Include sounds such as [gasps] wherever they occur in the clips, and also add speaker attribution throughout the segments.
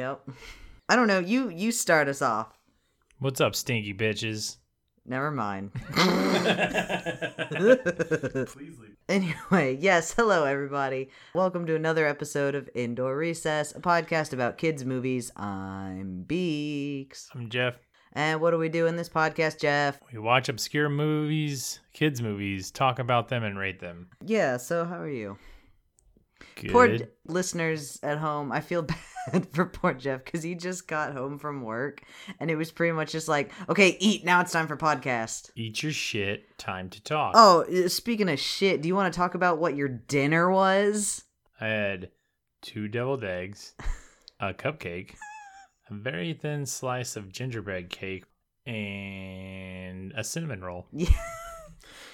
Speaker 1: I don't know. You you start us off.
Speaker 2: What's up, stinky bitches?
Speaker 1: Never mind. [laughs] anyway, yes, hello everybody. Welcome to another episode of Indoor Recess, a podcast about kids' movies. I'm Beeks.
Speaker 2: I'm Jeff.
Speaker 1: And what do we do in this podcast, Jeff?
Speaker 2: We watch obscure movies, kids' movies, talk about them, and rate them.
Speaker 1: Yeah, so how are you?
Speaker 2: Good.
Speaker 1: Poor d- listeners at home, I feel [laughs] bad for poor Jeff because he just got home from work and it was pretty much just like, okay, eat, now it's time for podcast.
Speaker 2: Eat your shit. Time to talk.
Speaker 1: Oh, uh, speaking of shit, do you want to talk about what your dinner was?
Speaker 2: I had two
Speaker 1: [laughs]
Speaker 2: deviled eggs, a cupcake, a very thin slice of gingerbread cake, and a cinnamon roll.
Speaker 1: [laughs]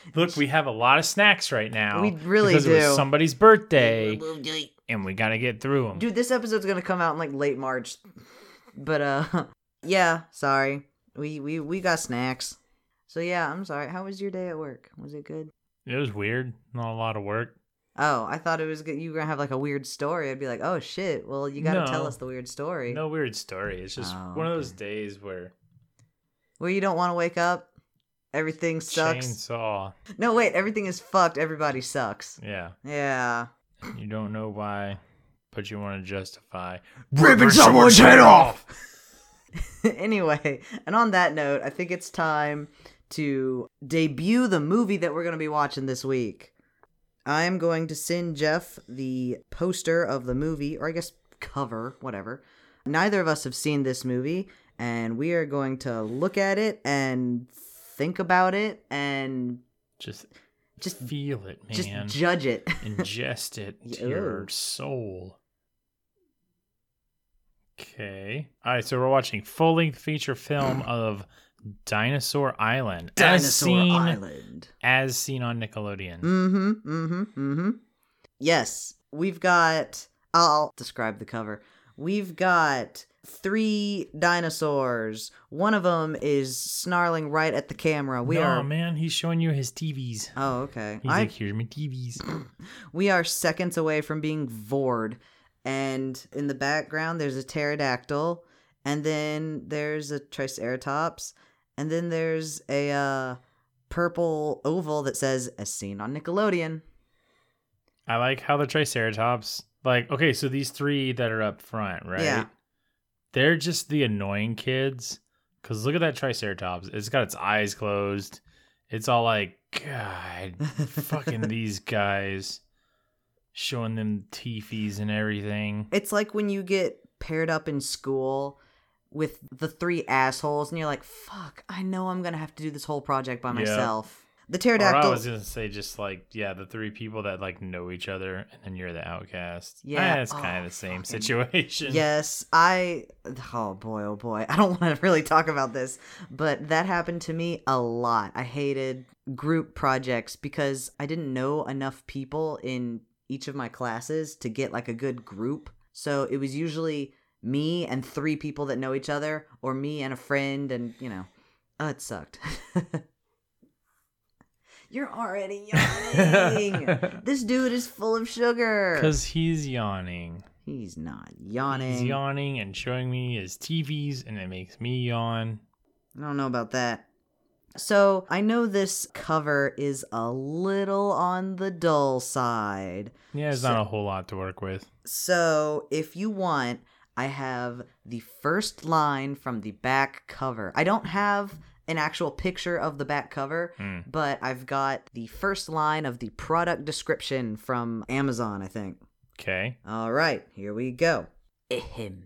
Speaker 1: Yeah.
Speaker 2: Look, we have a lot of snacks right now.
Speaker 1: We really
Speaker 2: because It
Speaker 1: do.
Speaker 2: was somebody's birthday, and we got to get through them.
Speaker 1: Dude, this episode's gonna come out in like late March. But uh [laughs] yeah, sorry. We we we got snacks. So yeah, I'm sorry. How was your day at work? Was it good?
Speaker 2: It was weird. Not a lot of work.
Speaker 1: Oh, I thought it was good. you were gonna have like a weird story. I'd be like, oh shit. Well, you gotta tell
Speaker 2: No.
Speaker 1: us the weird story.
Speaker 2: No weird story. It's just
Speaker 1: Oh,
Speaker 2: one of those
Speaker 1: okay.
Speaker 2: days where
Speaker 1: Where you don't want to wake up. Everything sucks.
Speaker 2: chainsaw.
Speaker 1: No, wait. Everything is fucked. Everybody sucks.
Speaker 2: Yeah,
Speaker 1: Yeah.
Speaker 2: you don't know why, but you want to justify
Speaker 1: Ripping someone's head off! [laughs] anyway, and on that note, I think it's time to debut the movie that we're going to be watching this week. I'm going to send Jeff the poster of the movie, or I guess cover, whatever. Neither of us have seen this movie, and we are going to look at it and think about it and
Speaker 2: Just,
Speaker 1: Just-
Speaker 2: just feel it, man.
Speaker 1: just judge it. [laughs]
Speaker 2: Ingest it to
Speaker 1: Yeah. oh.
Speaker 2: your soul. Okay. All right. So we're watching full-length feature film of Dinosaur Island. as
Speaker 1: Dinosaur
Speaker 2: seen,
Speaker 1: Island.
Speaker 2: As seen on Nickelodeon.
Speaker 1: Mm-hmm. Mm-hmm. Mm-hmm. Yes. We've got I'll describe the cover. We've got three dinosaurs. One of them is snarling right at the camera. We
Speaker 2: no,
Speaker 1: are
Speaker 2: man. He's showing you his TVs.
Speaker 1: Oh, okay.
Speaker 2: He's
Speaker 1: I,
Speaker 2: like, here's my TVs.
Speaker 1: we are seconds away from being vored. And in the background there's a pterodactyl. And then there's a triceratops. And then there's a uh, purple oval that says as seen on Nickelodeon. [laughs]
Speaker 2: I like how the Triceratops, like, okay, so these three that are up front, right?
Speaker 1: Yeah.
Speaker 2: They're just the annoying kids. Cause look at that Triceratops. It's got its eyes closed. It's all like, God,
Speaker 1: [laughs]
Speaker 2: fucking these guys showing them teethies and everything.
Speaker 1: It's like when you get paired up in school with the three assholes, and you're like, "Fuck, I know I'm gonna have to do this whole project by
Speaker 2: Yeah.
Speaker 1: myself." The
Speaker 2: Or I was
Speaker 1: pterodactyl.
Speaker 2: gonna say just like, yeah, the three people that like know each other and then you're the outcast.
Speaker 1: Yeah.
Speaker 2: Ah, it's kind
Speaker 1: Oh,
Speaker 2: of the same
Speaker 1: fucking-
Speaker 2: situation.
Speaker 1: Yes, I. Oh boy, oh boy. [laughs] I don't want to really talk about this, but that happened to me a lot. I hated group projects because I didn't know enough people in each of my classes to get like a good group. So it was usually me and three people that know each other, or me and a friend, and you know, oh, it sucked. [laughs] You're already
Speaker 2: [laughs]
Speaker 1: yawning. this dude is full of sugar.
Speaker 2: Cause he's yawning.
Speaker 1: He's not
Speaker 2: He's
Speaker 1: yawning.
Speaker 2: yawning and showing me his TVs, and it makes me yawn.
Speaker 1: I don't know about that. So I know this cover is a little on the dull side.
Speaker 2: Yeah, it's not a whole lot to work with.
Speaker 1: So if you want, I have the first line from the back cover. I don't have an actual picture of the back cover,
Speaker 2: Hmm.
Speaker 1: but I've got the first line of the product description from Amazon, I think.
Speaker 2: Okay.
Speaker 1: All right, here we go. Ahem.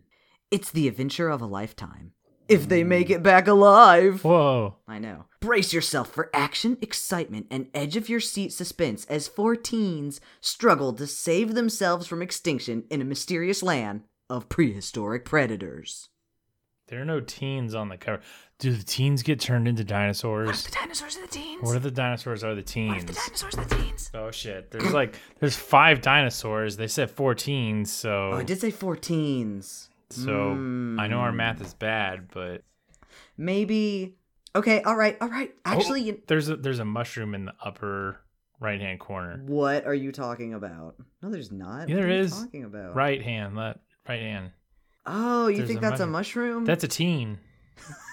Speaker 1: It's the adventure of a lifetime. If they make it back alive.
Speaker 2: Whoa.
Speaker 1: I know. Brace yourself for action, excitement, and edge of your seat suspense as four teens struggle to save themselves from extinction in a mysterious land of prehistoric predators.
Speaker 2: There are no teens on the cover. Do the teens get turned into dinosaurs?
Speaker 1: dinosaurs are the teens?
Speaker 2: What are the dinosaurs? Are the teens?
Speaker 1: dinosaurs are the teens?
Speaker 2: Oh shit! There's like there's five dinosaurs. They said four teens, so
Speaker 1: Oh, I did say four teens.
Speaker 2: so I know our
Speaker 1: Mm.
Speaker 2: math is bad, but
Speaker 1: Maybe. Okay, all right, all right. Actually,
Speaker 2: Oh,
Speaker 1: you...
Speaker 2: there's a there's a mushroom in the upper right hand corner.
Speaker 1: what are you talking about? No, there's not.
Speaker 2: Yeah,
Speaker 1: what
Speaker 2: there
Speaker 1: are you
Speaker 2: is.
Speaker 1: talking about?
Speaker 2: Right hand, left, right hand.
Speaker 1: Oh, you
Speaker 2: There's
Speaker 1: think
Speaker 2: a
Speaker 1: that's a
Speaker 2: mud-
Speaker 1: mushroom?
Speaker 2: That's a teen.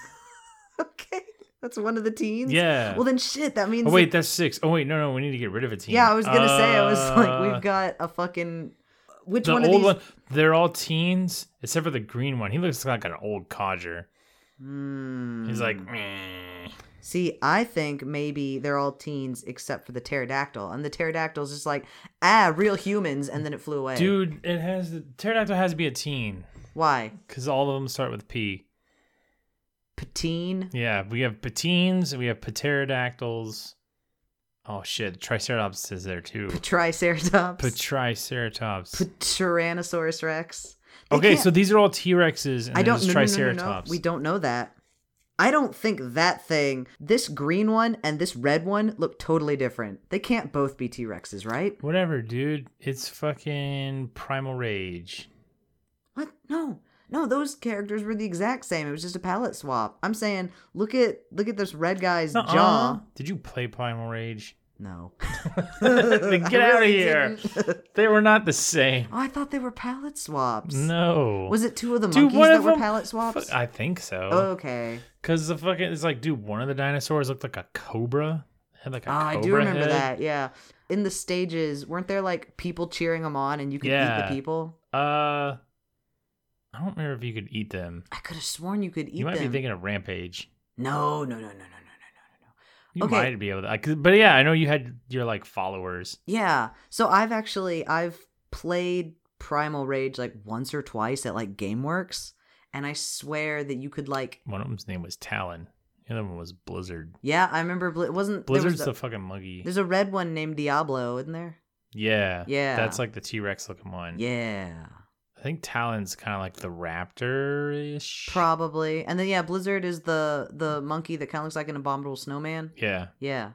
Speaker 1: [laughs] okay. That's one of the teens.
Speaker 2: Yeah.
Speaker 1: Well, then shit. That means.
Speaker 2: oh wait, that's six. Oh wait, no, no, we need to get rid of a teen.
Speaker 1: yeah, I was gonna say. I was [laughs] like,
Speaker 2: Uh,
Speaker 1: we've got a fucking. Which
Speaker 2: the
Speaker 1: one of
Speaker 2: old
Speaker 1: these?
Speaker 2: one. They're all teens except for the green one. He looks like an old codger.
Speaker 1: Hmm.
Speaker 2: He's like, meh.
Speaker 1: See, I think maybe they're all teens except for the pterodactyl, and the pterodactyl's just like, ah, real humans, and then it flew away.
Speaker 2: dude, it has the pterodactyl has to be a teen
Speaker 1: Why?
Speaker 2: because all of them start with P.
Speaker 1: Patine.
Speaker 2: Yeah, we have patines, we have pterodactyls. Oh shit, Triceratops is there too.
Speaker 1: Triceratops.
Speaker 2: Triceratops.
Speaker 1: Tyrannosaurus Rex. They
Speaker 2: Okay,
Speaker 1: can't-
Speaker 2: so these are all T Rexes and
Speaker 1: I don't
Speaker 2: there's
Speaker 1: no, no, no, no, no,
Speaker 2: Triceratops.
Speaker 1: We don't know that. I don't think that thing, this green one and this red one, look totally different. They can't both be T Rexes, right?
Speaker 2: Whatever, dude. It's fucking primal rage.
Speaker 1: What? No, no. Those characters were the exact same. It was just a palette swap. I'm saying, look at look at this red guy's
Speaker 2: Nuh-uh.
Speaker 1: jaw.
Speaker 2: Did you play Primal Rage?
Speaker 1: No.
Speaker 2: [laughs]
Speaker 1: [laughs]
Speaker 2: Then
Speaker 1: I
Speaker 2: get out of
Speaker 1: really
Speaker 2: here.
Speaker 1: didn't.
Speaker 2: They were not the same.
Speaker 1: oh, I thought they were palette swaps.
Speaker 2: No.
Speaker 1: Was it two of the
Speaker 2: Dude,
Speaker 1: monkeys
Speaker 2: one
Speaker 1: that
Speaker 2: of
Speaker 1: were
Speaker 2: them-
Speaker 1: palette swaps? Oh.
Speaker 2: Fu- I think so.
Speaker 1: okay.
Speaker 2: Because the fucking it's like, dude, one of the dinosaurs looked like a cobra. Had like a
Speaker 1: Oh,
Speaker 2: cobra
Speaker 1: I do remember
Speaker 2: head.
Speaker 1: that. Yeah. In the stages, weren't there like people cheering them on and you could eat
Speaker 2: Yeah.
Speaker 1: the people?
Speaker 2: Uh, I don't remember if you could eat them.
Speaker 1: I could have sworn you could eat
Speaker 2: you might
Speaker 1: them.
Speaker 2: be thinking of Rampage.
Speaker 1: no, no, no, no, no, no, no, no, no. no.
Speaker 2: You
Speaker 1: Okay.
Speaker 2: might be able to, I could- but yeah, I know you had your like followers.
Speaker 1: Yeah. So I've actually I've played Primal Rage like once or twice at like GameWorks, and I swear that you could like.
Speaker 2: One of them's name was Talon. The other one was Blizzard.
Speaker 1: Yeah, I remember Bli- it wasn't there was
Speaker 2: Blizzard's
Speaker 1: a-
Speaker 2: the fucking monkey.
Speaker 1: There's a red one named Diablo, isn't there?
Speaker 2: Yeah,
Speaker 1: Yeah.
Speaker 2: That's like the T Rex looking one.
Speaker 1: Yeah.
Speaker 2: I think Talon's kind of like the raptor ish.
Speaker 1: Probably. And then yeah, Blizzard is the the monkey that kind of looks like an abominable snowman.
Speaker 2: yeah.
Speaker 1: Yeah.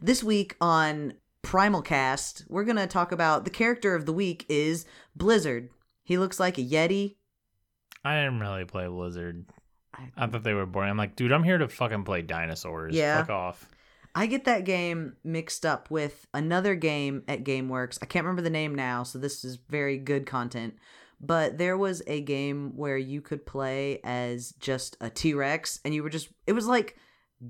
Speaker 1: This week on Primal Cast, we're going to talk about the character of the week is Blizzard. He looks like a yeti.
Speaker 2: I didn't really play Blizzard.
Speaker 1: I-
Speaker 2: I thought they were boring. I'm like, dude, I'm here to fucking play dinosaurs.
Speaker 1: Yeah.
Speaker 2: Fuck off.
Speaker 1: I get that game mixed up with another game at GameWorks. I can't remember the name now, so this is very good content. But there was a game where you could play as just a T Rex, and you were just, it was like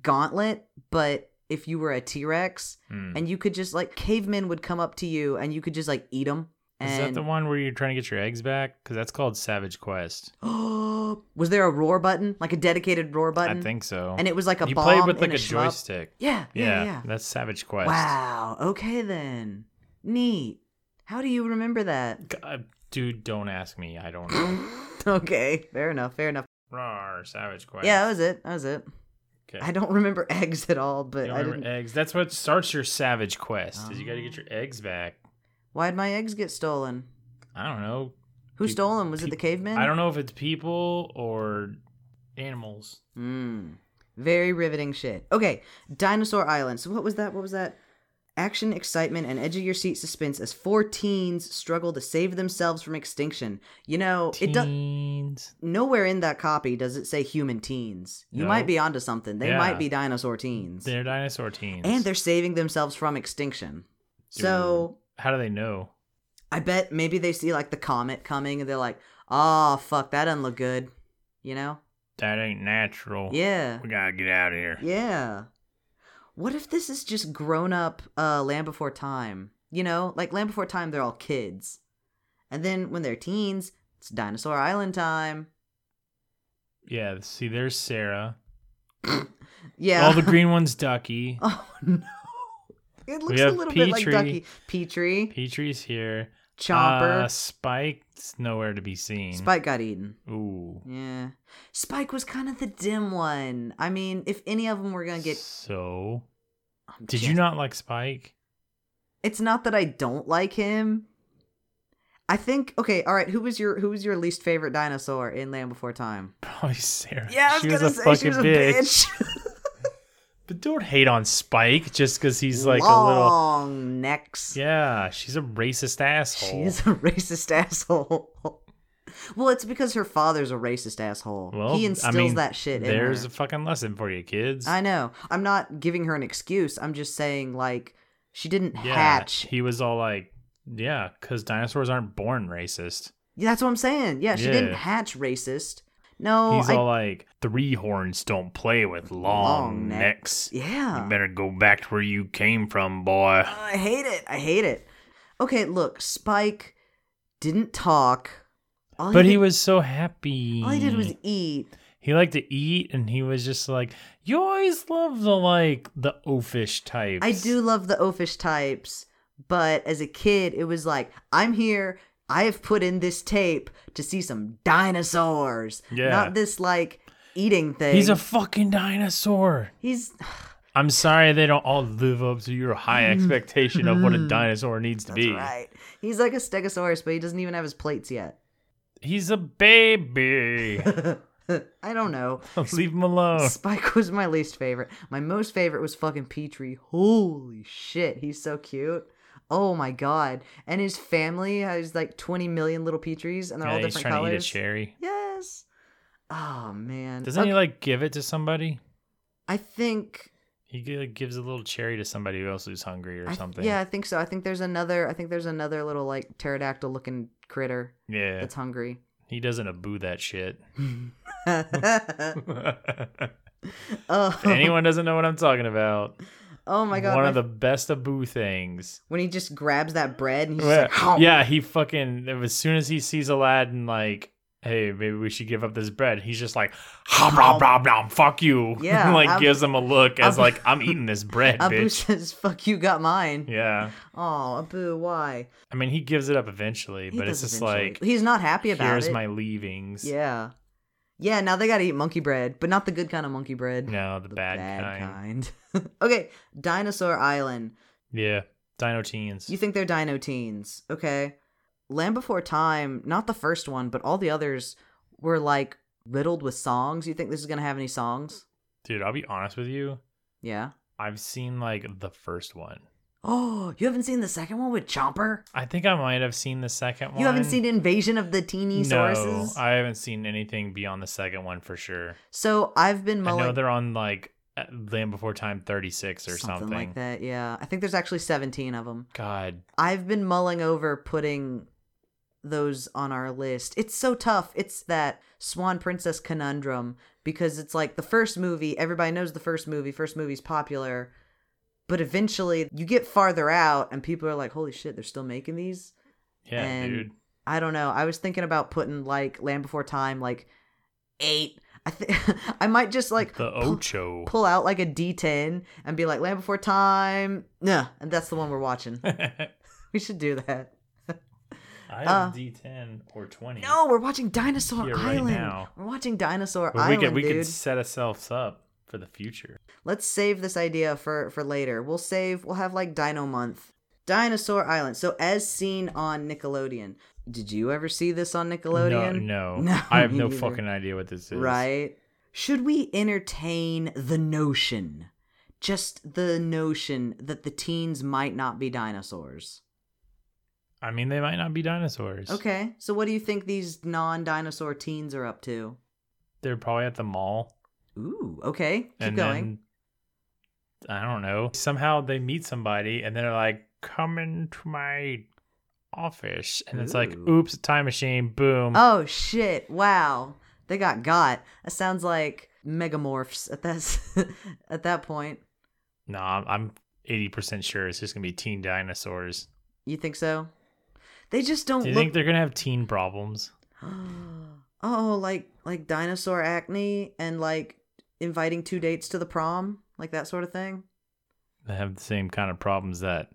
Speaker 1: Gauntlet, but if you were a T Rex,
Speaker 2: Hmm.
Speaker 1: and you could just, like, cavemen would come up to you, and you could just, like, eat them. And
Speaker 2: Is that the one where you're trying to get your eggs back? Because that's called Savage Quest.
Speaker 1: Oh, [gasps] was there a roar button? Like a dedicated roar button?
Speaker 2: I think so.
Speaker 1: And it was like a
Speaker 2: you
Speaker 1: bomb
Speaker 2: played with
Speaker 1: and
Speaker 2: like
Speaker 1: a,
Speaker 2: a,
Speaker 1: shmup?
Speaker 2: joystick.
Speaker 1: Yeah, yeah,
Speaker 2: Yeah,
Speaker 1: yeah.
Speaker 2: that's Savage Quest.
Speaker 1: Wow. Okay then. Neat. How do you remember that? [laughs]
Speaker 2: God, uh, dude, don't ask me. I don't
Speaker 1: [clears throat]
Speaker 2: know.
Speaker 1: okay. Fair enough. Fair enough.
Speaker 2: Rawr, Savage Quest.
Speaker 1: Yeah, that was it. That was it.
Speaker 2: Okay.
Speaker 1: I don't remember [laughs] eggs at all, but
Speaker 2: You don't
Speaker 1: I
Speaker 2: remember
Speaker 1: didn't.
Speaker 2: eggs. That's what starts your Savage Quest. Is you got to
Speaker 1: Oh.
Speaker 2: get your eggs back.
Speaker 1: Why'd my eggs get stolen?
Speaker 2: I don't know.
Speaker 1: Who
Speaker 2: Pe-
Speaker 1: stole them? Was it
Speaker 2: pe-
Speaker 1: the cavemen?
Speaker 2: I don't know if it's people or animals.
Speaker 1: Mm. Very riveting shit. Okay, Dinosaur Island. So what was that? What was that? Action, excitement, and edge of your seat suspense as four teens struggle to save themselves from extinction. You know, it does.
Speaker 2: Teens.
Speaker 1: Nowhere in that copy does it say human teens. You
Speaker 2: No.
Speaker 1: might be onto something. They
Speaker 2: Yeah.
Speaker 1: might be dinosaur teens,
Speaker 2: They're dinosaur teens.
Speaker 1: and they're saving themselves from extinction. So
Speaker 2: How do they know?
Speaker 1: I bet maybe they see like the comet coming, and they're like, "Ah, fuck, that doesn't look good," you know?
Speaker 2: That ain't natural.
Speaker 1: Yeah.
Speaker 2: We gotta get out of here.
Speaker 1: Yeah. What if this is just grown up uh Land Before Time? You know, like Land Before Time they're all kids. And then when they're teens, it's Dinosaur Island time.
Speaker 2: Yeah. See, there's Sarah.
Speaker 1: Yeah.
Speaker 2: All the
Speaker 1: [laughs]
Speaker 2: green ones, Ducky.
Speaker 1: oh no. It looks a
Speaker 2: have
Speaker 1: little bit like
Speaker 2: Petrie.
Speaker 1: Ducky. Petrie,
Speaker 2: Petrie's here.
Speaker 1: Chomper.
Speaker 2: Uh, Spike's nowhere to be seen.
Speaker 1: Spike got eaten.
Speaker 2: Ooh.
Speaker 1: Yeah. Spike was kind of the dim one. I mean, if any of them were going to get
Speaker 2: so.
Speaker 1: I'm
Speaker 2: Did you
Speaker 1: just-
Speaker 2: not like Spike? [laughs]
Speaker 1: It's not that I don't like him. I think okay, all right. Who was your who was your least favorite dinosaur in Land Before Time?
Speaker 2: Probably Sarah.
Speaker 1: Yeah, I was
Speaker 2: she
Speaker 1: gonna
Speaker 2: was a
Speaker 1: say
Speaker 2: fucking
Speaker 1: she was a
Speaker 2: bitch.
Speaker 1: bitch.
Speaker 2: But don't hate on Spike just because he's like
Speaker 1: long
Speaker 2: a little.
Speaker 1: necks.
Speaker 2: Yeah, she's a racist asshole.
Speaker 1: she is a [laughs] racist asshole. well, it's because her father's a racist asshole.
Speaker 2: Well,
Speaker 1: he
Speaker 2: I
Speaker 1: instills
Speaker 2: mean,
Speaker 1: that shit in her.
Speaker 2: There's a fucking lesson for you, kids.
Speaker 1: I know. I'm not giving her an excuse. I'm just saying like she didn't
Speaker 2: yeah,
Speaker 1: hatch.
Speaker 2: He was all like, yeah, because dinosaurs aren't born racist.
Speaker 1: Yeah, That's what I'm saying. Yeah, she didn't
Speaker 2: Yeah.
Speaker 1: hatch racist. No,
Speaker 2: He's
Speaker 1: Oh, I,
Speaker 2: all like, three horns don't play with long,
Speaker 1: Long
Speaker 2: necks.
Speaker 1: yeah.
Speaker 2: You better go back to where you came from, boy.
Speaker 1: I hate it. I hate it. Okay, look, Spike didn't talk. All
Speaker 2: But he
Speaker 1: did-
Speaker 2: was so happy.
Speaker 1: all he did was eat.
Speaker 2: He liked to eat, and he was just like, you always love the like the oafish types.
Speaker 1: I do love the oafish types, but as a kid, it was like, I'm here. I have put in this tape to see some dinosaurs,
Speaker 2: Yeah.
Speaker 1: not this like eating thing.
Speaker 2: He's a fucking dinosaur.
Speaker 1: he's [sighs]
Speaker 2: I'm sorry they don't all live up to your high expectation of what a dinosaur needs to
Speaker 1: Mm-hmm. that's
Speaker 2: be.
Speaker 1: right. He's like a stegosaurus, but he doesn't even have his plates yet. [laughs]
Speaker 2: He's a baby. [laughs]
Speaker 1: I don't know.
Speaker 2: Leave him alone.
Speaker 1: Spike was my least favorite. My most favorite was fucking Petrie. Holy shit, he's so cute. Oh my god. And his family has like 20 million little Petries and they're
Speaker 2: Yeah,
Speaker 1: all
Speaker 2: he's
Speaker 1: different
Speaker 2: trying to eat a
Speaker 1: colors.
Speaker 2: cherry.
Speaker 1: Yes. Oh man.
Speaker 2: Doesn't he like give it to somebody?
Speaker 1: I think
Speaker 2: He g- like, gives a little cherry to somebody else who's hungry or
Speaker 1: I th-
Speaker 2: something.
Speaker 1: yeah, I think so. I think there's another I think there's another little like pterodactyl looking critter
Speaker 2: Yeah.
Speaker 1: that's hungry.
Speaker 2: [laughs] He doesn't aboo that shit.
Speaker 1: oh.
Speaker 2: If Anyone doesn't know what I'm talking about.
Speaker 1: [laughs] oh my god.
Speaker 2: One
Speaker 1: my-
Speaker 2: of the best aboo things.
Speaker 1: when he just grabs that bread and he's
Speaker 2: Yeah.
Speaker 1: just like,
Speaker 2: yeah, he fucking as soon as he sees Aladdin like, hey, maybe we should give up this bread, he's just like, hom, nom, nom, nom, fuck you. [laughs]
Speaker 1: Yeah,
Speaker 2: like
Speaker 1: I'm-
Speaker 2: gives him a look as
Speaker 1: I'm-
Speaker 2: like, I'm eating this bread,
Speaker 1: Abu
Speaker 2: bitch.
Speaker 1: says, "Fuck you, got mine."
Speaker 2: Yeah.
Speaker 1: Oh, Abu, why?
Speaker 2: I mean he gives it up eventually,
Speaker 1: He
Speaker 2: but it's
Speaker 1: does
Speaker 2: just
Speaker 1: eventually.
Speaker 2: like
Speaker 1: he's not happy about
Speaker 2: here's
Speaker 1: it.
Speaker 2: my leavings.
Speaker 1: yeah, yeah. Now they gotta eat monkey bread, but not the good kind of monkey bread.
Speaker 2: No, the,
Speaker 1: the
Speaker 2: bad, kind.
Speaker 1: kind. [laughs] okay, Dinosaur Island.
Speaker 2: Yeah. Dino teens.
Speaker 1: You think they're Dino teens? Okay, Land Before Time. Not the first one, but all the others were like riddled with songs. You think this is gonna have any songs?
Speaker 2: Dude, I'll be honest with you.
Speaker 1: Yeah.
Speaker 2: I've seen like the first one.
Speaker 1: Oh, you haven't seen the second one with Chomper?
Speaker 2: I think I might have seen the second one.
Speaker 1: You haven't seen Invasion of the Teeny
Speaker 2: No,
Speaker 1: Sauruses?
Speaker 2: I haven't seen anything beyond the second one for sure.
Speaker 1: So I've been mulling.
Speaker 2: I know they're on like uh, Land Before Time 36 or something.
Speaker 1: like that. Yeah, I think there's actually 17 of them.
Speaker 2: God,
Speaker 1: I've been mulling over putting those on our list. It's so tough. It's that Swan Princess conundrum because it's like the first movie, everybody knows the first movie, first movie's popular, but eventually you get farther out and people are like, "Holy shit, they're still making these?"
Speaker 2: yeah,
Speaker 1: And-
Speaker 2: dude.
Speaker 1: I don't know. I was thinking about putting like Land Before Time like 8. I think [laughs] I might just like
Speaker 2: the
Speaker 1: pl-
Speaker 2: Ocho.
Speaker 1: pull out like a D10 and be like Land Before Time. Nah, and that's the one we're watching.
Speaker 2: [laughs] I
Speaker 1: We should do that.
Speaker 2: have
Speaker 1: Uh,
Speaker 2: D10 or 20.
Speaker 1: No, we're watching Dinosaur
Speaker 2: Here right
Speaker 1: Island.
Speaker 2: now.
Speaker 1: We're watching Dinosaur
Speaker 2: But we
Speaker 1: Island,
Speaker 2: could we
Speaker 1: dude.
Speaker 2: could set ourselves up for the future.
Speaker 1: Let's save this idea for for later. We'll save. We'll have like Dino Month. Dinosaur Island. So as seen on Nickelodeon. Did you ever see this on Nickelodeon?
Speaker 2: No,
Speaker 1: [laughs]
Speaker 2: no,
Speaker 1: No,
Speaker 2: I have
Speaker 1: me
Speaker 2: no
Speaker 1: neither.
Speaker 2: fucking idea what this is.
Speaker 1: Right. Should we entertain the notion, just the notion that the teens might not be dinosaurs?
Speaker 2: I mean, they might not be dinosaurs.
Speaker 1: Okay, so what do you think these non-dinosaur teens are up to?
Speaker 2: they're probably at the mall.
Speaker 1: Ooh, okay, keep
Speaker 2: and
Speaker 1: going.
Speaker 2: then I don't know. Somehow they meet somebody and they're like, "Come into my office," and it's like,
Speaker 1: Ooh.
Speaker 2: "Oops, time machine, boom."
Speaker 1: Oh shit! Wow, they got got. That sounds like megamorphs at that [laughs] at that point.
Speaker 2: No, I'm- I'm eighty percent sure it's just gonna be teen dinosaurs.
Speaker 1: You think so? They just don't
Speaker 2: Do you
Speaker 1: look.
Speaker 2: think they're gonna have teen problems?
Speaker 1: [gasps] oh, like like dinosaur acne and like inviting two dates to the prom, like that sort of thing.
Speaker 2: They have the same kind of problems that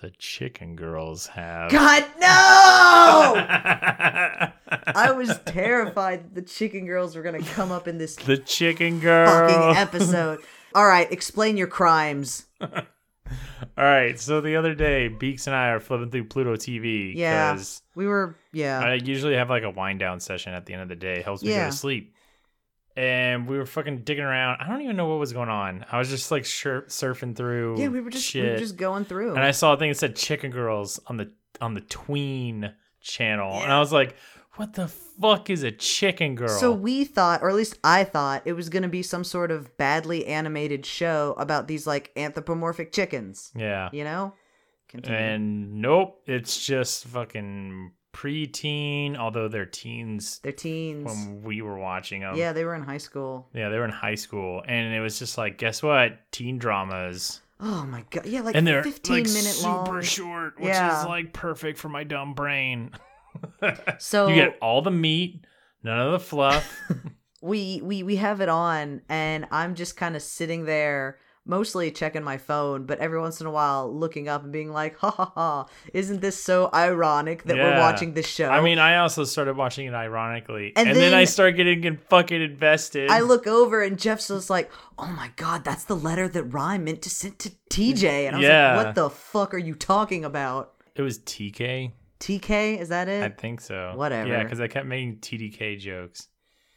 Speaker 2: the chicken girls have. [laughs]
Speaker 1: God no! I
Speaker 2: I
Speaker 1: was terrified that the chicken girls were gonna come up in this
Speaker 2: the chicken [laughs] girl. [laughs]
Speaker 1: fucking episode. All right, explain your crimes.
Speaker 2: All right, so the other day, Beeks and I are flipping through Pluto TV.
Speaker 1: Yeah.
Speaker 2: 'cause
Speaker 1: We were, yeah.
Speaker 2: I usually have like a wind down session at the end of the day. It helps me go
Speaker 1: Yeah.
Speaker 2: to sleep. And we were fucking digging around. I don't even know what was going on. I was just like shir- surfing through.
Speaker 1: yeah, we were just we
Speaker 2: shit.
Speaker 1: were just going through.
Speaker 2: and I saw a thing that said Chicken Girls on the on the tween channel, and
Speaker 1: Yeah.
Speaker 2: I was like, "What the fuck is a chicken girl?"
Speaker 1: so we thought, or at least I thought, it was going to be some sort of badly animated show about these like anthropomorphic chickens.
Speaker 2: yeah,
Speaker 1: You know? Continue.
Speaker 2: and nope, it's just fucking preteen, although they're teens
Speaker 1: They're teens.
Speaker 2: when we were watching them.
Speaker 1: yeah, they were in high school.
Speaker 2: Yeah, they were in high school, and it was just like, guess what? Teen dramas,
Speaker 1: Oh my god. Yeah, like
Speaker 2: and they're
Speaker 1: 15
Speaker 2: like
Speaker 1: minute
Speaker 2: super
Speaker 1: long.
Speaker 2: [laughs] short, which
Speaker 1: Yeah.
Speaker 2: is like perfect for my dumb brain.
Speaker 1: So
Speaker 2: you get all the meat, none of the fluff.
Speaker 1: we we we have it on and i'm just kind of sitting there mostly checking my phone but every once in a while looking up and being like ha ha ha isn't this so ironic that we're
Speaker 2: Yeah.
Speaker 1: watching this show
Speaker 2: I mean, I also started watching it ironically,
Speaker 1: And
Speaker 2: and, then, I
Speaker 1: then-
Speaker 2: start getting in- fucking invested.
Speaker 1: I look over and Jeff's just like, "Oh my god, that's the letter that Ryan meant to send to TJ." And I was
Speaker 2: Yeah.
Speaker 1: like, "What the fuck are you talking about?
Speaker 2: It was TK,
Speaker 1: TK? Is that it?
Speaker 2: I think so.
Speaker 1: Whatever.
Speaker 2: Yeah, because I kept making TDK jokes.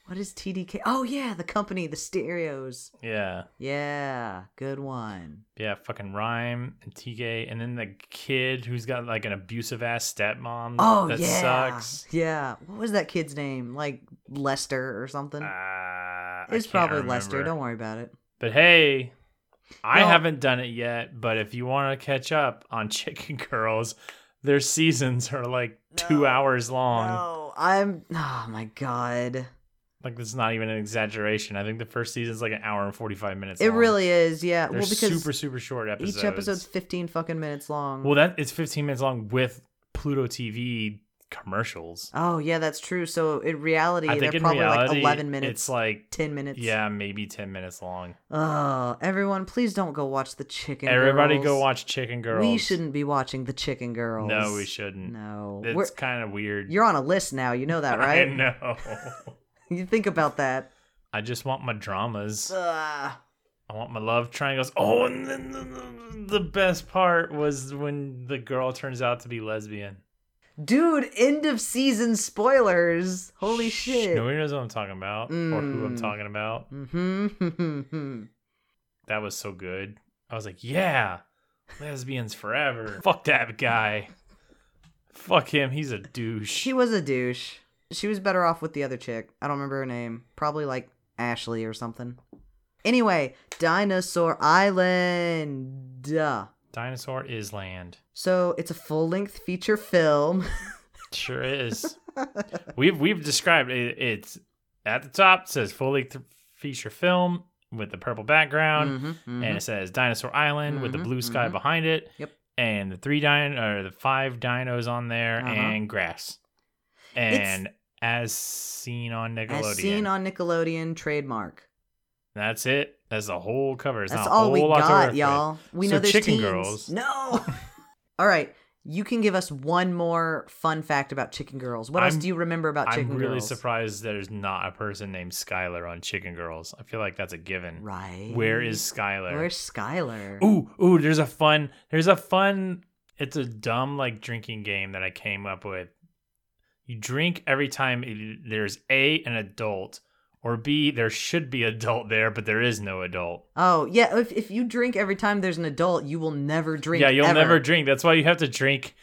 Speaker 1: what is TDK? Oh yeah, the company, the stereos.
Speaker 2: Yeah,
Speaker 1: Yeah, good one.
Speaker 2: yeah, fucking rhyme and TK, and then the kid who's got like an abusive ass stepmom.
Speaker 1: Oh
Speaker 2: Mm, that
Speaker 1: yeah,
Speaker 2: sucks.
Speaker 1: yeah. What was that kid's name? Like Lester or something?
Speaker 2: Uh, I
Speaker 1: It's
Speaker 2: can't
Speaker 1: probably
Speaker 2: remember.
Speaker 1: Lester. Don't worry about it.
Speaker 2: But hey, I
Speaker 1: No.
Speaker 2: haven't done it yet. But if you want to catch up on [laughs] Chicken Girls, their seasons are like two
Speaker 1: No.
Speaker 2: hours long.
Speaker 1: No, I'm. Oh my god,
Speaker 2: Like that's not even an exaggeration. I think the first season's like an hour and forty five minutes.
Speaker 1: it
Speaker 2: long.
Speaker 1: really is. Yeah,
Speaker 2: They're
Speaker 1: well, because
Speaker 2: super super short episodes.
Speaker 1: each episode's 15 fucking minutes long.
Speaker 2: well, that it's fifteen minutes long with Pluto TV commercials.
Speaker 1: oh yeah, that's true. So in reality,
Speaker 2: I think
Speaker 1: they're
Speaker 2: in
Speaker 1: probably
Speaker 2: reality,
Speaker 1: like 11 minutes,
Speaker 2: It's like
Speaker 1: 10 minutes.
Speaker 2: yeah, maybe ten minutes long.
Speaker 1: Oh, everyone, please don't go watch the Chicken.
Speaker 2: Everybody go
Speaker 1: Girls.
Speaker 2: watch Chicken Girls.
Speaker 1: We shouldn't be watching the Chicken Girls.
Speaker 2: No, we shouldn't.
Speaker 1: No, We're,
Speaker 2: It's kind of weird.
Speaker 1: you're on a list now. You know that, right?
Speaker 2: [laughs] I know.
Speaker 1: [laughs] You think about that.
Speaker 2: I just want my dramas.
Speaker 1: Ugh.
Speaker 2: I want my love triangles. Oh, and then the, the, the best part was when the girl turns out to be lesbian.
Speaker 1: Dude, end of season spoilers. Holy
Speaker 2: Shh,
Speaker 1: shit.
Speaker 2: Nobody knows what I'm talking about or who I'm
Speaker 1: Mm.
Speaker 2: talking about.
Speaker 1: Mm-hmm. [laughs]
Speaker 2: That was so good. I was like, yeah, lesbians
Speaker 1: [laughs]
Speaker 2: forever. Fuck that guy. Fuck him. He's a douche.
Speaker 1: she was a douche. She was better off with the other chick. I don't remember her name. Probably like Ashley or something. Anyway, Dinosaur Island. Duh.
Speaker 2: Dinosaur is land.
Speaker 1: So it's a full length feature
Speaker 2: [laughs]
Speaker 1: film. [laughs]
Speaker 2: Sure is. we've we've described it. It's at the top says fully th- feature film with the purple background.
Speaker 1: Mhm, mhm.
Speaker 2: and it says Dinosaur Island with the
Speaker 1: Mhm,
Speaker 2: blue sky
Speaker 1: mhm.
Speaker 2: behind it.
Speaker 1: Yep.
Speaker 2: And the three din or the five dinos on there
Speaker 1: Uh-huh.
Speaker 2: and grass. And as seen on Nickelodeon.
Speaker 1: As seen on Nickelodeon trademark.
Speaker 2: That's it. That's the whole cover. It's
Speaker 1: That's
Speaker 2: not a
Speaker 1: all
Speaker 2: whole
Speaker 1: we
Speaker 2: lot to work
Speaker 1: got,
Speaker 2: with.
Speaker 1: y'all. We
Speaker 2: So
Speaker 1: know there's
Speaker 2: Chicken
Speaker 1: teens.
Speaker 2: Girls.
Speaker 1: No. [laughs] all right. You can give us one more fun fact about Chicken Girls. What else
Speaker 2: I'm-
Speaker 1: do you remember about
Speaker 2: I'm
Speaker 1: Chicken
Speaker 2: really
Speaker 1: Girls?
Speaker 2: surprised there's not a person named Skylar on Chicken Girls. I feel like that's a given.
Speaker 1: Right.
Speaker 2: Where is Skylar?
Speaker 1: Where's Skylar?
Speaker 2: Ooh, ooh, there's a fun, there's a fun, it's a dumb like drinking game that I came up with. You drink every time it- there's A, an adult, or B, there should be adult there, but there is no adult.
Speaker 1: Oh yeah, if if you drink every time there's an adult, you will never drink.
Speaker 2: yeah, you'll
Speaker 1: ever.
Speaker 2: never drink. That's why you have to drink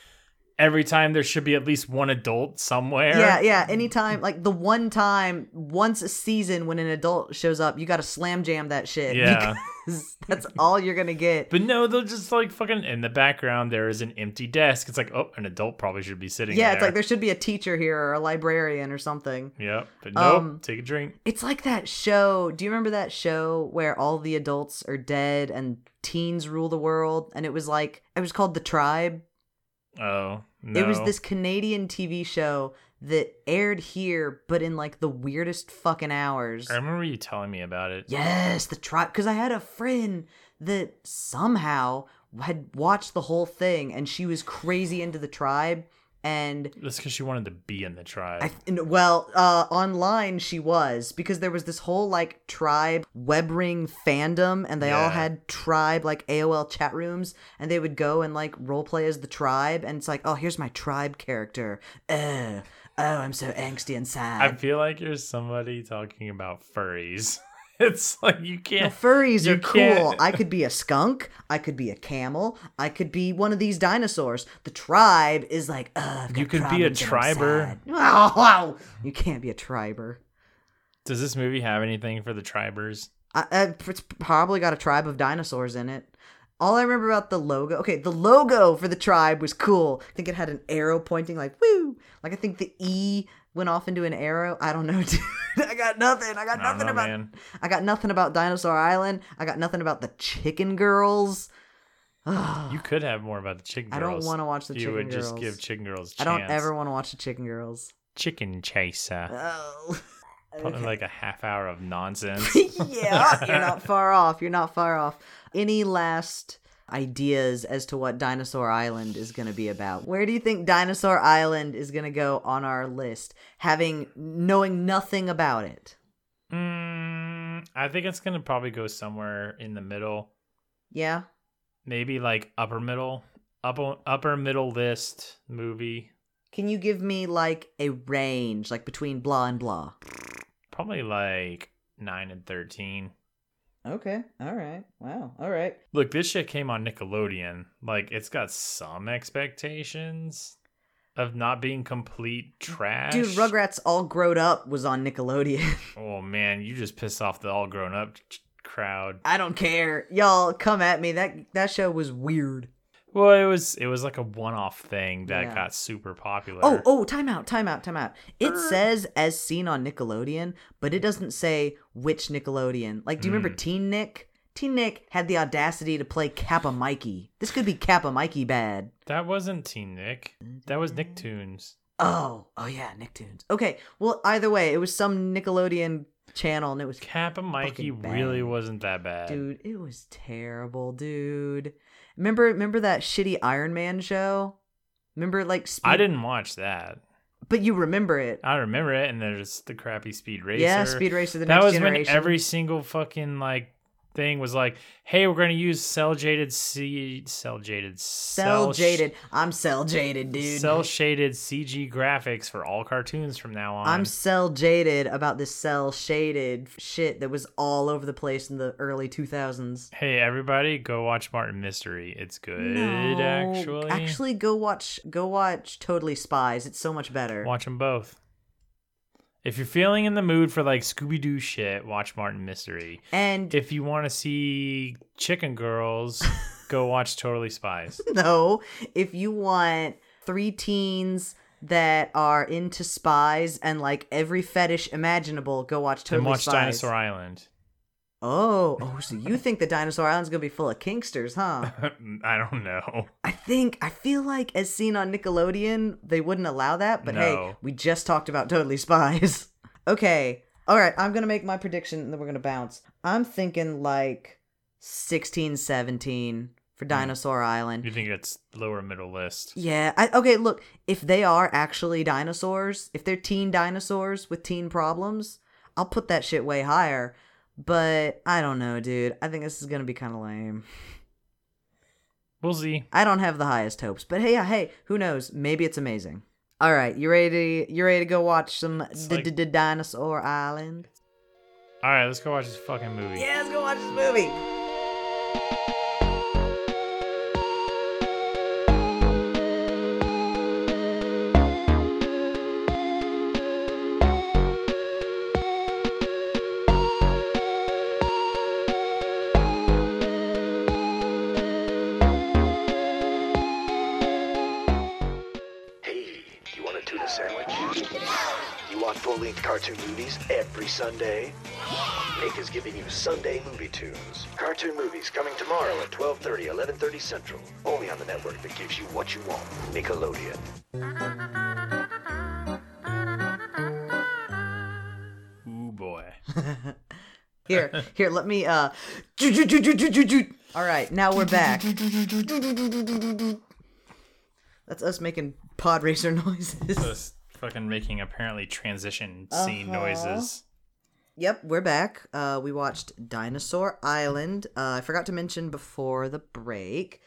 Speaker 2: every time there should be at least one adult somewhere.
Speaker 1: Yeah, yeah. Anytime, like the one time, once a season when an adult shows up, you got to slam jam that shit.
Speaker 2: Yeah.
Speaker 1: because [laughs] that's all you're gonna get.
Speaker 2: But no, they'll just like fucking in the background there is an empty desk. It's like, oh, an adult probably should be sitting
Speaker 1: yeah,
Speaker 2: there.
Speaker 1: it's like there should be a teacher here or a librarian or something.
Speaker 2: Yep, but nope,
Speaker 1: Um,
Speaker 2: take a drink.
Speaker 1: It's like that show. Do you remember that show where all the adults are dead and teens rule the world? And it was like it was called The Tribe.
Speaker 2: Oh, no.
Speaker 1: It was this Canadian TV show that aired here, but in like the weirdest fucking hours.
Speaker 2: I remember you telling me about it.
Speaker 1: Yes, the tribe. Because I had a friend that somehow had watched the whole thing, and she was crazy into the tribe. And
Speaker 2: That's because she wanted to be in the tribe.
Speaker 1: I, and, well, uh, online she was because there was this whole like tribe web ring fandom, and they all
Speaker 2: Yeah.
Speaker 1: had tribe like AOL chat rooms, and they would go and like role play as the tribe, and it's like, oh, here's my tribe character. Oh, oh, I'm so angsty and sad.
Speaker 2: I feel like you're somebody talking about furries. [laughs] It's like you
Speaker 1: The [laughs]
Speaker 2: can't.
Speaker 1: furries
Speaker 2: You
Speaker 1: are cool.
Speaker 2: can't-
Speaker 1: I could be a skunk. I could be a camel. I could be one of these dinosaurs. The tribe is like, ugh. I've got
Speaker 2: You could be a
Speaker 1: problems and I'm
Speaker 2: triber.
Speaker 1: sad. [laughs] Oh, wow. You can't be a triber.
Speaker 2: Does this movie have anything for the tribers?
Speaker 1: I, I, it's probably got a tribe of dinosaurs in it. All I remember about the logo, okay, the logo for the tribe was cool. I think it had an arrow pointing like woo. Like I think the E went off into an arrow. I don't know, [laughs] dude. I got nothing. I got
Speaker 2: I don't
Speaker 1: nothing
Speaker 2: know,
Speaker 1: about [sighs]
Speaker 2: man.
Speaker 1: I got nothing about Dinosaur Island. I got nothing about the chicken girls. [sighs] Ugh,
Speaker 2: You could have more about the chicken
Speaker 1: I
Speaker 2: girls.
Speaker 1: don't want to watch the
Speaker 2: You
Speaker 1: chicken
Speaker 2: would
Speaker 1: girls.
Speaker 2: just give chicken girls.
Speaker 1: I
Speaker 2: Chance.
Speaker 1: don't ever want to watch the chicken
Speaker 2: [laughs]
Speaker 1: girls.
Speaker 2: chicken chaser.
Speaker 1: Oh. [laughs]
Speaker 2: Probably
Speaker 1: Okay.
Speaker 2: like a half hour
Speaker 1: [laughs]
Speaker 2: of nonsense.
Speaker 1: yeah, you're not far off. You're not far off. Any last ideas as to what Dinosaur Island is going to be about? Where do you think Dinosaur Island is going to go on our list, having knowing nothing about it?
Speaker 2: Mm, I think it's gonna probably go somewhere in the middle,
Speaker 1: Yeah.
Speaker 2: maybe like upper middle, upper upper middle list movie.
Speaker 1: Can you give me like a range, like between blah and blah?
Speaker 2: Probably like nine and thirteen.
Speaker 1: Okay. All right. Wow. All right.
Speaker 2: Look, this shit came on Nickelodeon. Like, it's got some expectations of not being complete trash.
Speaker 1: Dude, Rugrats All Grown Up was on Nickelodeon. [laughs]
Speaker 2: Oh man, you just pissed off the all grown up ch- crowd.
Speaker 1: I don't care. Y'all come at me. That that show was weird.
Speaker 2: Well, it was it was like a one off thing that
Speaker 1: Yeah.
Speaker 2: got super popular.
Speaker 1: Oh, oh, time out, time out, time out. It
Speaker 2: Er.
Speaker 1: says as seen on Nickelodeon, but it doesn't say which Nickelodeon. Like, do you remember
Speaker 2: Mm.
Speaker 1: Teen Nick? Teen Nick had the audacity to play Kappa Mikey. This could be Kappa Mikey bad.
Speaker 2: that wasn't Teen Nick. That was Nicktoons.
Speaker 1: Oh, oh yeah, Nicktoons. Okay, well, either way, it was some Nickelodeon channel and it was.
Speaker 2: Kappa Mikey
Speaker 1: Fucking
Speaker 2: really
Speaker 1: bad.
Speaker 2: wasn't that bad.
Speaker 1: Dude, it was terrible, dude. Remember, remember that shitty Iron Man show? Remember, like, speed-
Speaker 2: I didn't watch that.
Speaker 1: But you remember it.
Speaker 2: I remember it, and there's the crappy Speed Racer.
Speaker 1: Yeah, Speed Racer the
Speaker 2: that
Speaker 1: Next
Speaker 2: was
Speaker 1: Generation.
Speaker 2: when every single fucking like thing was like, "Hey, we're gonna use cell jaded C cell jaded
Speaker 1: Cell jaded. I'm cell jaded, dude.
Speaker 2: cell shaded CG graphics for all cartoons from now on."
Speaker 1: I'm cell jaded about this cell shaded shit that was all over the place in the early 2000s.
Speaker 2: hey everybody, go watch Martin Mystery. It's good
Speaker 1: No,
Speaker 2: actually.
Speaker 1: Actually, go watch go watch Totally Spies. It's so much better.
Speaker 2: watch them both. If you're feeling in the mood for like Scooby Doo shit, watch Martin Mystery.
Speaker 1: And [laughs]
Speaker 2: If you want to see Chicken Girls, go watch Totally Spies.
Speaker 1: no, if you want three teens that are into spies and like every fetish imaginable, go watch Totally
Speaker 2: and watch
Speaker 1: Spies.
Speaker 2: Dinosaur Island.
Speaker 1: Oh, oh, so you think the Dinosaur Island's gonna be full of kinksters, huh?
Speaker 2: [laughs] I don't know.
Speaker 1: [laughs] I think I feel like as seen on Nickelodeon, they wouldn't allow that, but hey,
Speaker 2: No.
Speaker 1: we just talked about Totally Spies. [laughs] okay. All right, I'm going to make my prediction and then we're going to bounce. I'm thinking like 16 17 for Dinosaur Island.
Speaker 2: You think it's lower middle list?
Speaker 1: Yeah. I, okay, look, if they are actually dinosaurs, if they're teen dinosaurs with teen problems, I'll put that shit way higher. But I don't know, dude. I think this is going to be kind of lame.
Speaker 2: We'll see.
Speaker 1: I don't have the highest hopes, but hey, yeah, hey, who knows? Maybe it's amazing. All right, you ready? To, you ready to go watch some
Speaker 2: It's
Speaker 1: d-
Speaker 2: like-
Speaker 1: d- d- Dinosaur Island?
Speaker 2: All right, let's go watch this fucking movie.
Speaker 1: Yeah, let's go watch this movie.
Speaker 3: Hey, you want a tuna sandwich? You want full-length cartoon movies every Sunday? Nick is giving you Sunday movie tunes. Cartoon movies coming tomorrow at 12:30, 11:30 Central, only on the network that gives you what you want, Nickelodeon.
Speaker 1: [laughs]
Speaker 2: Ooh boy.
Speaker 1: Here, here, let me. uh ju- ju- ju- ju- ju- ju- ju- All right, now we're [laughs] back. That's us making pod racer [laughs] noises.
Speaker 2: Just fucking making apparently transition scene
Speaker 1: Uh-huh.
Speaker 2: noises.
Speaker 1: Yep, we're back. Uh, we watched Dinosaur Island. Uh, I forgot to mention before the break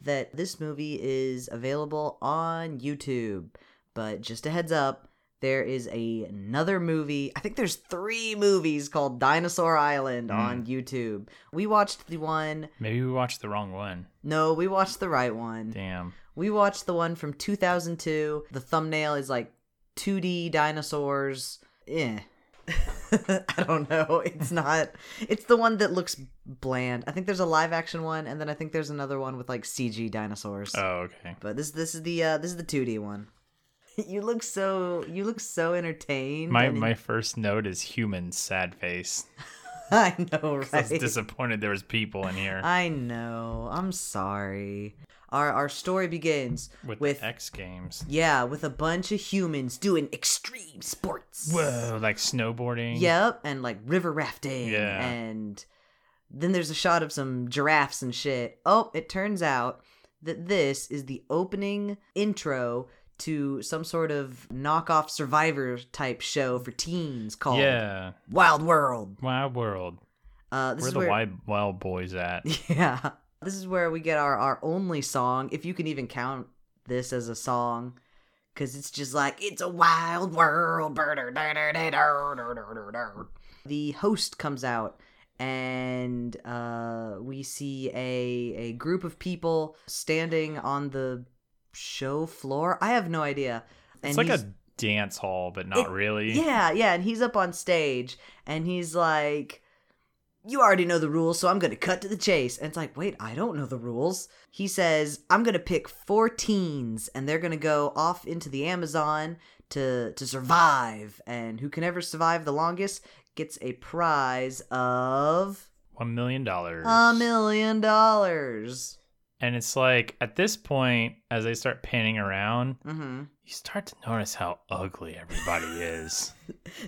Speaker 1: that this movie is available on YouTube. But just a heads up, there is a, another movie. I think there's three movies called Dinosaur Island on YouTube. We watched the one.
Speaker 2: Maybe we watched the wrong one.
Speaker 1: No, we watched the right one.
Speaker 2: Damn.
Speaker 1: We watched the one from 2002. The thumbnail is like 2D dinosaurs. Eh. [laughs] I don't know. It's not. It's the one that looks bland. I think there's a live action one, and then I think there's another one with like CG dinosaurs.
Speaker 2: Oh, okay.
Speaker 1: But this this is the uh, this is the 2D one. [laughs] You look so you look so entertained.
Speaker 2: My
Speaker 1: and-
Speaker 2: my first note is human sad face.
Speaker 1: [laughs] I know,
Speaker 2: [laughs]
Speaker 1: right?
Speaker 2: I was disappointed there was people in here
Speaker 1: I know. I'm sorry. Our our story begins
Speaker 2: with,
Speaker 1: with,
Speaker 2: X Games.
Speaker 1: yeah, with a bunch of humans doing extreme sports.
Speaker 2: Whoa, like snowboarding.
Speaker 1: Yep, and like river rafting.
Speaker 2: Yeah.
Speaker 1: And then there's a shot of some giraffes and shit. Oh, it turns out that this is the opening intro to some sort of knockoff survivor type show for teens called
Speaker 2: Yeah.
Speaker 1: Wild World.
Speaker 2: Wild world.
Speaker 1: Uh, this
Speaker 2: Where
Speaker 1: is
Speaker 2: the
Speaker 1: where
Speaker 2: wild wild
Speaker 1: [laughs]
Speaker 2: boys at?
Speaker 1: Yeah. This is where we get our, our only song, if you can even count this as a song, because it's just like, it's a wild world. The host comes out, and uh, we see a, a group of people standing on the show floor. I have no idea.
Speaker 2: It's like
Speaker 1: he's-
Speaker 2: a dance hall, but not
Speaker 1: It-
Speaker 2: really.
Speaker 1: yeah, yeah, and he's up on stage and he's like, You already know the rules, so I'm gonna cut to the chase. And it's like, wait, I don't know the rules. He says, I'm gonna pick four teens and they're gonna go off into the Amazon to to survive. And who can ever survive the longest gets a prize of
Speaker 2: One million dollars.
Speaker 1: a million dollars.
Speaker 2: And it's like at this point, as they start panning around,
Speaker 1: hmm
Speaker 2: you start to notice how
Speaker 1: [laughs]
Speaker 2: ugly everybody is.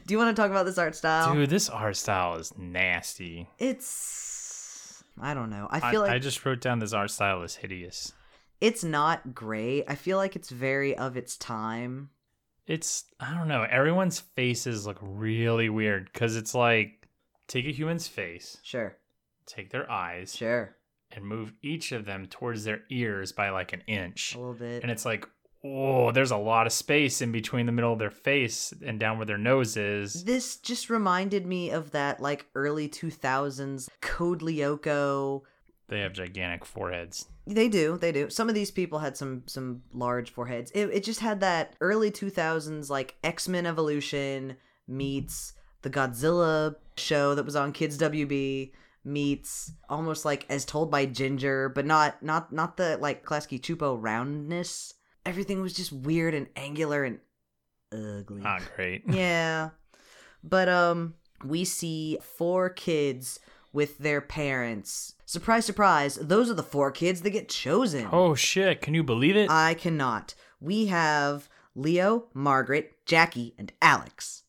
Speaker 1: Do you want to talk about this art style?
Speaker 2: Dude, this art style is nasty.
Speaker 1: It's I don't know. I
Speaker 2: I,
Speaker 1: feel like
Speaker 2: I just wrote down this art style is hideous.
Speaker 1: it's not great. I feel like it's very of its time.
Speaker 2: It's I don't know. Everyone's faces look really weird because it's like take a human's face,
Speaker 1: Sure,
Speaker 2: take their eyes,
Speaker 1: sure,
Speaker 2: and move each of them towards their ears by like an inch.
Speaker 1: a little bit.
Speaker 2: And it's like, oh, there's a lot of space in between the middle of their face and down where their nose is.
Speaker 1: this just reminded me of that like early two thousands Code Lyoko.
Speaker 2: They have gigantic foreheads.
Speaker 1: They do, they do. Some of these people had some some large foreheads. It, it just had that early two thousands like X Men Evolution meets the Godzilla show that was on Kids WB meets almost like as told by Ginger, but not not not the like Klasky Chupo roundness. Everything was just weird and angular and ugly.
Speaker 2: Not great.
Speaker 1: yeah. But um we see four kids with their parents. Surprise surprise, those are the four kids that get chosen.
Speaker 2: [laughs] Oh shit, can you believe it?
Speaker 1: I cannot. We have Leo, Margaret, Jackie, and Alex.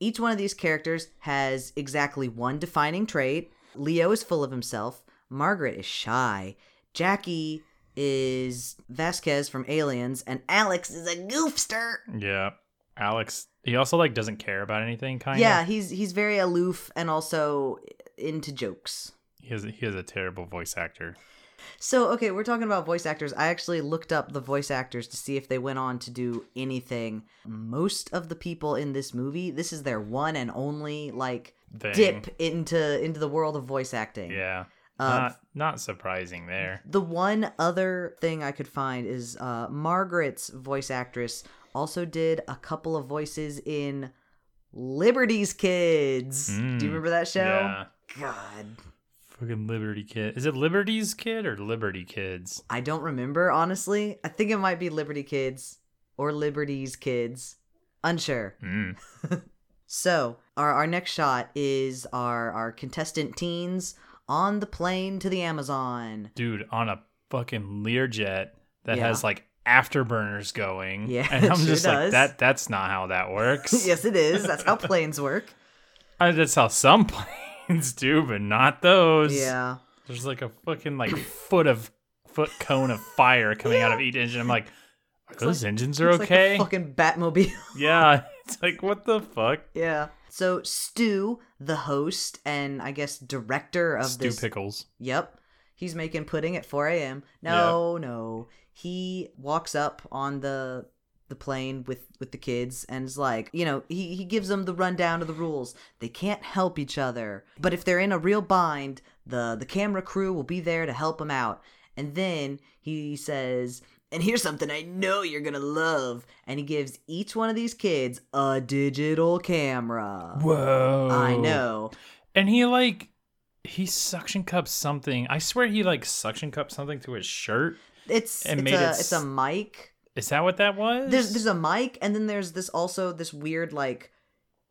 Speaker 1: Each one of these characters has exactly one defining trait. Leo is full of himself. Margaret is shy. Jackie is Vasquez from Aliens, and Alex is a goofster.
Speaker 2: yeah. Alex he also like doesn't care about anything kind
Speaker 1: yeah,
Speaker 2: of.
Speaker 1: he's he's very aloof and also into jokes.
Speaker 2: He has he is a terrible voice actor.
Speaker 1: So, okay, we're talking about voice actors. I actually looked up the voice actors to see if they went on to do anything. Most of the people in this movie, this is their one and only like
Speaker 2: Thing.
Speaker 1: dip into into the world of voice acting.
Speaker 2: Yeah.
Speaker 1: Uh,
Speaker 2: not not surprising there.
Speaker 1: the one other thing I could find is uh, Margaret's voice actress also did a couple of voices in Liberty's Kids. Do
Speaker 2: Mm,
Speaker 1: you remember that show?
Speaker 2: Yeah.
Speaker 1: God,
Speaker 2: Fucking Liberty Kid. Is it Liberty's Kid or Liberty Kids?
Speaker 1: I don't remember, honestly. I think it might be Liberty Kids or Liberty's Kids. Unsure.
Speaker 2: Mm.
Speaker 1: So, our, our next shot is our, our contestant teens on the plane to the Amazon. [laughs]
Speaker 2: Dude, on a fucking Learjet that
Speaker 1: Yeah.
Speaker 2: has like afterburners going.
Speaker 1: Yeah,
Speaker 2: And
Speaker 1: it
Speaker 2: I'm
Speaker 1: sure
Speaker 2: just like,
Speaker 1: does.
Speaker 2: that that's not how
Speaker 1: [laughs]
Speaker 2: that works.
Speaker 1: yes, it is. That's how planes work.
Speaker 2: I, that's how some [laughs] planes do, but not those.
Speaker 1: Yeah.
Speaker 2: There's like a fucking like foot of foot cone of fire coming out of each engine. I'm like, are those engines are
Speaker 1: It's like the
Speaker 2: okay?
Speaker 1: fucking Batmobile.
Speaker 2: [laughs]
Speaker 1: [laughs]
Speaker 2: yeah. It's like what the fuck?
Speaker 1: yeah. So, Stu, the host and I guess director of
Speaker 2: Stew
Speaker 1: this
Speaker 2: pickles.
Speaker 1: Yep. He's making pudding at 4 a.m. No, no. He walks up on the the plane with with the kids and is like, you know, he he gives them the rundown of the rules. They can't help each other, but if they're in a real bind, the the camera crew will be there to help them out. And then he says, and here's something I know you're gonna love. And he gives each one of these kids a digital camera.
Speaker 2: Whoa.
Speaker 1: Oh, I know.
Speaker 2: And he like he suction cupped something. I swear he like suction cupped something to his shirt.
Speaker 1: It's
Speaker 2: And
Speaker 1: it's
Speaker 2: made
Speaker 1: a,
Speaker 2: it
Speaker 1: it's a
Speaker 2: s-
Speaker 1: mic.
Speaker 2: Is that what that was?
Speaker 1: There's there's a mic, and then there's this also this weird like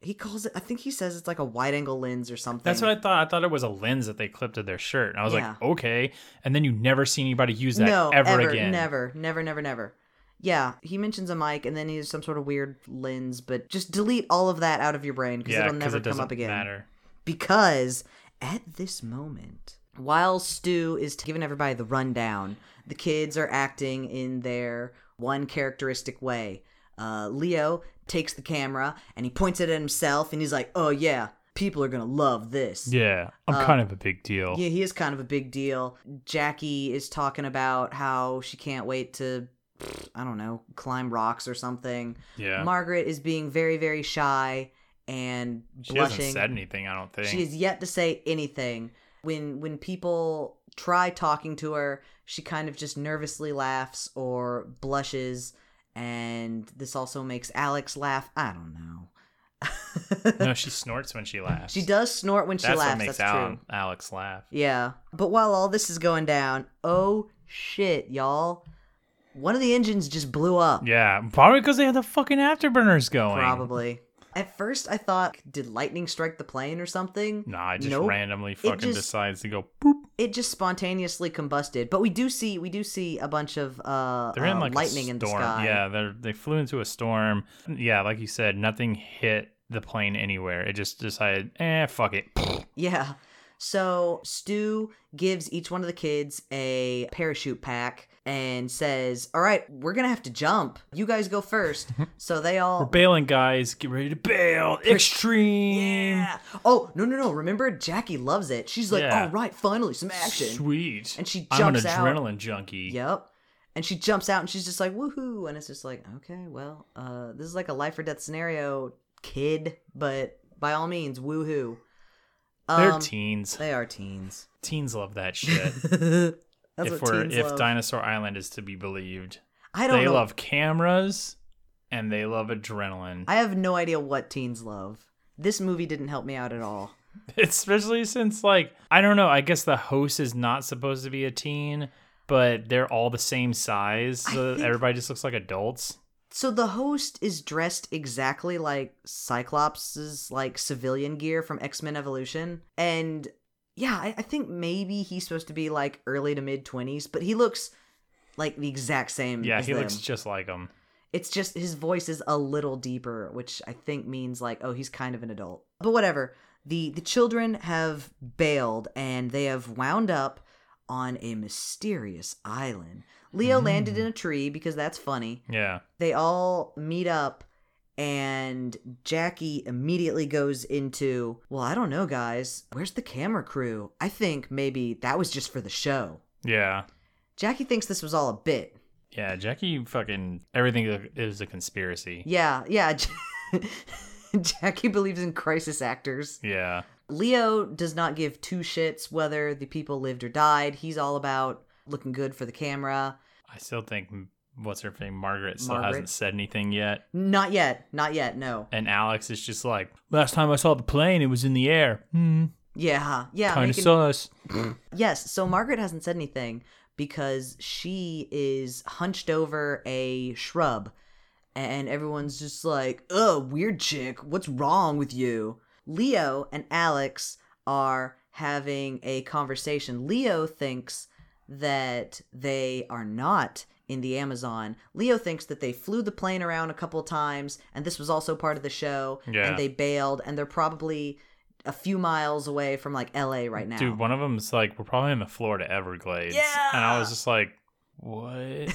Speaker 1: he calls it. I think he says it's like a wide angle lens or something.
Speaker 2: That's what I thought. I thought it was a lens that they clipped to their shirt. And I was
Speaker 1: Yeah.
Speaker 2: like, okay. And then you never see anybody use that ever, again.
Speaker 1: Never, never, never, never. Yeah, he mentions a mic and then he has some sort of weird lens, but just delete all of that out of your brain because
Speaker 2: Yeah,
Speaker 1: it'll
Speaker 2: 'cause
Speaker 1: never
Speaker 2: it
Speaker 1: come
Speaker 2: doesn't
Speaker 1: up again.
Speaker 2: matter.
Speaker 1: Because at this moment, while Stu is giving everybody the rundown, the kids are acting in their one characteristic way. Uh, Leo takes the camera and he points it at himself and he's like, oh yeah, people are going to love this.
Speaker 2: Yeah. I'm kind of a big deal.
Speaker 1: Um, Yeah, he is kind of a big deal. Jackie is talking about how she can't wait to, pfft, I don't know, climb rocks or something.
Speaker 2: Yeah.
Speaker 1: Margaret is being very, very shy and
Speaker 2: she
Speaker 1: blushing.
Speaker 2: hasn't said anything, I don't think.
Speaker 1: She has yet to say anything. When when people try talking to her, she kind of just nervously laughs or blushes, and this also makes Alex laugh. I don't know.
Speaker 2: no, she snorts when she laughs.
Speaker 1: she does snort when she
Speaker 2: That's
Speaker 1: laughs.
Speaker 2: what makes
Speaker 1: that's
Speaker 2: Al-
Speaker 1: true.
Speaker 2: Alex laugh.
Speaker 1: Yeah. But while all this is going down, oh shit, y'all. One of the engines just blew up.
Speaker 2: Yeah, probably because they had the fucking afterburners going.
Speaker 1: Probably. At first I thought, did lightning strike the plane or something?
Speaker 2: Nah, it just
Speaker 1: Nope.
Speaker 2: randomly fucking
Speaker 1: just-
Speaker 2: decides to go boop.
Speaker 1: It just spontaneously combusted. But we do see we do see a bunch of uh,
Speaker 2: They're in
Speaker 1: uh,
Speaker 2: like
Speaker 1: lightning
Speaker 2: a storm.
Speaker 1: in the sky.
Speaker 2: Yeah, they they flew into a storm. Yeah, like you said, nothing hit the plane anywhere. It just decided, eh, fuck it.
Speaker 1: Yeah. So Stu gives each one of the kids a parachute pack and says, All right, we're gonna have to jump. You guys go first.
Speaker 2: [laughs]
Speaker 1: so they all
Speaker 2: Bailing, guys, get ready to bail. Extreme.
Speaker 1: Yeah. Oh no no no! Remember, Jackie loves it. She's like,
Speaker 2: Yeah.
Speaker 1: all right, finally some action.
Speaker 2: Sweet.
Speaker 1: And she
Speaker 2: I'm an
Speaker 1: jumps out.
Speaker 2: adrenaline junkie.
Speaker 1: Yep. And she jumps out and she's just like, woohoo! And it's just like, okay, well, uh, this is like a life or death scenario, kid. But by all means, woohoo!
Speaker 2: They're
Speaker 1: Um,
Speaker 2: teens.
Speaker 1: They are
Speaker 2: [laughs]
Speaker 1: teens.
Speaker 2: Teens love that shit.
Speaker 1: That's
Speaker 2: if
Speaker 1: what teens
Speaker 2: if
Speaker 1: love.
Speaker 2: Dinosaur Island is to be believed,
Speaker 1: I don't
Speaker 2: they
Speaker 1: know.
Speaker 2: love cameras and they love adrenaline.
Speaker 1: I have no idea what teens love. This movie didn't help me out at all.
Speaker 2: [laughs] especially since like i don't know i guess the host is not supposed to be a teen but they're all the same size
Speaker 1: I
Speaker 2: so
Speaker 1: think-
Speaker 2: everybody just looks like adults
Speaker 1: So the host is dressed exactly like Cyclops's like civilian gear from X Men Evolution, and yeah, I, I think maybe he's supposed to be like early to mid twenties, but he looks like the exact same.
Speaker 2: yeah
Speaker 1: as
Speaker 2: he
Speaker 1: Mm, them.
Speaker 2: looks just like them
Speaker 1: It's just his voice is a little deeper, which I think means like, oh, he's kind of an adult. But whatever. The the children have bailed and they have wound up on a mysterious island. Leo
Speaker 2: Mm.
Speaker 1: landed in a tree because that's funny
Speaker 2: yeah
Speaker 1: they all meet up and Jackie immediately goes into, "Well, I don't know, guys. Where's the camera crew? I think maybe that was just for the show."
Speaker 2: yeah
Speaker 1: Jackie thinks this was all a bit.
Speaker 2: yeah jackie fucking everything is a conspiracy
Speaker 1: Yeah, yeah. [laughs] Jackie believes in crisis actors.
Speaker 2: yeah
Speaker 1: Leo does not give two shits whether the people lived or died. He's all about looking good for the camera.
Speaker 2: i still think what's her name margaret still
Speaker 1: Margaret?
Speaker 2: hasn't said anything yet
Speaker 1: Not yet. Not yet. No.
Speaker 2: and alex is just like last time i saw the plane it was in the air hmm
Speaker 1: Yeah. Yeah.
Speaker 2: kind of
Speaker 1: making-
Speaker 2: sus
Speaker 1: Yes, so Margaret hasn't said anything because she is hunched over a shrub and everyone's just like, "Ugh, weird chick, what's wrong with you?" Leo and Alex are having a conversation. Leo thinks that they are not in the Amazon. Leo thinks that they flew the plane around a couple times and this was also part of the show
Speaker 2: Yeah.
Speaker 1: and they bailed and they're probably a few miles away from like LA right now.
Speaker 2: Dude, one of them's like, we're probably in the Florida Everglades. And I
Speaker 1: Yeah.
Speaker 2: was just like,
Speaker 1: [laughs]
Speaker 2: what?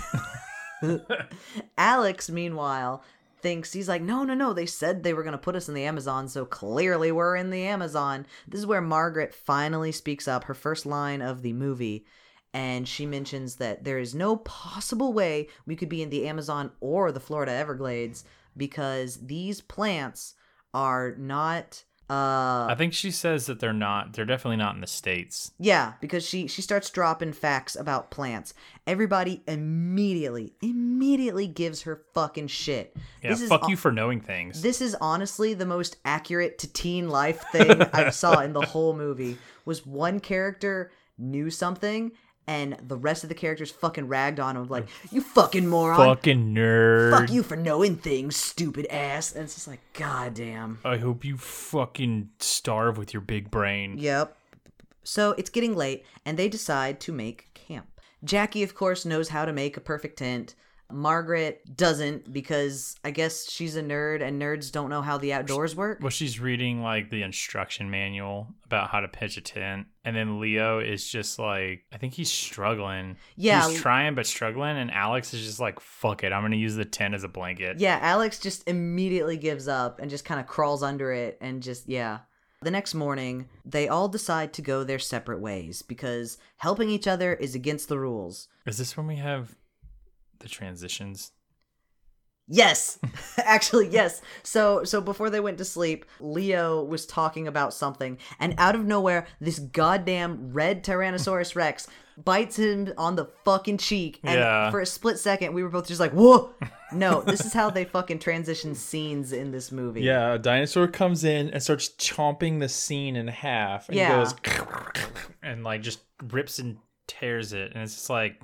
Speaker 1: Alex, meanwhile, thinks he's like, no, no, no. They said they were going to put us in the Amazon, so clearly we're in the Amazon. This is where Margaret finally speaks up, her first line of the movie. And she mentions that there is no possible way we could be in the Amazon or the Florida Everglades because these plants are not Uh,
Speaker 2: I think she says that they're not. They're definitely not in the states.
Speaker 1: yeah, because she she starts dropping facts about plants. Everybody immediately immediately gives her fucking shit.
Speaker 2: Yeah,
Speaker 1: is
Speaker 2: fuck
Speaker 1: all-
Speaker 2: you for knowing things.
Speaker 1: This is honestly the most accurate to teen life thing I saw in the whole movie. Was one character knew something and the rest of the characters fucking ragged on him like, "You fucking moron.
Speaker 2: Fucking nerd.
Speaker 1: Fuck you for knowing things, stupid ass." And it's just like, "God damn."
Speaker 2: I hope you fucking starve with your big brain.
Speaker 1: Yep. So it's getting late, and they decide to make camp. Jackie, of course, knows how to make a perfect tent. Margaret doesn't because I guess she's a nerd, and nerds don't know how the outdoors work.
Speaker 2: Well, she's reading like the instruction manual about how to pitch a tent, and then Leo is just like, I think he's struggling.
Speaker 1: Yeah.
Speaker 2: he's trying but struggling, and Alex is just like, "Fuck it, I'm gonna use the tent as a blanket."
Speaker 1: Yeah, Alex just immediately gives up and just kind of crawls under it and just, yeah. The next morning, they all decide to go their separate ways because helping each other is against the rules.
Speaker 2: Is this when we have the transitions?
Speaker 1: Yes. [laughs] Actually, yes. So so before they went to sleep, Leo was talking about something and out of nowhere this goddamn red Tyrannosaurus Rex bites him on the fucking cheek and
Speaker 2: Yeah.
Speaker 1: for a split second we were both just like, "Whoa." No, this is how they fucking transition scenes in this movie.
Speaker 2: Yeah, a dinosaur comes in and starts chomping the scene in half and
Speaker 1: Yeah.
Speaker 2: goes [laughs] and like just rips and tears it and it's just like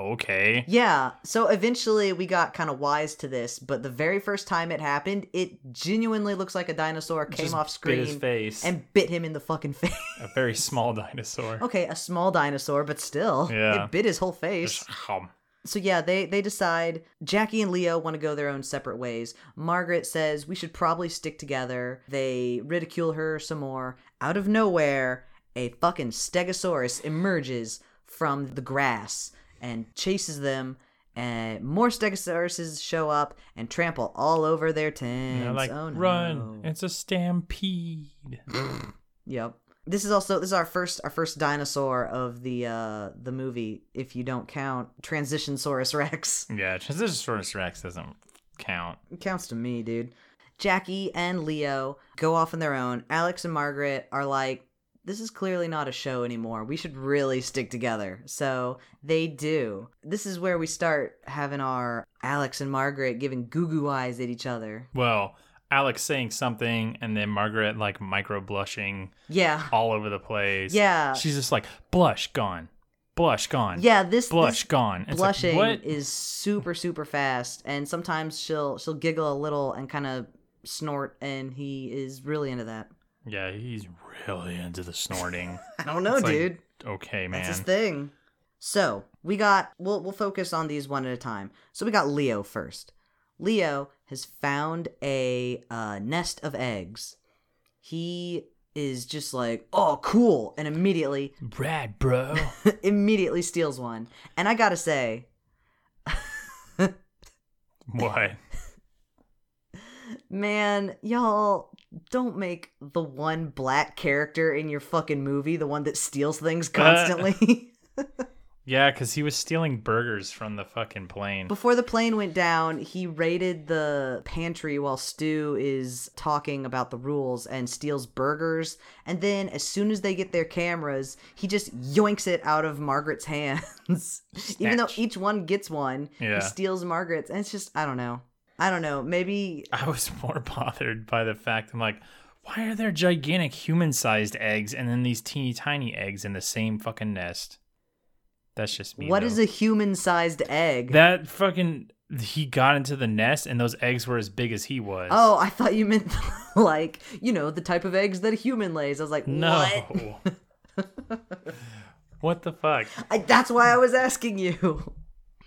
Speaker 2: okay.
Speaker 1: Yeah. So eventually we got kind of wise to this, but the very first time it happened, it genuinely looks like a dinosaur came
Speaker 2: Just
Speaker 1: off
Speaker 2: bit his
Speaker 1: screen
Speaker 2: face.
Speaker 1: and bit him in the fucking [laughs] face.
Speaker 2: a very small dinosaur.
Speaker 1: okay, a small dinosaur, but still,
Speaker 2: Yeah.
Speaker 1: it bit his whole face.
Speaker 2: Just hum.
Speaker 1: So yeah, they they decide Jackie and Leo want to go their own separate ways. Margaret says we should probably stick together. They ridicule her some more. Out of nowhere, a fucking stegosaurus emerges from the grass and chases them. And more stegosauruses show up and trample all over their tents.
Speaker 2: And they're like,
Speaker 1: oh no!
Speaker 2: run! It's a stampede.
Speaker 1: Yep. This is also this is our first our first dinosaur of the uh the movie if you don't count Transitionsaurus Rex.
Speaker 2: yeah, Transitionosaurus Rex doesn't count.
Speaker 1: It counts to me, dude. Jackie and Leo go off on their own. Alex and Margaret are like, this is clearly not a show anymore. We should really stick together. So they do. This is where we start having our Alex and Margaret giving goo goo eyes at each other.
Speaker 2: Well, Alex saying something and then Margaret like micro blushing
Speaker 1: Yeah.
Speaker 2: all over the place.
Speaker 1: Yeah.
Speaker 2: She's just like, blush gone. Blush gone.
Speaker 1: Yeah, this,
Speaker 2: Blush
Speaker 1: this
Speaker 2: gone. It's like,
Speaker 1: blushing
Speaker 2: what?
Speaker 1: is super super fast and sometimes she'll she'll giggle a little and kind of snort and he is really into that.
Speaker 2: Yeah, he's really into the
Speaker 1: [laughs]
Speaker 2: snorting.
Speaker 1: I don't know,
Speaker 2: It's like,
Speaker 1: dude.
Speaker 2: okay, man.
Speaker 1: That's his thing. So we got we'll we'll focus on these one at a time. So we got Leo first. Leo has found a uh, nest of eggs. He is just like, oh, cool, and immediately [laughs]
Speaker 2: Brad, bro.
Speaker 1: immediately steals one. And I gotta say,
Speaker 2: what?
Speaker 1: man, y'all don't make the one black character in your fucking movie the one that steals things constantly. [laughs]
Speaker 2: Yeah, because he was stealing burgers from the fucking plane.
Speaker 1: Before the plane went down, he raided the pantry while Stu is talking about the rules and steals burgers. And then, as soon as they get their cameras, he just yoinks it out of Margaret's hands. [laughs] Even though
Speaker 2: Snatch.
Speaker 1: each one gets one,
Speaker 2: Yeah.
Speaker 1: he steals Margaret's. And it's just, I don't know. I don't know. Maybe.
Speaker 2: [laughs] I was more bothered by the fact I'm like, why are there gigantic human sized eggs and then these teeny tiny eggs in the same fucking nest? That's just me.
Speaker 1: what is a human sized egg?
Speaker 2: That fucking. He got into the nest and those eggs were as big as he was.
Speaker 1: oh, I thought you meant [laughs] like, you know, the type of eggs that a human lays. I was like,
Speaker 2: No.
Speaker 1: what?
Speaker 2: [laughs] what the fuck?
Speaker 1: I, that's why I was asking you.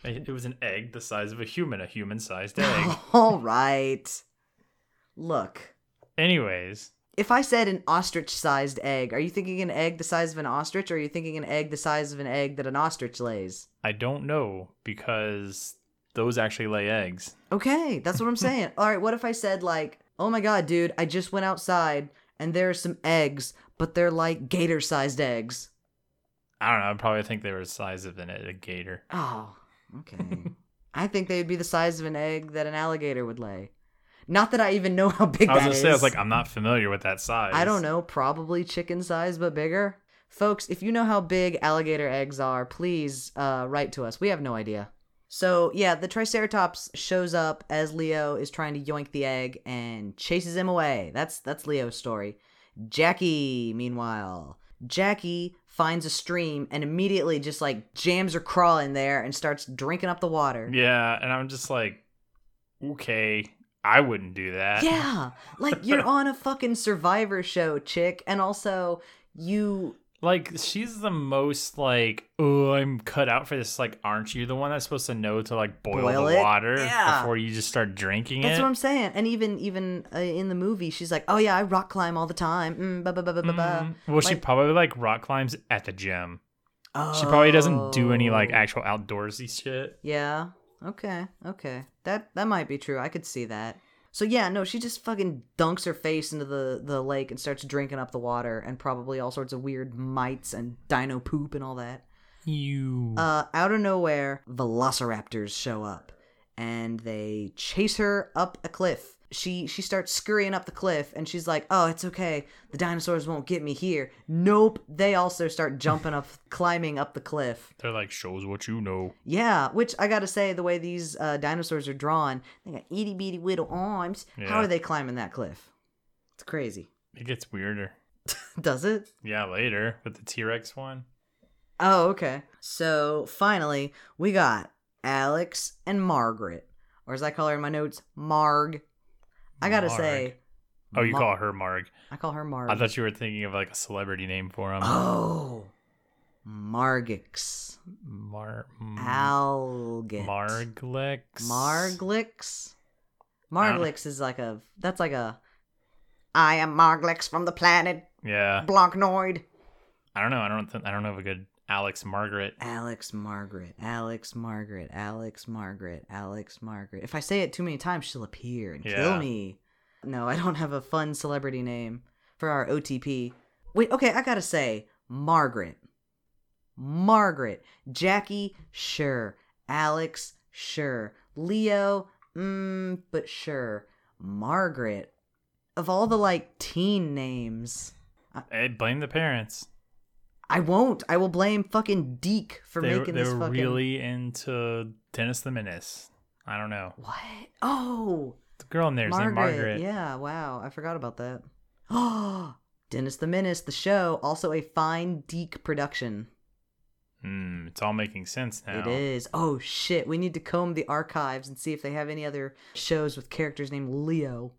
Speaker 2: It it was an egg the size of a human, a
Speaker 1: [laughs]
Speaker 2: human sized egg.
Speaker 1: All right. Look,
Speaker 2: Anyways,
Speaker 1: if I said an ostrich sized egg, are you thinking an egg the size of an ostrich or are you thinking an egg the size of an egg that an ostrich lays?
Speaker 2: I don't know because those actually lay eggs.
Speaker 1: Okay, that's what I'm
Speaker 2: [laughs]
Speaker 1: saying. All right, what if I said, like, oh my god, dude, I just went outside and there are some eggs, but they're like gator sized eggs?
Speaker 2: I don't know. I probably think they were the size of an, e, a gator. [laughs]
Speaker 1: Oh, okay. I think they would be the size of an egg that an alligator would lay. Not that I even know how big
Speaker 2: I was
Speaker 1: that
Speaker 2: gonna
Speaker 1: is.
Speaker 2: say, I was like, I'm not familiar with that size.
Speaker 1: I don't know, probably chicken size but bigger. Folks, if you know how big alligator eggs are, please uh, write to us. We have no idea. So, yeah, the Triceratops shows up as Leo is trying to yoink the egg and chases him away. That's that's Leo's story. Jackie, meanwhile, Jackie finds a stream and immediately just like jams her crawl in there and starts drinking up the water.
Speaker 2: Yeah, and I'm just like, okay, I wouldn't do that.
Speaker 1: Yeah, like you're on a fucking survivor show, chick, and also you
Speaker 2: Like she's the most like, oh, I'm cut out for this. Like, aren't you the one that's supposed to know to like boil,
Speaker 1: Boil
Speaker 2: the
Speaker 1: it?
Speaker 2: water
Speaker 1: Yeah.
Speaker 2: before you just start drinking
Speaker 1: That's
Speaker 2: it?
Speaker 1: what I'm saying. And even even uh, in the movie, she's like, "Oh yeah, I rock climb all the time." Mm, ba ba ba ba ba ba.
Speaker 2: Mm. Well, she
Speaker 1: Like-
Speaker 2: probably like rock climbs at the gym.
Speaker 1: Oh.
Speaker 2: Mm-hmm. She probably doesn't do any like actual outdoorsy shit.
Speaker 1: Yeah. Okay. Okay. That that might be true. I could see that. So yeah, no, she just fucking dunks her face into the the lake and starts drinking up the water and probably all sorts of weird mites and dino poop and all that.
Speaker 2: You.
Speaker 1: Uh, out of nowhere, velociraptors show up and they chase her up a cliff. She she starts scurrying up the cliff and she's like, "Oh, it's okay. The dinosaurs won't get me here." Nope. They also start jumping up, climbing up the cliff.
Speaker 2: They're like shows what you know.
Speaker 1: Yeah, which I gotta say, the way these uh, dinosaurs are drawn, they got itty bitty little arms. How
Speaker 2: Yeah.
Speaker 1: are they climbing that cliff? It's crazy.
Speaker 2: It gets weirder.
Speaker 1: Does it?
Speaker 2: Yeah, later with the T Rex one.
Speaker 1: Oh, okay. So finally, we got Alex and Margaret, or as I call her in my notes, Marg. I gotta
Speaker 2: Marg.
Speaker 1: say,
Speaker 2: Oh, you
Speaker 1: Mar-
Speaker 2: call her Marg.
Speaker 1: I call her Marg.
Speaker 2: I thought you were thinking of like a celebrity name for him.
Speaker 1: oh, Margix,
Speaker 2: Mar. mm, m-
Speaker 1: Algit,
Speaker 2: Marglix.
Speaker 1: Marglix. Marglix is like a that's like a. I am Marglix from the planet
Speaker 2: Yeah,
Speaker 1: Blancnoid.
Speaker 2: I don't know. I don't. Th- I don't have a good Alex Margaret.
Speaker 1: Alex Margaret, Alex Margaret, Alex Margaret, Alex Margaret. If I say it too many times, she'll appear and
Speaker 2: Yeah.
Speaker 1: kill me. No, I don't have a fun celebrity name for our OTP. Wait, okay, I gotta say, Margaret. Margaret. Jackie, sure. Alex, sure. Leo, mm, but sure. Margaret. Of all the like teen names,
Speaker 2: I Eh, blame the parents.
Speaker 1: I won't. I will blame fucking Deke for
Speaker 2: they were-
Speaker 1: making
Speaker 2: they
Speaker 1: this
Speaker 2: were
Speaker 1: fucking.
Speaker 2: really into Dennis the Menace. I don't know.
Speaker 1: What? Oh,
Speaker 2: The girl in there is named
Speaker 1: Margaret.
Speaker 2: Margaret.
Speaker 1: Yeah, wow. I forgot about that. [gasps] Oh, Dennis the Menace, the show, also a fine Deke production.
Speaker 2: Hmm, it's all making sense now.
Speaker 1: It is. Oh, shit. We need to comb the archives and see if they have any other shows with characters named Leo.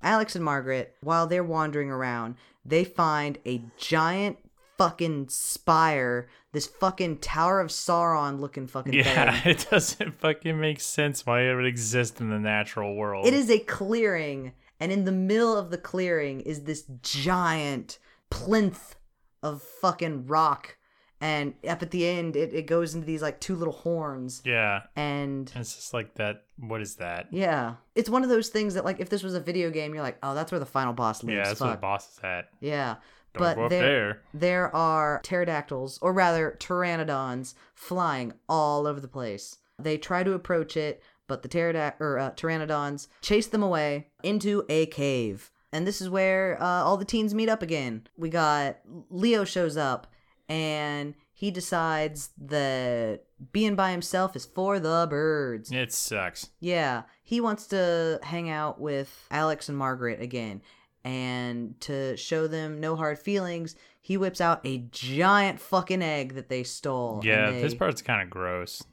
Speaker 1: Alex and Margaret, while they're wandering around, they find a giant fucking spire, this fucking Tower of Sauron looking fucking thing.
Speaker 2: [laughs] [laughs] Yeah, it doesn't fucking make sense why it would exist in the natural world.
Speaker 1: It is a clearing, and in the middle of the clearing is this giant plinth of fucking rock. And up at the end, it, it goes into these like two little horns.
Speaker 2: Yeah,
Speaker 1: And
Speaker 2: it's just like that. What is that?
Speaker 1: yeah, it's one of those things that, like, if this was a video game, you're like, oh, that's where the final boss lives.
Speaker 2: Yeah, that's where the
Speaker 1: Fuck.
Speaker 2: boss is at.
Speaker 1: Yeah.
Speaker 2: Don't
Speaker 1: But
Speaker 2: go up
Speaker 1: there-
Speaker 2: there.
Speaker 1: There are pterodactyls, or rather pteranodons, flying all over the place. They try to approach it, but the pterodac- or, uh, pteranodons chase them away into a cave. And this is where uh, all the teens meet up again. We got Leo shows up, and he decides that being by himself is for the birds.
Speaker 2: It sucks.
Speaker 1: Yeah, he wants to hang out with Alex and Margaret again. And to show them no hard feelings, he whips out a giant fucking egg that they stole. and
Speaker 2: Yeah,
Speaker 1: they-
Speaker 2: this part's kind of gross.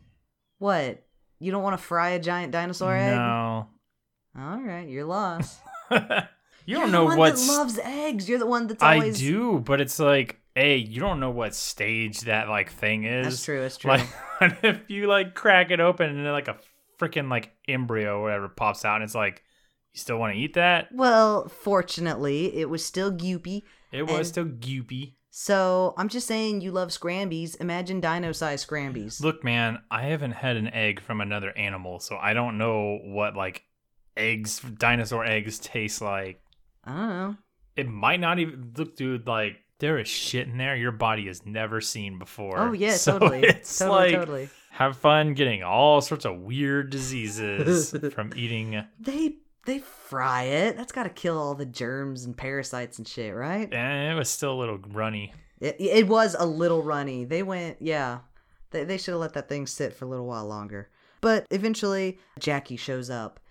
Speaker 1: What? You don't want to fry a giant dinosaur egg?
Speaker 2: no. [laughs]
Speaker 1: All right, you're lost.
Speaker 2: you
Speaker 1: You're
Speaker 2: don't
Speaker 1: the
Speaker 2: know
Speaker 1: one
Speaker 2: what's.
Speaker 1: that loves eggs. You're the one that's
Speaker 2: I
Speaker 1: always.
Speaker 2: do, but it's like, hey, you don't know what stage that like thing is.
Speaker 1: That's
Speaker 2: [laughs]
Speaker 1: true. That's true.
Speaker 2: Like, what if you like crack it open and then like a freaking like embryo or whatever pops out, and it's like, you still want to eat that?
Speaker 1: Well, fortunately, it was still goopy.
Speaker 2: It was
Speaker 1: And-
Speaker 2: still goopy.
Speaker 1: So I'm just saying, you love scrambies. Imagine dino-sized scrambies.
Speaker 2: Look, man, I haven't had an egg from another animal, so I don't know what like eggs, dinosaur eggs, taste like.
Speaker 1: I don't know.
Speaker 2: It might not even look, dude. Like there is shit in there your body has never seen before.
Speaker 1: Oh yeah,
Speaker 2: [laughs] So
Speaker 1: totally,
Speaker 2: It's
Speaker 1: totally,
Speaker 2: like
Speaker 1: totally.
Speaker 2: have fun getting all sorts of weird diseases from eating.
Speaker 1: They They fry it. That's got to kill all the germs and parasites and shit, right?
Speaker 2: And it was still a little runny.
Speaker 1: It, it was a little runny. They went, yeah. They, they should have let that thing sit for a little while longer. But eventually, Jackie shows up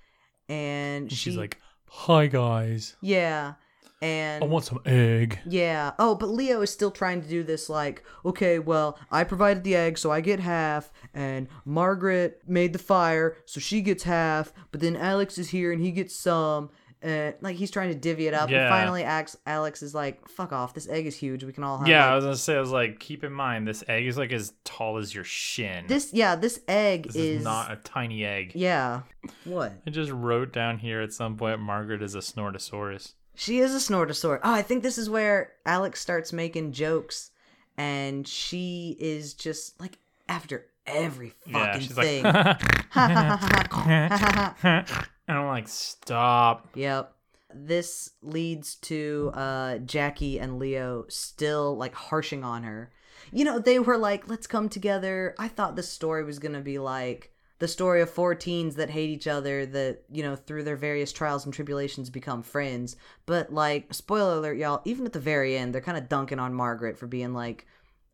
Speaker 1: and
Speaker 2: And
Speaker 1: she,
Speaker 2: she's like, "Hi guys,
Speaker 1: yeah. And
Speaker 2: I want some egg."
Speaker 1: yeah. Oh, but Leo is still trying to do this like, okay, well, I provided the egg, so I get half, and Margaret made the fire, so she gets half, but then Alex is here and he gets some. And like he's trying to divvy it up,
Speaker 2: Yeah.
Speaker 1: and finally, Alex, Alex is like, "Fuck off! This egg is huge. We can all have
Speaker 2: Yeah,
Speaker 1: it."
Speaker 2: I was gonna say, I was like, keep in mind, this egg is like as tall as your shin.
Speaker 1: This yeah, this egg
Speaker 2: This
Speaker 1: is,
Speaker 2: is not a tiny egg.
Speaker 1: yeah. What?
Speaker 2: I just wrote down here at some point, Margaret is a snortosaurus.
Speaker 1: She is a snortosaur. Oh, I think this is where Alex starts making jokes, and she is just like after every fucking
Speaker 2: yeah, she's
Speaker 1: thing.
Speaker 2: [laughs]
Speaker 1: [laughs]
Speaker 2: like, [laughs] and I'm like, stop.
Speaker 1: yep. This leads to uh, Jackie and Leo still like harshing on her. You know, they were like, "Let's come together." I thought this story was gonna be like the story of four teens that hate each other that you know through their various trials and tribulations become friends. But like, spoiler alert, y'all. Even at the very end, they're kind of dunking on Margaret for being like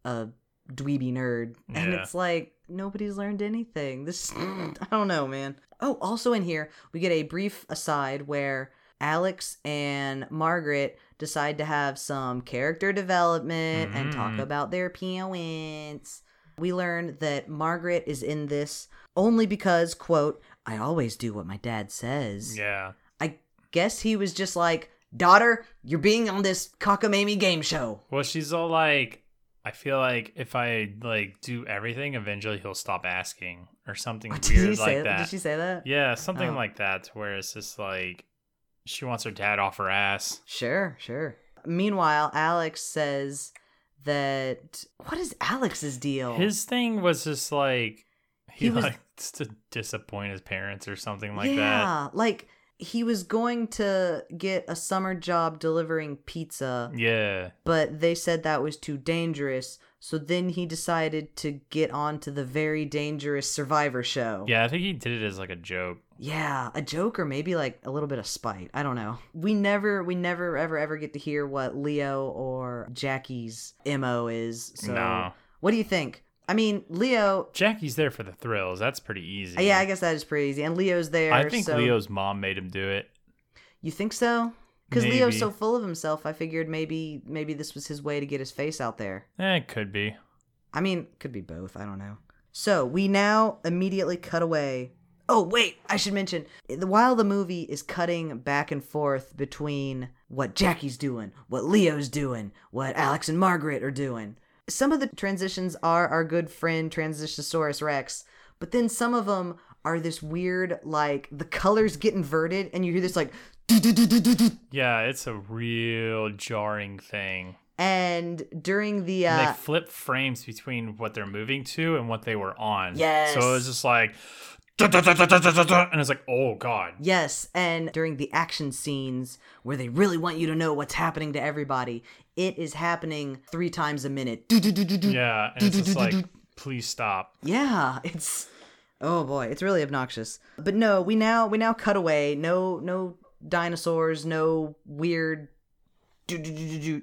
Speaker 1: a dweeby nerd, and
Speaker 2: Yeah.
Speaker 1: it's like nobody's learned anything. This, [laughs] I don't know, man. Oh, also in here we get a brief aside where Alex and Margaret decide to have some character development and talk
Speaker 2: Mhm.
Speaker 1: about their appearance. We learn that Margaret is in this only because, quote, I always do what my dad says.
Speaker 2: Yeah.
Speaker 1: I guess he was just like, Daughter, you're being on this cockamamie game show.
Speaker 2: Well, she's all like, I feel like if I like do everything, eventually he'll stop asking or something
Speaker 1: Did, he
Speaker 2: weird
Speaker 1: say,
Speaker 2: like that.
Speaker 1: did she say that?
Speaker 2: Yeah, something
Speaker 1: Oh.
Speaker 2: like that, to where it's just like she wants her dad off her ass.
Speaker 1: Sure, sure. Meanwhile, Alex says that. What is Alex's deal?
Speaker 2: His thing was just like he,
Speaker 1: Oh. He was-
Speaker 2: likes to disappoint his parents or something like
Speaker 1: yeah, like he was going to get a summer job delivering pizza,
Speaker 2: that. Yeah.
Speaker 1: but they said that was too dangerous. So then he decided to get on to the very dangerous Survivor show.
Speaker 2: Yeah, I think he did it as like a joke.
Speaker 1: Yeah, a joke or maybe like a little bit of spite. I don't know. We never, we never, ever, ever get to hear what Leo or Jackie's mo is. So,
Speaker 2: No.
Speaker 1: what do you think? I mean, Leo.
Speaker 2: Jackie's there for the thrills. That's pretty easy.
Speaker 1: Yeah, I guess that is pretty easy. And Leo's there.
Speaker 2: I think
Speaker 1: so
Speaker 2: Leo's mom made him do it.
Speaker 1: You think so? Because Leo's
Speaker 2: Maybe.
Speaker 1: so full of himself, I figured maybe maybe this was his way to get his face out there.
Speaker 2: Eh, it could be.
Speaker 1: I mean, could be both. I don't know. So we now immediately cut away. Oh wait, I should mention while the movie is cutting back and forth between what Jackie's doing, what Leo's doing, what Alex and Margaret are doing. Some of the transitions are our good friend Transitionosaurus Rex, but then some of them are this weird like the colors get inverted and you hear this like
Speaker 2: Yeah, it's a real jarring thing.
Speaker 1: and during the
Speaker 2: And
Speaker 1: uh
Speaker 2: they flip frames between what they're moving to and what they were on.
Speaker 1: Yes.
Speaker 2: So it was just like, "Da, da, da, da, da, da, da, da," and it's like, oh god.
Speaker 1: Yes, and during the action scenes where they really want you to know what's happening to everybody, it is happening three times a minute. Do, do, do, do, do.
Speaker 2: Yeah, and it's just like, please stop.
Speaker 1: Yeah, [laughs] it's oh boy, it's really obnoxious. But no, we now we now cut away. No no dinosaurs, no weird do, do, do, do, do.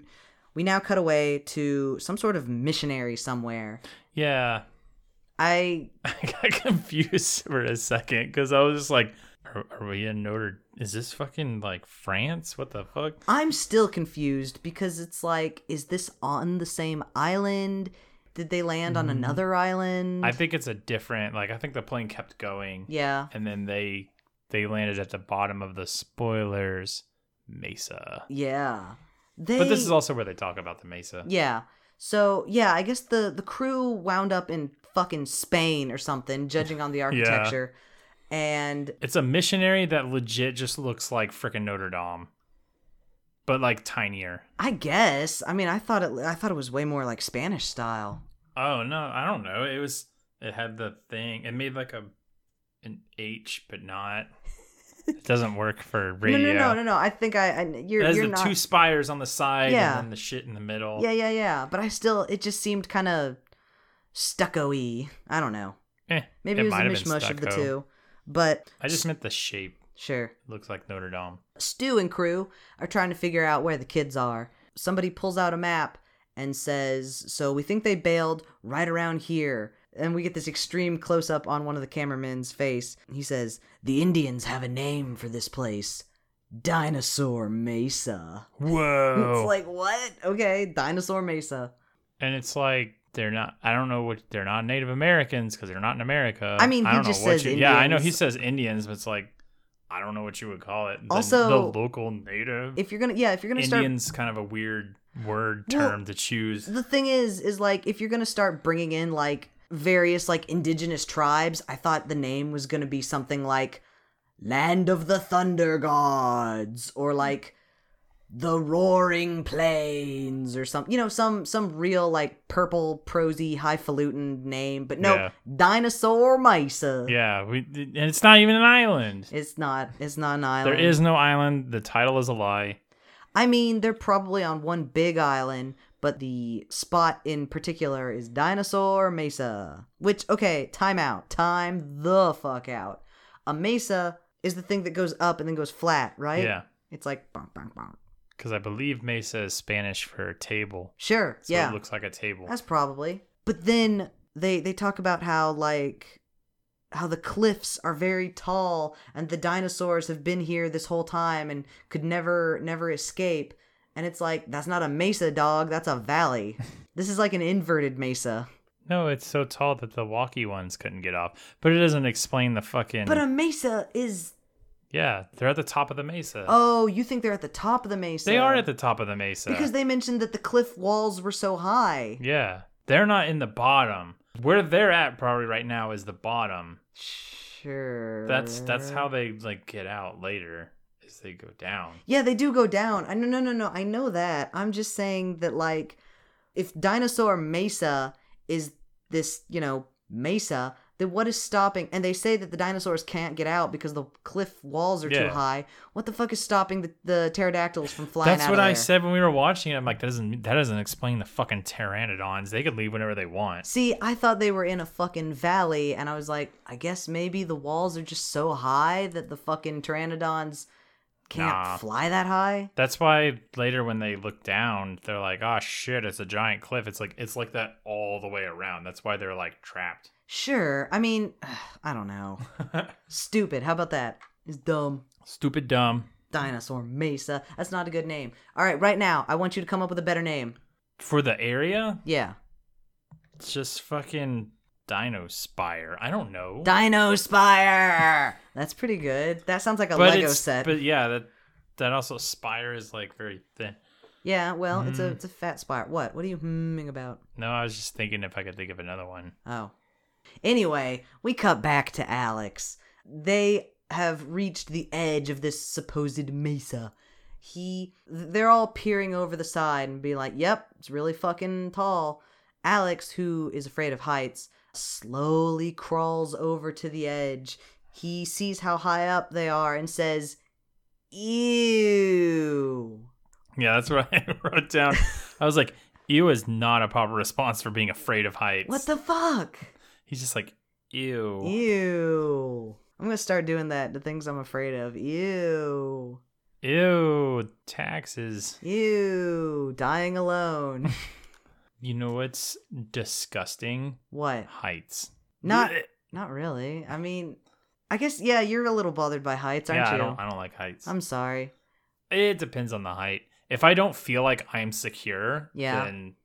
Speaker 1: We now cut away to some sort of missionary somewhere.
Speaker 2: Yeah, [laughs]
Speaker 1: I
Speaker 2: I got confused for a second because I was just like, are, are we in Notre? Is this fucking like France? What the fuck?
Speaker 1: I'm still confused because it's like, is this on the same island? Did they land
Speaker 2: Mm-hmm.
Speaker 1: on another island?
Speaker 2: I think it's a different. Like, I think the plane kept going,
Speaker 1: yeah.
Speaker 2: and then they they landed at the bottom of the spoilers mesa.
Speaker 1: Yeah. They,
Speaker 2: But this is also where they talk about the mesa.
Speaker 1: Yeah. So yeah, I guess the the crew wound up in fucking Spain or something, judging
Speaker 2: [laughs]
Speaker 1: on the architecture. And
Speaker 2: It's a missionary that legit just looks like freaking Notre Dame, but like tinier.
Speaker 1: I guess I mean I thought it I thought it was way more like Spanish style.
Speaker 2: Oh no, I don't know. It was it had the thing. It made like a an H, but not. It doesn't work for
Speaker 1: [laughs] No, no,
Speaker 2: radio.
Speaker 1: no, no, no. I think I, I
Speaker 2: It
Speaker 1: you're
Speaker 2: has
Speaker 1: you're
Speaker 2: the
Speaker 1: not.
Speaker 2: two spires on the side
Speaker 1: Yeah.
Speaker 2: and then the shit in the middle.
Speaker 1: yeah, yeah, yeah. But I still it just seemed kind of stucco-y. I don't know.
Speaker 2: Eh,
Speaker 1: Maybe it, was a
Speaker 2: might have been
Speaker 1: mishmash of the
Speaker 2: stucco.
Speaker 1: two. But
Speaker 2: I just meant the shape.
Speaker 1: Sure.
Speaker 2: Looks like Notre Dame.
Speaker 1: Stu and crew are trying to figure out where the kids are. Somebody pulls out a map and says, So we think they bailed right around here. And we get this extreme close up on one of the cameramen's face. He says, The Indians have a name for this place Dinosaur Mesa. [laughs]
Speaker 2: Whoa.
Speaker 1: [laughs] It's like, what? Okay, Dinosaur Mesa.
Speaker 2: and it's like they're not. I don't know what they're not Native Americans because they're not in America.
Speaker 1: I mean,
Speaker 2: I
Speaker 1: he
Speaker 2: don't
Speaker 1: just
Speaker 2: know what
Speaker 1: says
Speaker 2: you, Yeah, I know he
Speaker 1: Indians.
Speaker 2: says Indians, but it's like I don't know what you would call it. The,
Speaker 1: Also-
Speaker 2: the local Native
Speaker 1: If you're gonna, yeah, if you're gonna start
Speaker 2: Indians kind of a weird word
Speaker 1: Well,
Speaker 2: term to choose.
Speaker 1: the thing is is like if you're gonna start bringing in like various like indigenous tribes i thought the name was gonna be something like land of the thunder gods or like the roaring plains or some you know some some real like purple prosy highfalutin name but no
Speaker 2: Yeah.
Speaker 1: dinosaur mesa
Speaker 2: Yeah, we and it's not even an island.
Speaker 1: it's not it's not an island
Speaker 2: There is no island. The title is a lie.
Speaker 1: i mean they're probably on one big island but the spot in particular is Dinosaur Mesa. Which, okay, time out. Time the fuck out. A mesa is the thing that goes up and then goes flat, right?
Speaker 2: Yeah,
Speaker 1: It's like bonk, bonk, bonk.
Speaker 2: because I believe mesa is Spanish for table.
Speaker 1: Sure,
Speaker 2: So
Speaker 1: yeah.
Speaker 2: it looks like a table.
Speaker 1: That's probably. But then they they talk about how like how the cliffs are very tall and the dinosaurs have been here this whole time and could never never escape. And it's like that's not a mesa, dog. That's a
Speaker 2: [laughs]
Speaker 1: valley. this is like an inverted mesa.
Speaker 2: no, it's so tall that the walkie ones couldn't get off. But it doesn't explain the fucking.
Speaker 1: But um, a mesa is
Speaker 2: yeah, they're at the top of the mesa.
Speaker 1: oh, you think they're at the top of the mesa?
Speaker 2: they are at the top of the mesa.
Speaker 1: because they mentioned that the cliff walls were so high.
Speaker 2: yeah, they're not in the bottom. Where they're at probably right now is the bottom.
Speaker 1: Sure.
Speaker 2: That's that's
Speaker 1: Uh.
Speaker 2: how they like get out later. Is they go down.
Speaker 1: Yeah, they do go down. I no no no no. I know that. I'm just saying that like if dinosaur mesa is this, you know, mesa, then what is stopping and they say that the dinosaurs can't get out because the cliff walls are
Speaker 2: Yeah.
Speaker 1: too high. What the fuck is stopping the, the pterodactyls from flying
Speaker 2: That's
Speaker 1: out
Speaker 2: what
Speaker 1: of
Speaker 2: I
Speaker 1: there?
Speaker 2: said when we were watching it. I'm like, that doesn't that doesn't explain the fucking pteranodons. They could leave whenever they want.
Speaker 1: See, I thought they were in a fucking valley and I was like, I guess maybe the walls are just so high that the fucking pteranodons can't
Speaker 2: Nah.
Speaker 1: fly that high.
Speaker 2: That's why later when they look down, they're like, oh shit, it's a giant cliff. It's like it's like that all the way around. That's why they're like trapped.
Speaker 1: Sure. I mean, [sighs] I don't know.
Speaker 2: [laughs]
Speaker 1: Stupid. How about that? It's dumb.
Speaker 2: Stupid dumb.
Speaker 1: Dinosaur Mesa. That's not a good name. All right, right now, I want you to come up with a better name.
Speaker 2: For the area,
Speaker 1: Yeah.
Speaker 2: it's just fucking Dino Spire. I don't know.
Speaker 1: Dino Spire. That's pretty good. That sounds like a Lego
Speaker 2: it's-
Speaker 1: set.
Speaker 2: But yeah, that that also spire is like very thin.
Speaker 1: yeah, well, it's a
Speaker 2: Hmm.
Speaker 1: it's a fat spire. What? What are you hmming about?
Speaker 2: No, I was just thinking if I could think of another one.
Speaker 1: Oh. Anyway, we cut back to Alex. They have reached the edge of this supposed mesa. He they're all peering over the side and be like, "Yep, it's really fucking tall." Alex, who is afraid of heights, slowly crawls over to the edge. He sees how high up they are and says, "Ew."
Speaker 2: Yeah, that's what [laughs] I wrote down. I was like, "Ew" is not a proper response for being afraid of heights.
Speaker 1: What the fuck?
Speaker 2: He's just like, "Ew."
Speaker 1: Ew. I'm going to start doing that to things I'm afraid of. Ew.
Speaker 2: Ew, taxes.
Speaker 1: Ew, dying
Speaker 2: [laughs]
Speaker 1: alone.
Speaker 2: You know what's disgusting?
Speaker 1: what?
Speaker 2: Heights.
Speaker 1: Not
Speaker 2: Blech.
Speaker 1: not really. I mean, I guess yeah, you're a little bothered by heights, aren't
Speaker 2: yeah, I
Speaker 1: you?
Speaker 2: don't. I don't like heights.
Speaker 1: I'm sorry.
Speaker 2: It depends on the height. If I don't feel like I'm secure,
Speaker 1: Yeah.
Speaker 2: then I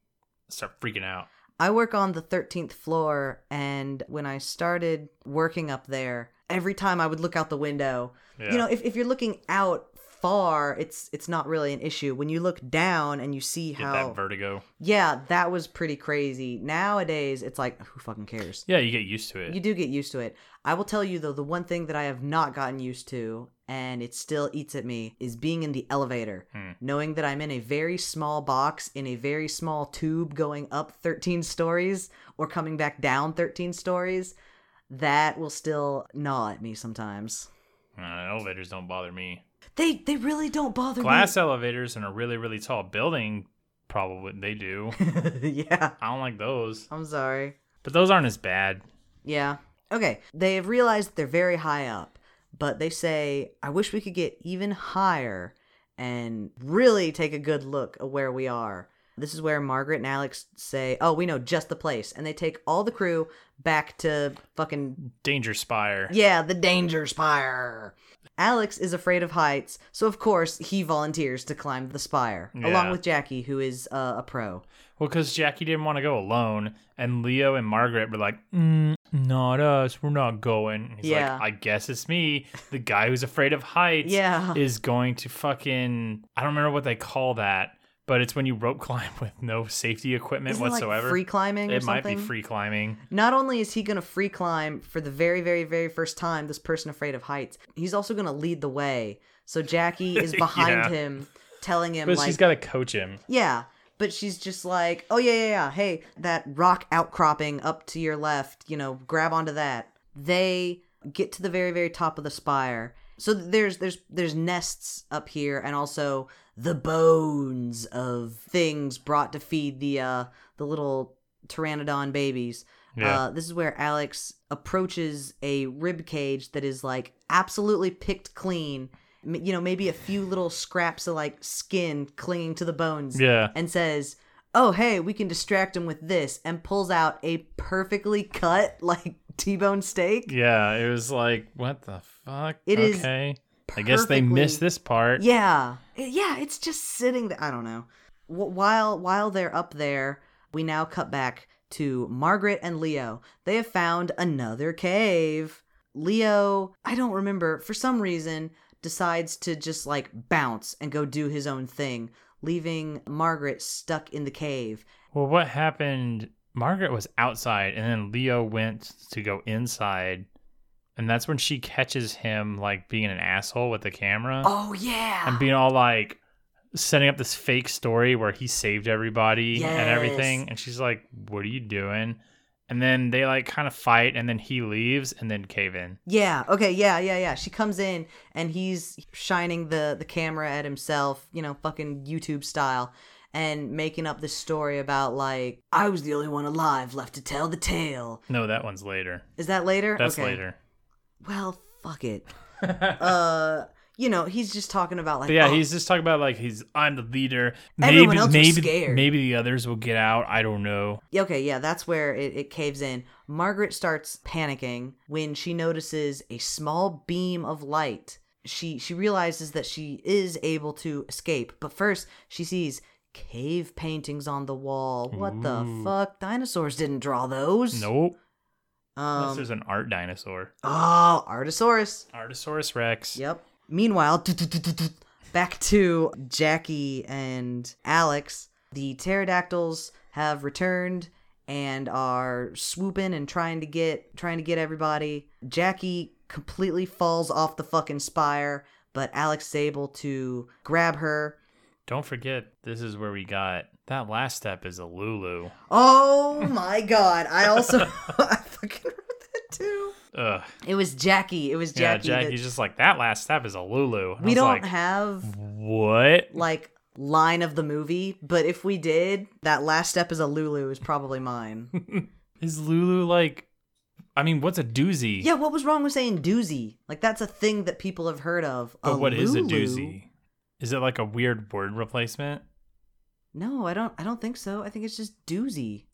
Speaker 2: start freaking out.
Speaker 1: I work on the 13th floor and when I started working up there, every time I would look out the window,
Speaker 2: Yeah.
Speaker 1: you know, if if you're looking out far, it's it's not really an issue. When you look down and you see
Speaker 2: get
Speaker 1: how
Speaker 2: that vertigo.
Speaker 1: Yeah, that was pretty crazy. Nowadays, it's like who fucking cares?
Speaker 2: Yeah, you get used to it.
Speaker 1: You do get used to it. I will tell you though, the one thing that I have not gotten used to, and it still eats at me, is being in the elevator.
Speaker 2: Hmm.
Speaker 1: Knowing that I'm in a very small box in a very small tube going up 13 stories or coming back down 13 stories, that will still gnaw at me sometimes.
Speaker 2: Uh, elevators don't bother me.
Speaker 1: They they really don't bother
Speaker 2: Glass elevators in a really really tall building, probably they do.
Speaker 1: me. [laughs] yeah.
Speaker 2: I don't like those,
Speaker 1: I'm sorry.
Speaker 2: but those aren't as bad.
Speaker 1: Yeah. Okay. They have realized that they're very high up. but they say, I wish we could get even higher and really take a good look at where we are. This is where Margaret and Alex say, Oh, we know just the place. And they take all the crew back to fucking,
Speaker 2: Danger Spire.
Speaker 1: yeah, the danger spire. Alex is afraid of heights, so of course he volunteers to climb the spire, along
Speaker 2: Yeah.
Speaker 1: with Jackie, who is uh, a pro.
Speaker 2: Well, because Jackie didn't want to go alone, and Leo and Margaret were like, mm, "Not us. We're not going." And he's
Speaker 1: Yeah.
Speaker 2: like, "I guess it's me, the guy who's afraid of heights."
Speaker 1: Yeah.
Speaker 2: is going to fucking. I don't remember what they call that, but it's when you rope [laughs] climb with no safety equipment
Speaker 1: Isn't it, like,
Speaker 2: whatsoever.
Speaker 1: free climbing or
Speaker 2: It might be
Speaker 1: something?
Speaker 2: free
Speaker 1: [laughs]
Speaker 2: climbing.
Speaker 1: Not only is he going to free climb for the very, very, very first time, this person afraid of heights, he's also going to lead the way. So Jackie is behind
Speaker 2: [laughs] Yeah.
Speaker 1: him, telling him,
Speaker 2: But
Speaker 1: like,
Speaker 2: she's got to coach him.
Speaker 1: yeah. But she's just like, oh, yeah, yeah, yeah. Hey, that rock outcropping up to your left, you know, grab onto that. They get to the very, very top of the spire. So there's there's there's nests up here and also the bones of things brought to feed the uh the little pteranodon babies.
Speaker 2: Yeah.
Speaker 1: Uh, this is where Alex approaches a rib cage that is like absolutely picked clean. M- You know, maybe a few little scraps of like skin clinging to the bones.
Speaker 2: Yeah.
Speaker 1: And says, "Oh, hey, we can distract him with this," and pulls out a perfectly cut like [laughs] T-bone steak.
Speaker 2: Yeah, it was like, what the fuck?
Speaker 1: It is
Speaker 2: okay. I guess they missed
Speaker 1: perfectly-
Speaker 2: this part.
Speaker 1: Yeah, It- yeah. It's just sitting there. I don't know. Wh- While while they're up there, we now cut back to Margaret and Leo. They have found another cave. Leo, I don't remember for some reason, decides to just like bounce and go do his own thing, leaving Margaret stuck in the cave.
Speaker 2: Well, what happened? Margaret was outside, and then Leo went to go inside, and that's when she catches him like being an asshole with the camera
Speaker 1: Oh yeah.
Speaker 2: Uh, and being all like setting up this fake story where he saved everybody and
Speaker 1: Yes.
Speaker 2: everything. And she's like, "What are you doing?" And then they like kind of fight, and then he leaves, and then cave in.
Speaker 1: Yeah. Okay. Yeah. Yeah. Yeah. She comes in and he's shining the the camera at himself, you know, fucking YouTube style, and making up this story about like I was the only one alive left to tell the tale.
Speaker 2: No, that one's later.
Speaker 1: Is that later?
Speaker 2: That's
Speaker 1: Okay.
Speaker 2: later.
Speaker 1: Well, fuck
Speaker 2: [laughs]
Speaker 1: it. uh, you know, he's just talking about like
Speaker 2: But yeah,
Speaker 1: oh,
Speaker 2: he's just talking about like he's I'm the leader.
Speaker 1: Everyone
Speaker 2: maybe
Speaker 1: else was
Speaker 2: maybe
Speaker 1: scared.
Speaker 2: maybe the others will get out. I don't know.
Speaker 1: Okay, yeah, that's where it, it caves in. Margaret starts panicking when she notices a small beam of light. She she realizes that she is able to escape, but first she sees cave paintings on the wall. What the
Speaker 2: Ooh.
Speaker 1: fuck? Dinosaurs didn't draw those.
Speaker 2: Nope. Unless
Speaker 1: Um,
Speaker 2: there's an art dinosaur.
Speaker 1: oh, Artosaurus.
Speaker 2: Artosaurus Rex.
Speaker 1: Yep. Meanwhile, back to Jackie and Alex. The pterodactyls have returned and are swooping and trying to get trying to get everybody. Jackie completely falls off the fucking spire, but Alex is able to grab her.
Speaker 2: Don't forget, this is where we got that last step is a Lulu. [laughs]
Speaker 1: Oh my god! I also [laughs] I fucking wrote that too.
Speaker 2: Ugh.
Speaker 1: It was Jackie. It was
Speaker 2: yeah,
Speaker 1: Jackie. that-
Speaker 2: Jackie's just like, that last step is a Lulu. And I
Speaker 1: we
Speaker 2: was
Speaker 1: don't
Speaker 2: like,
Speaker 1: have
Speaker 2: What?
Speaker 1: like line of the movie, but if we did, that last step is a Lulu is probably
Speaker 2: [laughs]
Speaker 1: mine.
Speaker 2: Is Lulu like. I mean, what's a doozy?
Speaker 1: yeah, what was wrong with saying doozy? Like that's a thing that people have heard of.
Speaker 2: But what is
Speaker 1: Lulu?
Speaker 2: a doozy? Is it like a weird word replacement?
Speaker 1: No, I don't I don't think so. I think it's just doozy.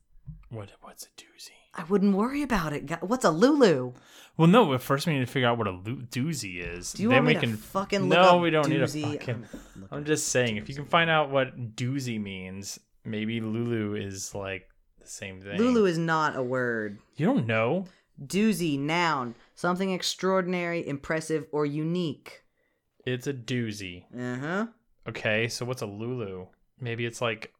Speaker 2: What? What's a doozy?
Speaker 1: I wouldn't worry about it. God, What's a Lulu?
Speaker 2: Well, no, but first we need to figure out what a lu- doozy is.
Speaker 1: Do you
Speaker 2: then
Speaker 1: want me
Speaker 2: we
Speaker 1: to
Speaker 2: can
Speaker 1: fucking look
Speaker 2: No,
Speaker 1: up
Speaker 2: we don't
Speaker 1: doozy?
Speaker 2: need a fucking.
Speaker 1: I'm-
Speaker 2: I'm just saying, if you can find out what doozy means, maybe Lulu is like the same thing.
Speaker 1: Lulu is not a word.
Speaker 2: You don't know.
Speaker 1: Doozy noun, something extraordinary, impressive or unique.
Speaker 2: It's a doozy.
Speaker 1: Uh-huh.
Speaker 2: Okay, so what's a Lulu? Maybe it's like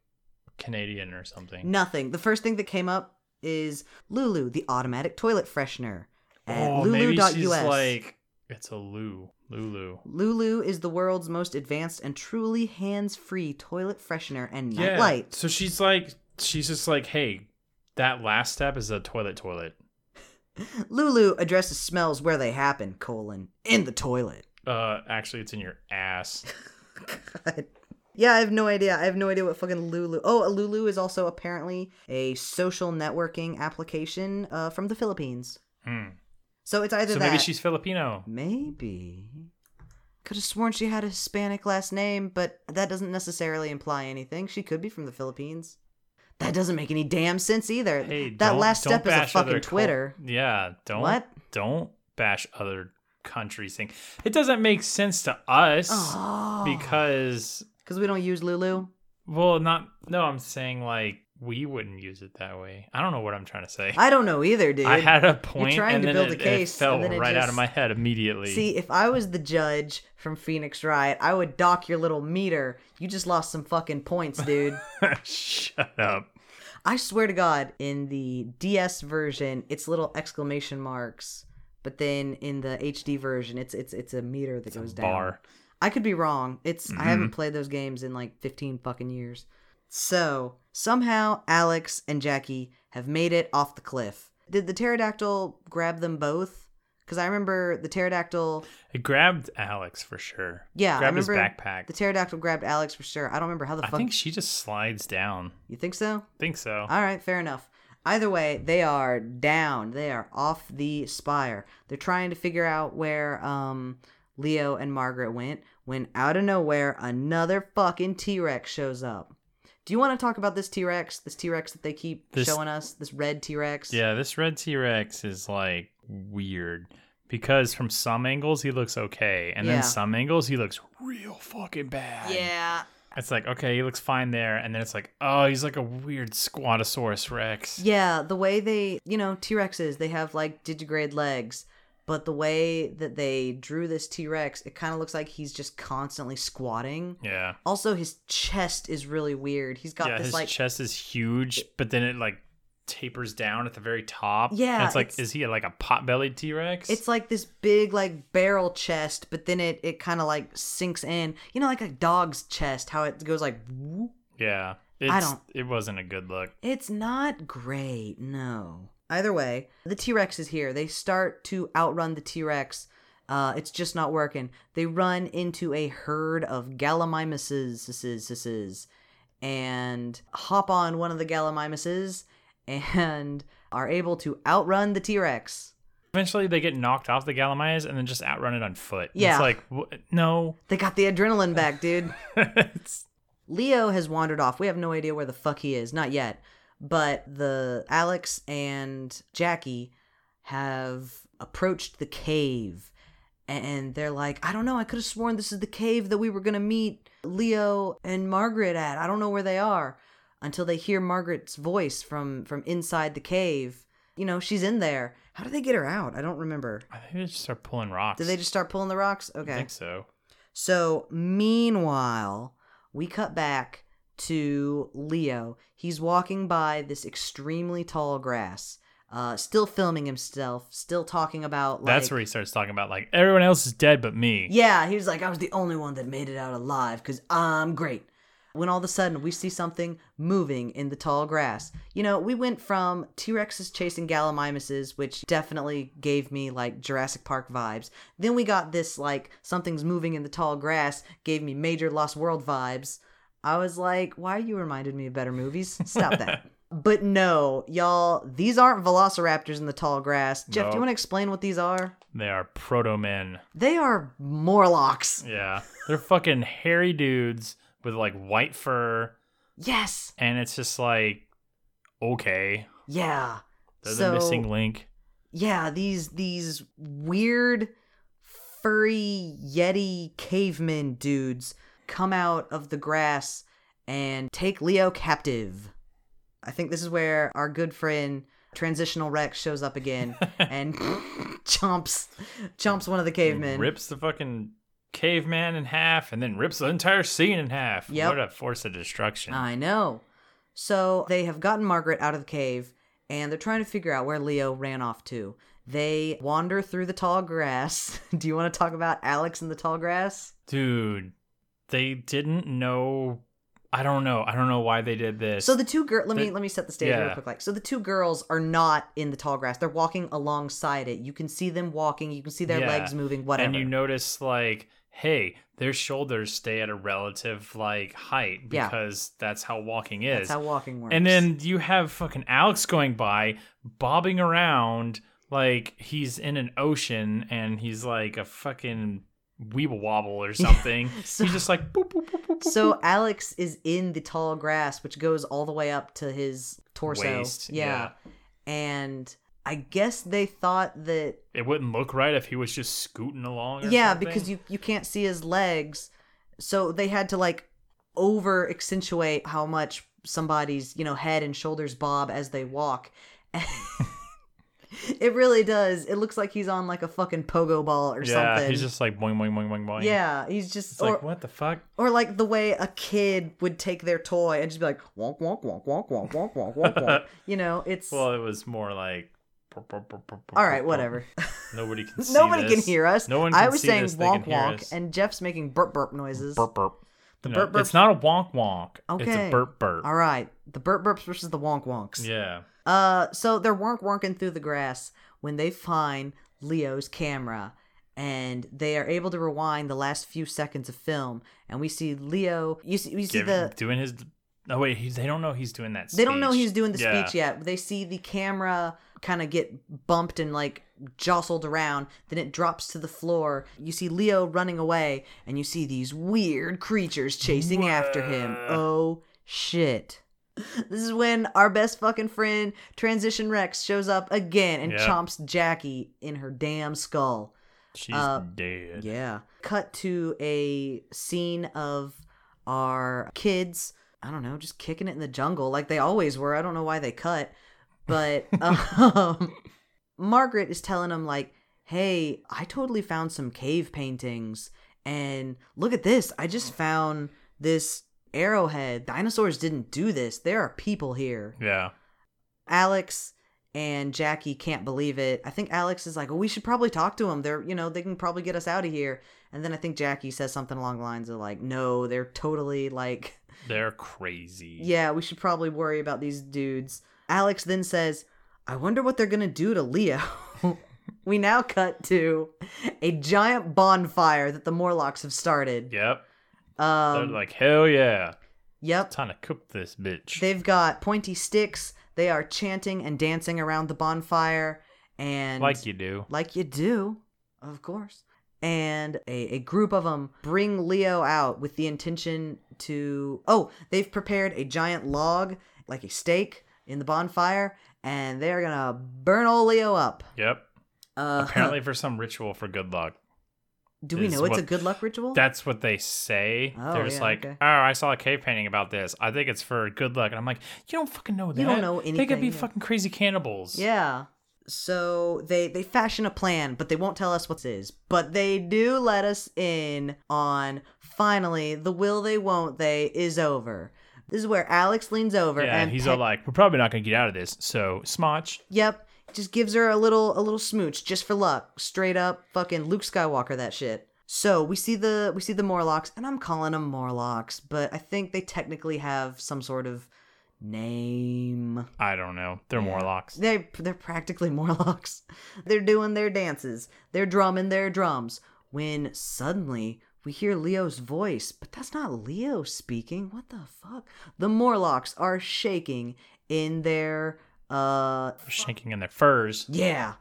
Speaker 2: Canadian or something.
Speaker 1: Nothing. The first thing that came up is Lulu, the automatic toilet freshener. At
Speaker 2: oh, maybe
Speaker 1: lulu.us.
Speaker 2: she's like it's a Lu Lulu.
Speaker 1: Lulu is the world's most advanced and truly hands-free toilet freshener and nightlight.
Speaker 2: So she's like she's just like, hey, that last step is a toilet toilet.
Speaker 1: Lulu addresses smells where they happen: colon in the toilet. [laughs]
Speaker 2: Uh, actually, it's in your ass.
Speaker 1: God. Yeah, I have no idea. I have no idea what fucking Lulu. Oh, Lulu is also apparently a social networking application uh, from the Philippines.
Speaker 2: Hmm.
Speaker 1: So it's either
Speaker 2: So
Speaker 1: that.
Speaker 2: maybe she's Filipino.
Speaker 1: Maybe. Could have sworn she had a Hispanic last name, but that doesn't necessarily imply anything. She could be from the Philippines. That doesn't make any damn sense either.
Speaker 2: Hey,
Speaker 1: that
Speaker 2: don't-
Speaker 1: last
Speaker 2: don't
Speaker 1: step is a
Speaker 2: bash other
Speaker 1: fucking
Speaker 2: cul-
Speaker 1: Twitter.
Speaker 2: yeah, don't
Speaker 1: What?
Speaker 2: don't bash other countries thing. It doesn't make sense to us because
Speaker 1: Because we don't use Lulu.
Speaker 2: well, not no, I'm saying like we wouldn't use it that way. I don't know what I'm trying to say.
Speaker 1: I don't know either, dude.
Speaker 2: I had a point
Speaker 1: trying
Speaker 2: and
Speaker 1: to
Speaker 2: then
Speaker 1: build
Speaker 2: it,
Speaker 1: a case,
Speaker 2: it fell
Speaker 1: and then it
Speaker 2: right out
Speaker 1: just-
Speaker 2: of my head immediately.
Speaker 1: See, if I was the judge from Phoenix Riot, I would dock your little meter. You just lost some fucking points, dude.
Speaker 2: [laughs] Shut up.
Speaker 1: I swear to God, in the DS version, it's little exclamation marks, but then in the HD version, it's it's it's a meter that goes down.
Speaker 2: Bar. Mm-hmm.
Speaker 1: I could be wrong. It's I haven't played those games in like 15 fucking years. So, somehow Alex and Jackie have made it off the cliff. Did the pterodactyl grab them both? Cuz I remember the pterodactyl
Speaker 2: It grabbed Alex for sure.
Speaker 1: Yeah, I
Speaker 2: grabbed his
Speaker 1: remember
Speaker 2: backpack.
Speaker 1: the pterodactyl grabbed Alex for sure. I don't remember how the
Speaker 2: I
Speaker 1: fuck
Speaker 2: think she just slides down.
Speaker 1: You think so?
Speaker 2: Think so.
Speaker 1: All right, fair enough. Either way, they are down. They are off the spire. They're trying to figure out where um, Leo and Margaret went when out of nowhere another fucking T Rex shows up. Do you want to talk about this T Rex? This T Rex that they keep
Speaker 2: This-
Speaker 1: showing us? This red T Rex?
Speaker 2: Yeah, this red T Rex is like weird because from some angles he looks okay, and
Speaker 1: Yeah.
Speaker 2: then some angles he looks real fucking bad.
Speaker 1: Yeah.
Speaker 2: It's like, okay, he looks fine there, and then it's like, oh, he's like a weird Squatosaurus Rex.
Speaker 1: Yeah, the way they, you know, T Rexes, they have like digigrade legs, but the way that they drew this T Rex, it kind of looks like he's just constantly squatting.
Speaker 2: Yeah.
Speaker 1: Also, his chest is really weird. He's got
Speaker 2: Yeah,
Speaker 1: this
Speaker 2: his
Speaker 1: like
Speaker 2: chest is huge, but then it like tapers down at the very top.
Speaker 1: Yeah,
Speaker 2: And it's like,
Speaker 1: it's-
Speaker 2: is he like a pot bellied T Rex?
Speaker 1: it's like this big like barrel chest, but then it it kind of like sinks in. You know, like a dog's chest, how it goes like. whoop.
Speaker 2: yeah. It's,
Speaker 1: don't-
Speaker 2: It wasn't a good look.
Speaker 1: It's not great, no. Either way, the T Rex is here. They start to outrun the T Rex. Uh, it's just not working. They run into a herd of gallimimuses and hop on one of the gallimimuses and are able to outrun the T Rex.
Speaker 2: Eventually, they get knocked off the Gallimimus and then just outrun it on foot.
Speaker 1: Yeah.
Speaker 2: It's like, wh- no. [laughs]
Speaker 1: They got the adrenaline back, dude.
Speaker 2: It's-
Speaker 1: Leo has wandered off. We have no idea where the fuck he is, not yet. But the Alex and Jackie have approached the cave and they're like, I don't know, I could have sworn this is the cave that we were going to meet Leo and Margaret at. I don't know where they are until they hear Margaret's voice from from inside the cave. You know, she's in there. How did they get her out? I don't remember.
Speaker 2: I think they just start pulling rocks.
Speaker 1: Did they just start pulling the rocks? Okay.
Speaker 2: I think so.
Speaker 1: So, meanwhile, we cut back to Leo. He's walking by this extremely tall grass, uh, still filming himself, still talking about. Like,
Speaker 2: That's where he starts talking about like everyone else is dead but me.
Speaker 1: Yeah, he was like, I was the only one that made it out alive because I'm great. When all of a sudden we see something moving in the tall grass. You know, we went from T Rexes chasing Gallimimuses, which definitely gave me like Jurassic Park vibes. Then we got this like something's moving in the tall grass, gave me major Lost World vibes. I was like, why you reminded me of better movies? Stop that. but no, y'all, these aren't velociraptors in the tall grass. Jeff, do you
Speaker 2: Nope.
Speaker 1: want to explain what these are?
Speaker 2: They are proto men.
Speaker 1: They are Morlocks.
Speaker 2: Yeah. They're fucking hairy dudes with like white fur,
Speaker 1: Yes.
Speaker 2: and it's just like okay.
Speaker 1: Yeah.
Speaker 2: They're
Speaker 1: So-
Speaker 2: the missing link.
Speaker 1: Yeah, these these weird furry yeti cavemen dudes come out of the grass and take Leo captive. I think this is where our good friend transitional Rex shows up
Speaker 2: [laughs]
Speaker 1: again and [laughs] chomps chomps one of the cavemen.
Speaker 2: Rips the fucking caveman in half and then rips the entire scene in half.
Speaker 1: Yep. Uh,
Speaker 2: What a force of destruction.
Speaker 1: I know. So they have gotten Margaret out of the cave and they're trying to figure out where Leo ran off to. They wander through the tall grass. [laughs] Do you want to talk about Alex in the tall grass?
Speaker 2: Dude, they didn't know I don't know. I don't know why they did this.
Speaker 1: So the two girls, let me
Speaker 2: the-
Speaker 1: let me set the stage real
Speaker 2: yeah.
Speaker 1: quick. Like, so the two girls are not in the tall grass. They're walking alongside it. You can see them walking. You can see their
Speaker 2: Yeah.
Speaker 1: legs moving. Whatever.
Speaker 2: And you notice like, hey, their shoulders stay at a relative like height
Speaker 1: Yeah.
Speaker 2: because that's how walking is.
Speaker 1: that's how walking works.
Speaker 2: and then you have fucking Alex going by, bobbing around like he's in an ocean and he's like a fucking weeble wobble
Speaker 1: [laughs]
Speaker 2: or something.
Speaker 1: so-
Speaker 2: he's just like boop, boop, boop, boop,
Speaker 1: [laughs]
Speaker 2: boop,
Speaker 1: So Alex is in the tall grass, which goes all the way up to his torso.
Speaker 2: Waist,
Speaker 1: And I guess they thought that
Speaker 2: it wouldn't look right if he was just scooting along. Or
Speaker 1: yeah,
Speaker 2: something.
Speaker 1: because you you can't see his legs, so they had to like over accentuate how much somebody's you know head and shoulders bob as they walk. [laughs] it really does. It looks like he's on like a fucking pogo ball or
Speaker 2: yeah,
Speaker 1: something.
Speaker 2: he's just like boing boing boing boing boing.
Speaker 1: yeah, he's just
Speaker 2: it's
Speaker 1: or,
Speaker 2: like what the fuck.
Speaker 1: or like the way a kid would take their toy and just be like wonk wonk wonk wonk wonk wonk wonk wonk.
Speaker 2: [laughs]
Speaker 1: wonk. You know, it's
Speaker 2: Well, it was more like. All
Speaker 1: all
Speaker 2: [laughs]
Speaker 1: right, whatever.
Speaker 2: Nobody
Speaker 1: [laughs]
Speaker 2: can. See
Speaker 1: Nobody
Speaker 2: this.
Speaker 1: can hear us.
Speaker 2: No one. Can
Speaker 1: I was
Speaker 2: see
Speaker 1: saying
Speaker 2: this, they can
Speaker 1: wonk
Speaker 2: hear
Speaker 1: wonk,
Speaker 2: us.
Speaker 1: and Jeff's making burp burp noises.
Speaker 2: burp burp. The
Speaker 1: burp burps-
Speaker 2: It's not a wonk wonk. It's
Speaker 1: Okay.
Speaker 2: a burp burp.
Speaker 1: All right, the burp burps versus the wonk wonks.
Speaker 2: Yeah.
Speaker 1: Uh, so they're wonk wonking through the grass when they find Leo's camera, and they are able to rewind the last few seconds of film, and we see Leo. You see, you see
Speaker 2: Giving-
Speaker 1: the.
Speaker 2: doing his. Oh wait, he's, they don't know he's doing that. Speech.
Speaker 1: They don't know he's doing the
Speaker 2: Yeah.
Speaker 1: speech yet. They see the camera kind of get bumped and like jostled around. Then it drops to the floor. You see Leo running away, and you see these weird creatures chasing after him.
Speaker 2: Wha-
Speaker 1: Oh shit. This is when our best fucking friend, Transition Rex, shows up again and
Speaker 2: Yeah.
Speaker 1: chomps Jackie in her damn skull.
Speaker 2: She's
Speaker 1: uh,
Speaker 2: dead.
Speaker 1: Yeah. Cut to a scene of our kids, I don't know, just kicking it in the jungle like they always were. I don't know why they cut. But um, Margaret is telling them, like, hey, I totally found some cave paintings. And look at this. I just found this arrowhead. Dinosaurs didn't do this. There are people here.
Speaker 2: Yeah.
Speaker 1: Alex and Jackie can't believe it. I think Alex is like, well, we should probably talk to them. They're, you know, they can probably get us out of here. And then I think Jackie says something along the lines of like, no, they're totally like,
Speaker 2: They're crazy.
Speaker 1: yeah, we should probably worry about these dudes. Alex then says, I wonder what they're going to do to Leo. [laughs] we now cut to a giant bonfire that the Morlocks have started.
Speaker 2: Yep. They're
Speaker 1: Um,
Speaker 2: like hell yeah.
Speaker 1: yep.
Speaker 2: Time to cook this bitch.
Speaker 1: They've got pointy sticks. They are chanting and dancing around the bonfire. And
Speaker 2: like you do.
Speaker 1: like you do, of course. And a, a group of them bring Leo out with the intention to. Oh, they've prepared a giant log, like a stake, in the bonfire, and they're gonna burn old Leo up.
Speaker 2: Yep.
Speaker 1: Uh,
Speaker 2: Apparently for some ritual for good luck.
Speaker 1: do we
Speaker 2: is
Speaker 1: know it's a
Speaker 2: what-
Speaker 1: good luck ritual?
Speaker 2: That's what they say.
Speaker 1: Oh,
Speaker 2: They're just
Speaker 1: yeah,
Speaker 2: like,
Speaker 1: okay.
Speaker 2: oh, I saw a cave painting about this. I think it's for good luck. And I'm like, you don't fucking know that.
Speaker 1: You don't know
Speaker 2: They could
Speaker 1: anything,
Speaker 2: be
Speaker 1: yeah.
Speaker 2: fucking crazy cannibals.
Speaker 1: yeah. So they they fashion a plan, but they won't tell us what it is. But they do let us in on finally the will they won't they is over. This is where Alex leans over
Speaker 2: Yeah,
Speaker 1: and
Speaker 2: he's
Speaker 1: pe-
Speaker 2: all like, we're probably not going to get out of this. So, Smotch.
Speaker 1: Yep. Just gives her a little a little smooch just for luck. Straight up fucking Luke Skywalker that shit. So we see the we see the Morlocks, and I'm calling them Morlocks, but I think they technically have some sort of name.
Speaker 2: I don't know. They're Morlocks.
Speaker 1: They they're practically [laughs] Morlocks. They're doing their dances. They're drumming their drums. When suddenly we hear Leo's voice, but that's not Leo speaking. What the fuck? The Morlocks are shaking in their uh
Speaker 2: They're shaking in their furs.
Speaker 1: yeah.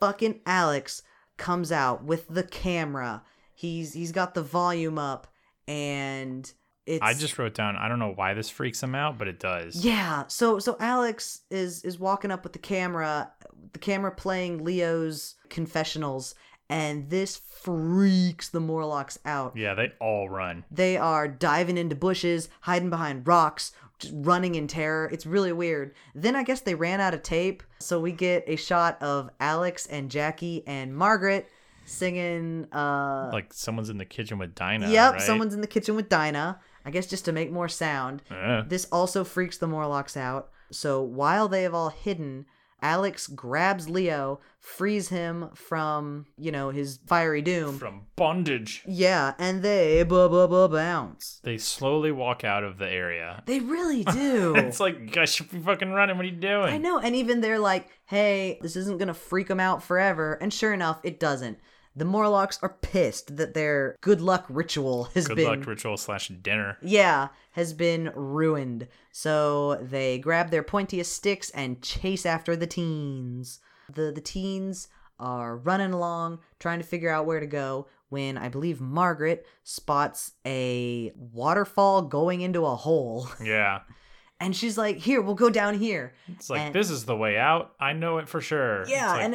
Speaker 1: Fucking Alex comes out with the camera. He's he's got the volume up and it's
Speaker 2: I just wrote down, I don't know why this freaks him out, but it does.
Speaker 1: Yeah. So so Alex is is walking up with the camera, the camera playing Leo's confessionals and this freaks the Morlocks out.
Speaker 2: Yeah, they all run.
Speaker 1: They are diving into bushes, hiding behind rocks, just running in terror. It's really weird. Then I guess they ran out of tape, so we get a shot of Alex and Jackie and Margaret singing. Uh,
Speaker 2: Like someone's in the kitchen with Dinah.
Speaker 1: yep,
Speaker 2: right?
Speaker 1: someone's in the kitchen with Dinah. I guess just to make more sound.
Speaker 2: Uh,
Speaker 1: This also freaks the Morlocks out. So while they have all hidden, Alex grabs Leo, frees him from you know his fiery doom.
Speaker 2: from bondage.
Speaker 1: yeah, and they bu- bu- bu- bounce.
Speaker 2: They slowly walk out of the area.
Speaker 1: They really do.
Speaker 2: [laughs] It's like, guys, should be fucking running. What are you doing?
Speaker 1: I know. And even they're like, hey, this isn't going to freak them out forever. And sure enough, it doesn't. The Morlocks are pissed that their good luck ritual has
Speaker 2: Good
Speaker 1: been.
Speaker 2: luck ritual slash dinner.
Speaker 1: yeah, has been ruined. So they grab their pointiest sticks and chase after the teens. the the teens are running along trying to figure out where to go when I believe Margaret spots a waterfall going into a hole [laughs]
Speaker 2: Yeah.
Speaker 1: and she's like, "Here, we'll go down here."
Speaker 2: It's like
Speaker 1: And-
Speaker 2: this is the way out. I know it for sure. It's
Speaker 1: Yeah,
Speaker 2: like,
Speaker 1: and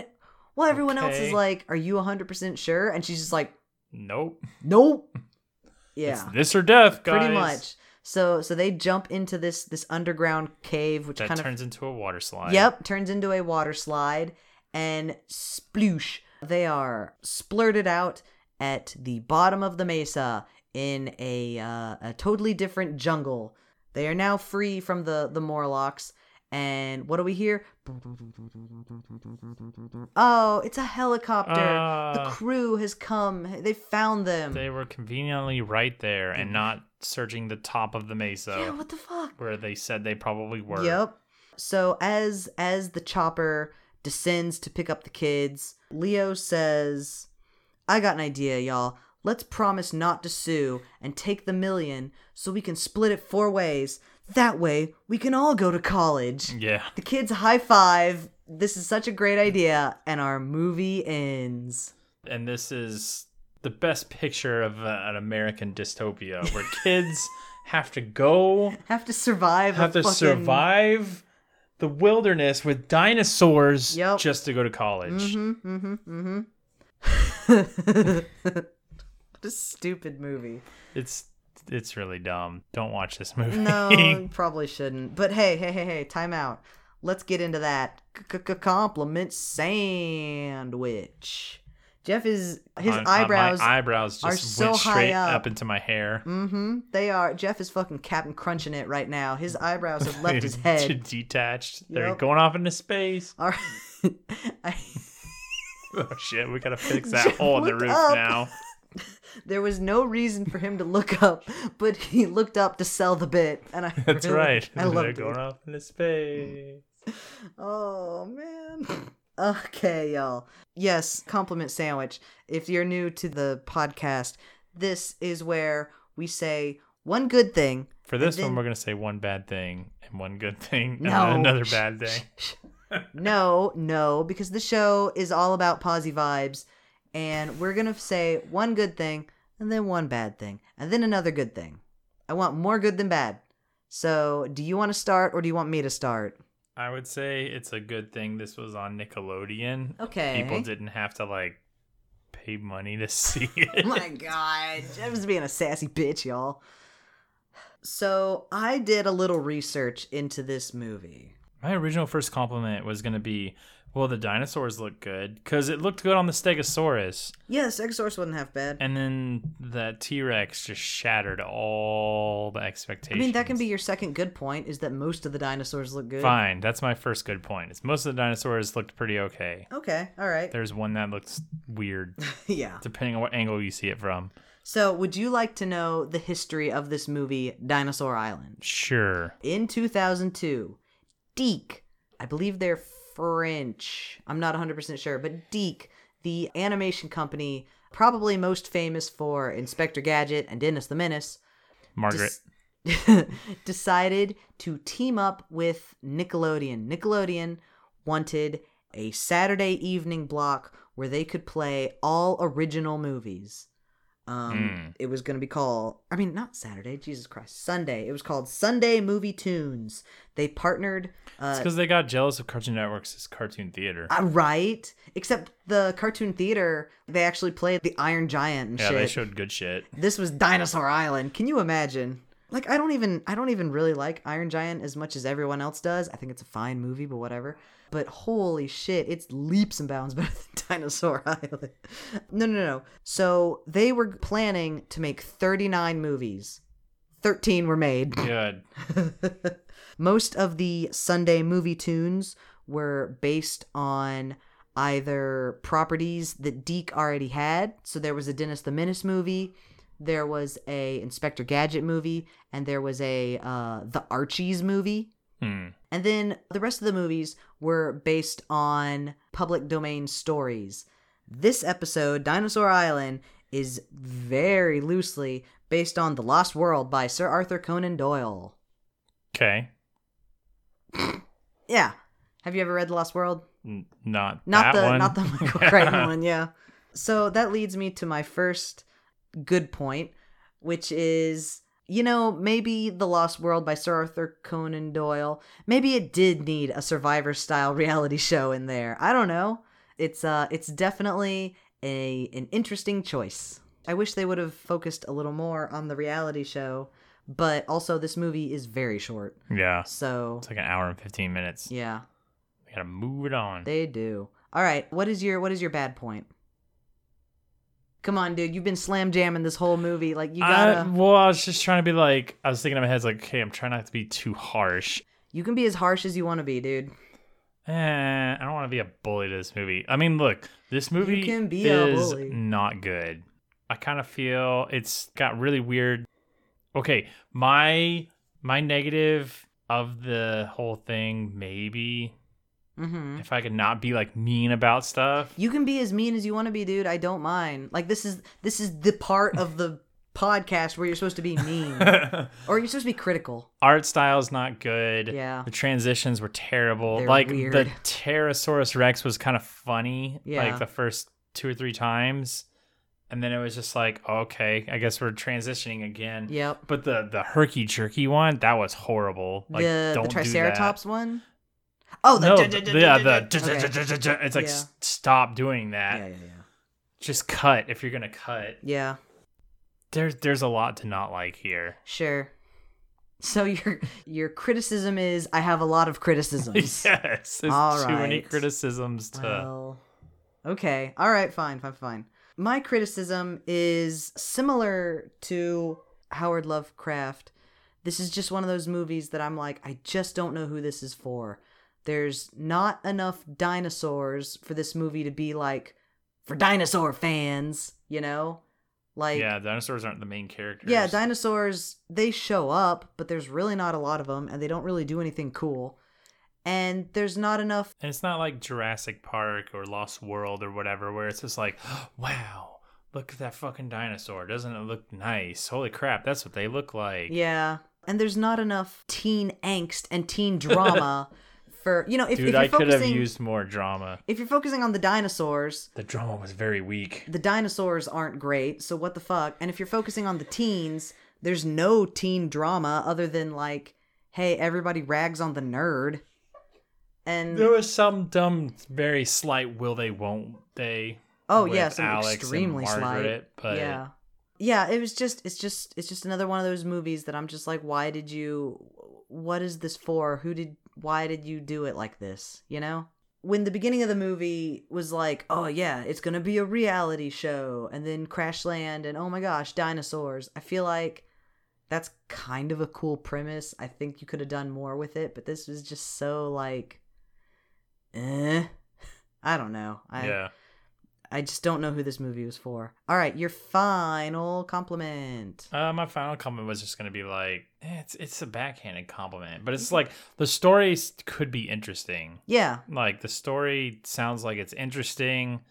Speaker 1: well everyone else is
Speaker 2: okay.
Speaker 1: like, "Are you 100% sure?" And she's just like,
Speaker 2: nope.
Speaker 1: "Nope." Yeah.
Speaker 2: It's this or death, guys.
Speaker 1: pretty much. So so they jump into this this underground cave which
Speaker 2: That
Speaker 1: kind of
Speaker 2: turns into a water slide.
Speaker 1: Yep, turns into a water slide and sploosh. They are splurted out at the bottom of the mesa in a uh, a totally different jungle. They are now free from the the Morlocks. And what do we hear? Oh, it's a helicopter. the
Speaker 2: Ah.
Speaker 1: crew has come. They found them.
Speaker 2: They were conveniently right there and not searching the top of the mesa
Speaker 1: Mm-hmm. yeah, what the fuck?
Speaker 2: where they said they probably were.
Speaker 1: Yep. So as as the chopper descends to pick up the kids, Leo says, "I got an idea, y'all. Let's promise not to sue and take the million so we can split it four ways. That way, we can all go to college."
Speaker 2: Yeah.
Speaker 1: The kids high five. This is such a great idea and our movie ends.
Speaker 2: And this is the best picture of uh, an American
Speaker 1: [laughs]
Speaker 2: dystopia where kids have to go
Speaker 1: Have to survive. a
Speaker 2: have to
Speaker 1: fucking-
Speaker 2: survive the wilderness with dinosaurs
Speaker 1: Yep.
Speaker 2: just to go to college.
Speaker 1: Mhm, mhm, mhm. [laughs] what a stupid movie.
Speaker 2: It's it's really dumb. Don't watch this movie.
Speaker 1: [laughs]
Speaker 2: [laughs]
Speaker 1: No, you probably shouldn't. But hey, hey, hey, hey, time out. Let's get into that compliment sandwich. Jeff is his
Speaker 2: On- on my
Speaker 1: eyebrows.
Speaker 2: eyebrows
Speaker 1: are
Speaker 2: just
Speaker 1: so
Speaker 2: went
Speaker 1: high
Speaker 2: straight
Speaker 1: up.
Speaker 2: into my hair.
Speaker 1: mm-hmm. They are. Jeff is fucking Captain Crunching it right now.
Speaker 2: [laughs]
Speaker 1: His eyebrows have left his head.
Speaker 2: detached. They're
Speaker 1: Yep.
Speaker 2: going off into space.
Speaker 1: [laughs]
Speaker 2: [laughs]
Speaker 1: All right. [laughs] I,
Speaker 2: Oh shit, we gotta
Speaker 1: [laughs]
Speaker 2: fix that
Speaker 1: Jeff
Speaker 2: hole in the
Speaker 1: looked
Speaker 2: roof
Speaker 1: up. [laughs]
Speaker 2: now.
Speaker 1: there was no reason for him to look up, but he looked up to sell the bit, and I.
Speaker 2: That's
Speaker 1: really-
Speaker 2: right.
Speaker 1: I
Speaker 2: They're
Speaker 1: love
Speaker 2: going
Speaker 1: it.
Speaker 2: off into space.
Speaker 1: Oh man. [laughs] Okay, y'all. Yes, compliment sandwich. If you're new to the podcast, this is where we say one good thing.
Speaker 2: For this
Speaker 1: then-
Speaker 2: one, we're gonna say one bad thing and one good thing and
Speaker 1: No.
Speaker 2: then
Speaker 1: [laughs]
Speaker 2: another bad thing.
Speaker 1: No, no, because the show is all about posy vibes, and we're gonna say one good thing, and then one bad thing, and then another good thing. I want more good than bad. So, do you want to start, or do you want me to start?
Speaker 2: I would say it's a good thing this was on Nickelodeon.
Speaker 1: Okay.
Speaker 2: People didn't have to like pay money to [laughs] see
Speaker 1: Oh my
Speaker 2: it.
Speaker 1: god, Jeff is being a sassy bitch, y'all. So I did a little research into this movie.
Speaker 2: my original first compliment was gonna be, well, the dinosaurs look good because it looked good on the Stegosaurus.
Speaker 1: Yes, Exorcist wasn't half bad.
Speaker 2: And then that T Rex just shattered all the
Speaker 1: I
Speaker 2: expectations.
Speaker 1: mean, that can be your second good point is that most of the dinosaurs look good.
Speaker 2: fine. That's my first good point. Is most of the dinosaurs looked pretty okay.
Speaker 1: Okay, all right.
Speaker 2: There's one that looks weird,
Speaker 1: [laughs] yeah.
Speaker 2: depending on what angle you see it from.
Speaker 1: So, would you like to know the history of this movie, Dinosaur Island?
Speaker 2: Sure.
Speaker 1: In 2002, Deke, I believe they're French. I'm not 100% sure, but Deke, the animation company probably most famous for Inspector Gadget and Dennis the Menace,
Speaker 2: Margaret.
Speaker 1: des- [laughs] decided to team up with Nickelodeon. Nickelodeon wanted a Saturday evening block where they could play all original movies.
Speaker 2: Hmm.
Speaker 1: Um, It was going to be called, I mean, not Saturday, Jesus Christ, Sunday. It was called Sunday Movie Tunes. They partnered.
Speaker 2: it's
Speaker 1: Uh,
Speaker 2: because they got jealous of Cartoon Network's cartoon theater.
Speaker 1: uh, right, except the cartoon theater, they actually played the Iron Giant and
Speaker 2: yeah,
Speaker 1: shit
Speaker 2: they showed good shit.
Speaker 1: this was dinosaur island can you imagine like i don't even i don't even really like iron giant as much as everyone else does i think it's a fine movie but whatever but holy shit it's leaps and bounds [laughs] better than dinosaur [laughs] island no no no so they were planning to make 39 movies 13 were made
Speaker 2: Good.
Speaker 1: most of the Sunday movie tunes were based on either properties that Deke already had. So there was a Dennis the Menace movie, there was a Inspector Gadget movie, and there was a uh, the Archies movie.
Speaker 2: Hmm.
Speaker 1: And then the rest of the movies were based on public domain stories. This episode, Dinosaur Island, is very loosely based on The Lost World by Sir Arthur Conan Doyle.
Speaker 2: Okay.
Speaker 1: Yeah. Have you ever read The Lost World?
Speaker 2: N- not
Speaker 1: Not
Speaker 2: that
Speaker 1: the
Speaker 2: one.
Speaker 1: not
Speaker 2: [laughs]
Speaker 1: the Michael Crichton one, [laughs] yeah. So that leads me to my first good point, which is you know, maybe The Lost World by Sir Arthur Conan Doyle, maybe it did need a survivor style [laughs] reality show in there. I don't know. It's uh it's definitely a an interesting choice. I wish they would have focused a little more on the reality show, but also this movie is very short.
Speaker 2: Yeah,
Speaker 1: So
Speaker 2: it's like an hour and fifteen minutes.
Speaker 1: yeah,
Speaker 2: We gotta move it on.
Speaker 1: they do. All right, what is your what is your bad point? Come on, dude, you've been slam jamming this whole movie. Like you gotta,
Speaker 2: I, well, I was just trying to be like, I was thinking in my head, like, okay, I'm trying not to be too harsh.
Speaker 1: you can be as harsh as you want to be, dude.
Speaker 2: Eh, I don't want to be a bully to this movie. I mean, look, this movie
Speaker 1: can be a
Speaker 2: is
Speaker 1: bully.
Speaker 2: not good. I kind of feel it's got really weird. Okay, my my negative of the whole thing, maybe
Speaker 1: hmm
Speaker 2: if I could not be like mean about stuff. [laughs]
Speaker 1: You can be as mean as you want to be, dude. I don't mind. Like this is this is the part of
Speaker 2: [laughs]
Speaker 1: the podcast where you're supposed to be mean or you're supposed to be critical.
Speaker 2: Art style's not good.
Speaker 1: Yeah.
Speaker 2: The transitions were terrible.
Speaker 1: They're
Speaker 2: like
Speaker 1: weird.
Speaker 2: the Pterosaurus Rex was kind of funny.
Speaker 1: Yeah.
Speaker 2: Like the first two or three times. And then it was just like, okay, I guess we're transitioning again.
Speaker 1: Yep.
Speaker 2: But the the herky jerky one, that was horrible. Like
Speaker 1: the
Speaker 2: don't
Speaker 1: the
Speaker 2: do that.
Speaker 1: Triceratops one. Oh, the
Speaker 2: no,
Speaker 1: d-
Speaker 2: the,
Speaker 1: d- d-
Speaker 2: yeah,
Speaker 1: d-
Speaker 2: the
Speaker 1: d- okay.
Speaker 2: it's like
Speaker 1: Yeah.
Speaker 2: s- stop doing that.
Speaker 1: yeah, yeah, yeah,
Speaker 2: Just cut if you're gonna cut.
Speaker 1: yeah.
Speaker 2: There's there's a lot to not like here. [laughs]
Speaker 1: Sure. So [laughs] your your criticism is I have a lot of
Speaker 2: [laughs]
Speaker 1: criticisms.
Speaker 2: yes, there's
Speaker 1: All
Speaker 2: too many
Speaker 1: right.
Speaker 2: criticisms to.
Speaker 1: Well, okay. All right. Fine. Fine. Fine. My criticism is similar to Howard Lovecraft. This is just one of those movies that I'm like, I just don't know who this is for. There's not enough dinosaurs for this movie to be like for dinosaur fans, you know? Like,
Speaker 2: yeah, dinosaurs aren't the main characters.
Speaker 1: yeah, dinosaurs, they show up, but there's really not a lot of them, and they don't really do anything cool. And there's not enough
Speaker 2: and it's not like Jurassic Park or Lost World or whatever, where it's just like, [gasps] wow, look at that fucking dinosaur. Doesn't it look nice? Holy crap, that's what they look like.
Speaker 1: Yeah. And there's not enough teen angst and teen
Speaker 2: [laughs]
Speaker 1: drama for you know if, if
Speaker 2: Dude,
Speaker 1: you're
Speaker 2: I could have
Speaker 1: focusing
Speaker 2: used more drama.
Speaker 1: if you're focusing on the dinosaurs,
Speaker 2: The drama was very weak.
Speaker 1: the dinosaurs aren't great, so what the fuck? And if you're focusing on the teens, there's no teen drama other than like, hey, everybody rags on the nerd. And
Speaker 2: There was some dumb, very slight will they, won't they.
Speaker 1: oh
Speaker 2: with
Speaker 1: yeah, some
Speaker 2: Alex and
Speaker 1: extremely slight.
Speaker 2: Margaret, But
Speaker 1: yeah yeah it was just it's just it's just another one of those movies that i'm just like why did you what is this for who did why did you do it like this you know when the beginning of the movie was like oh yeah it's gonna be a reality show and then crash land and oh my gosh dinosaurs i feel like that's kind of a cool premise i think you could have done more with it but this was just so like eh. [laughs] i don't know i
Speaker 2: yeah.
Speaker 1: I just don't know who this movie was for. All right, your final compliment.
Speaker 2: Uh, my final comment was just gonna be like, eh, it's it's a backhanded compliment, but
Speaker 1: Mm-hmm.
Speaker 2: it's like the story s- could be interesting.
Speaker 1: Yeah,
Speaker 2: Like the story sounds like it's interesting.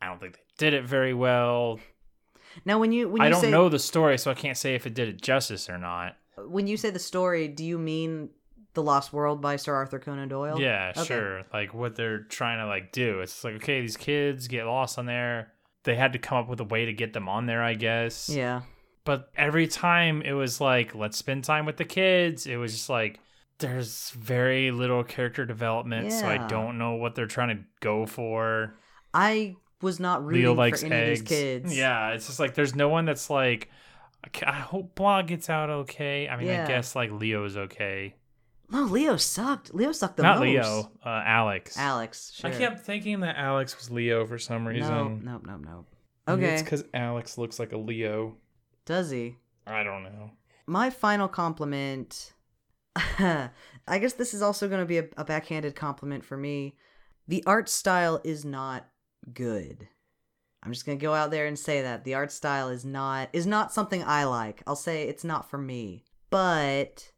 Speaker 2: I don't think they did it very well.
Speaker 1: Now, when you when you
Speaker 2: I don't
Speaker 1: say
Speaker 2: know the story, so I can't say if it did it justice or not.
Speaker 1: when you say the story, do you mean the Lost World by Sir Arthur Conan Doyle?
Speaker 2: yeah,
Speaker 1: Okay.
Speaker 2: sure. Like what they're trying to like do. It's like okay, these kids get lost on there. They had to come up with a way to get them on there, I guess.
Speaker 1: Yeah.
Speaker 2: but every time it was like let's spend time with the kids it was just like there's very little character development so i
Speaker 1: Yeah.
Speaker 2: don't know what they're trying to go for
Speaker 1: I was not
Speaker 2: leo
Speaker 1: rooting for
Speaker 2: likes
Speaker 1: any
Speaker 2: eggs
Speaker 1: of these kids.
Speaker 2: yeah it's just like there's no one that's like "I ca- i hope blog gets out okay i mean
Speaker 1: Yeah.
Speaker 2: i guess like leo's okay
Speaker 1: No, Leo sucked. Leo sucked the
Speaker 2: not
Speaker 1: most.
Speaker 2: leo uh, alex
Speaker 1: Alex. Sure.
Speaker 2: i kept thinking that alex was leo for some reason
Speaker 1: Nope. Nope. Nope. Nope.
Speaker 2: Maybe
Speaker 1: Okay.
Speaker 2: it's because alex looks like a leo
Speaker 1: Does he?
Speaker 2: i don't know
Speaker 1: my final compliment [laughs] i guess this is also going to be a, a backhanded compliment for me the art style is not good i'm just going to go out there and say that the art style is not is not something i like i'll say it's not for me but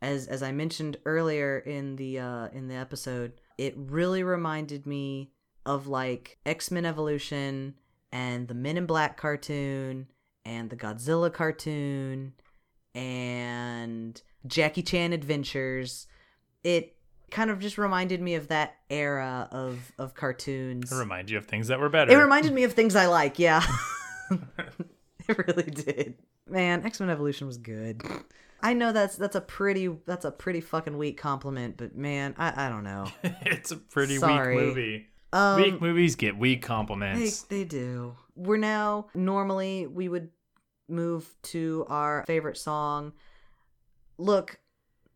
Speaker 1: as as i mentioned earlier in the uh in the episode it really reminded me of like x-men evolution and the men in black cartoon and the godzilla cartoon and Jackie Chan Adventures. It kind of just reminded me of that era of of cartoons.
Speaker 2: It remind you of things that were better.
Speaker 1: It reminded me of things I like. Yeah, [laughs] it really did. Man, X Men Evolution was good. I know that's that's a pretty that's a pretty fucking weak compliment, but man, I, I don't
Speaker 2: [laughs]
Speaker 1: know.
Speaker 2: [laughs] it's a pretty
Speaker 1: Sorry.
Speaker 2: weak movie.
Speaker 1: Um,
Speaker 2: weak movies get weak
Speaker 1: They,
Speaker 2: compliments.
Speaker 1: they do. We're now normally we would move to our favorite song. Look,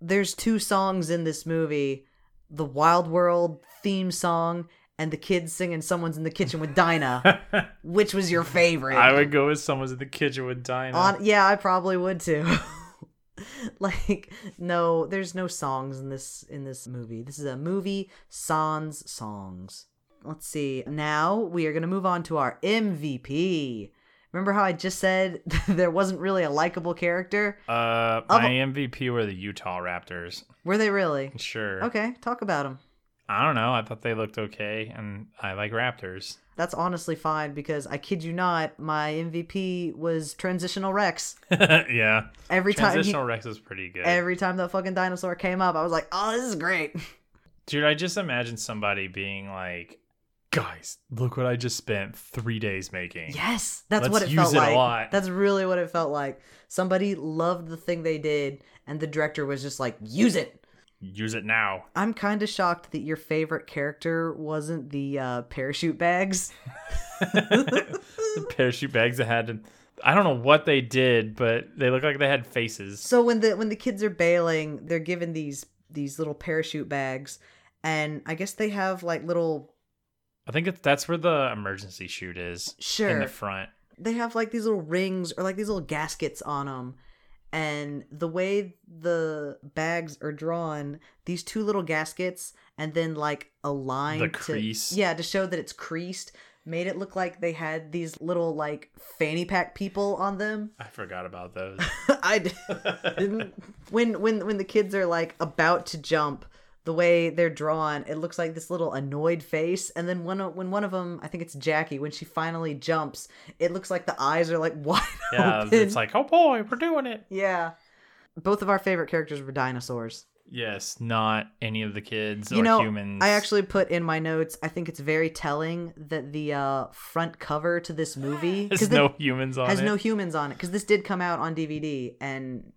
Speaker 1: there's two songs in this movie: the Wild World theme song and the kids singing "Someone's in the Kitchen with Dinah."
Speaker 2: [laughs]
Speaker 1: which was your favorite?
Speaker 2: I would go with someone's in the kitchen with Dinah.
Speaker 1: On, yeah, I probably would too. [laughs] like, no, there's no songs in this in this movie. This is a movie sans songs. Let's see. Now we are gonna move on to our MVP. Remember how I just said [laughs] there wasn't really a likable character?
Speaker 2: uh, my MVP were the Utah Raptors.
Speaker 1: Were they really?
Speaker 2: Sure.
Speaker 1: Okay, talk about them.
Speaker 2: I don't know. I thought they looked okay, and I like [laughs] Raptors.
Speaker 1: That's honestly fine because I kid you not, my MVP was transitional Rex.
Speaker 2: yeah.
Speaker 1: Every time he,
Speaker 2: Transitional Rex is pretty good.
Speaker 1: every time that fucking dinosaur came up, I was like, "Oh, this is great." [laughs]
Speaker 2: Dude, I just imagine somebody being like, guys, look what I just spent three days making.
Speaker 1: Yes, that's
Speaker 2: Let's
Speaker 1: what it
Speaker 2: use
Speaker 1: felt
Speaker 2: it a
Speaker 1: like.
Speaker 2: lot.
Speaker 1: That's really what it felt like. Somebody loved the thing they did, and the director was just like, "Use it."
Speaker 2: Use it [laughs] now.
Speaker 1: I'm kind of shocked that your favorite character wasn't the uh, parachute bags.
Speaker 2: the parachute bags that had, I don't know what they did, but they look like they had faces.
Speaker 1: So when the when the kids are bailing, they're given these these little parachute bags, and I guess they have like little
Speaker 2: I think it's, that's where the emergency chute is in
Speaker 1: sure
Speaker 2: the front.
Speaker 1: they have like these little rings or like these little gaskets on them and the way the bags are drawn these two little gaskets and then like a line
Speaker 2: The
Speaker 1: to-
Speaker 2: crease.
Speaker 1: yeah to show that it's creased made it look like they had these little like fanny pack people on them
Speaker 2: I forgot about [laughs] those.
Speaker 1: [laughs] i didn't when when when the kids are like about to jump the way they're drawn it looks like this little annoyed face and then when when one of them i think it's jackie when she finally jumps it looks like the eyes are like [laughs] wide
Speaker 2: yeah,
Speaker 1: open
Speaker 2: it's like, oh boy, we're doing it.
Speaker 1: yeah both of our favorite characters were dinosaurs
Speaker 2: Yes, not any of the kids
Speaker 1: you
Speaker 2: or
Speaker 1: know
Speaker 2: humans.
Speaker 1: i actually put in my notes i think it's very telling that the uh front cover to this
Speaker 2: [laughs]
Speaker 1: movie
Speaker 2: has
Speaker 1: 'cause
Speaker 2: no
Speaker 1: the-
Speaker 2: humans on
Speaker 1: has
Speaker 2: it.
Speaker 1: no humans on it because this did come out on dvd and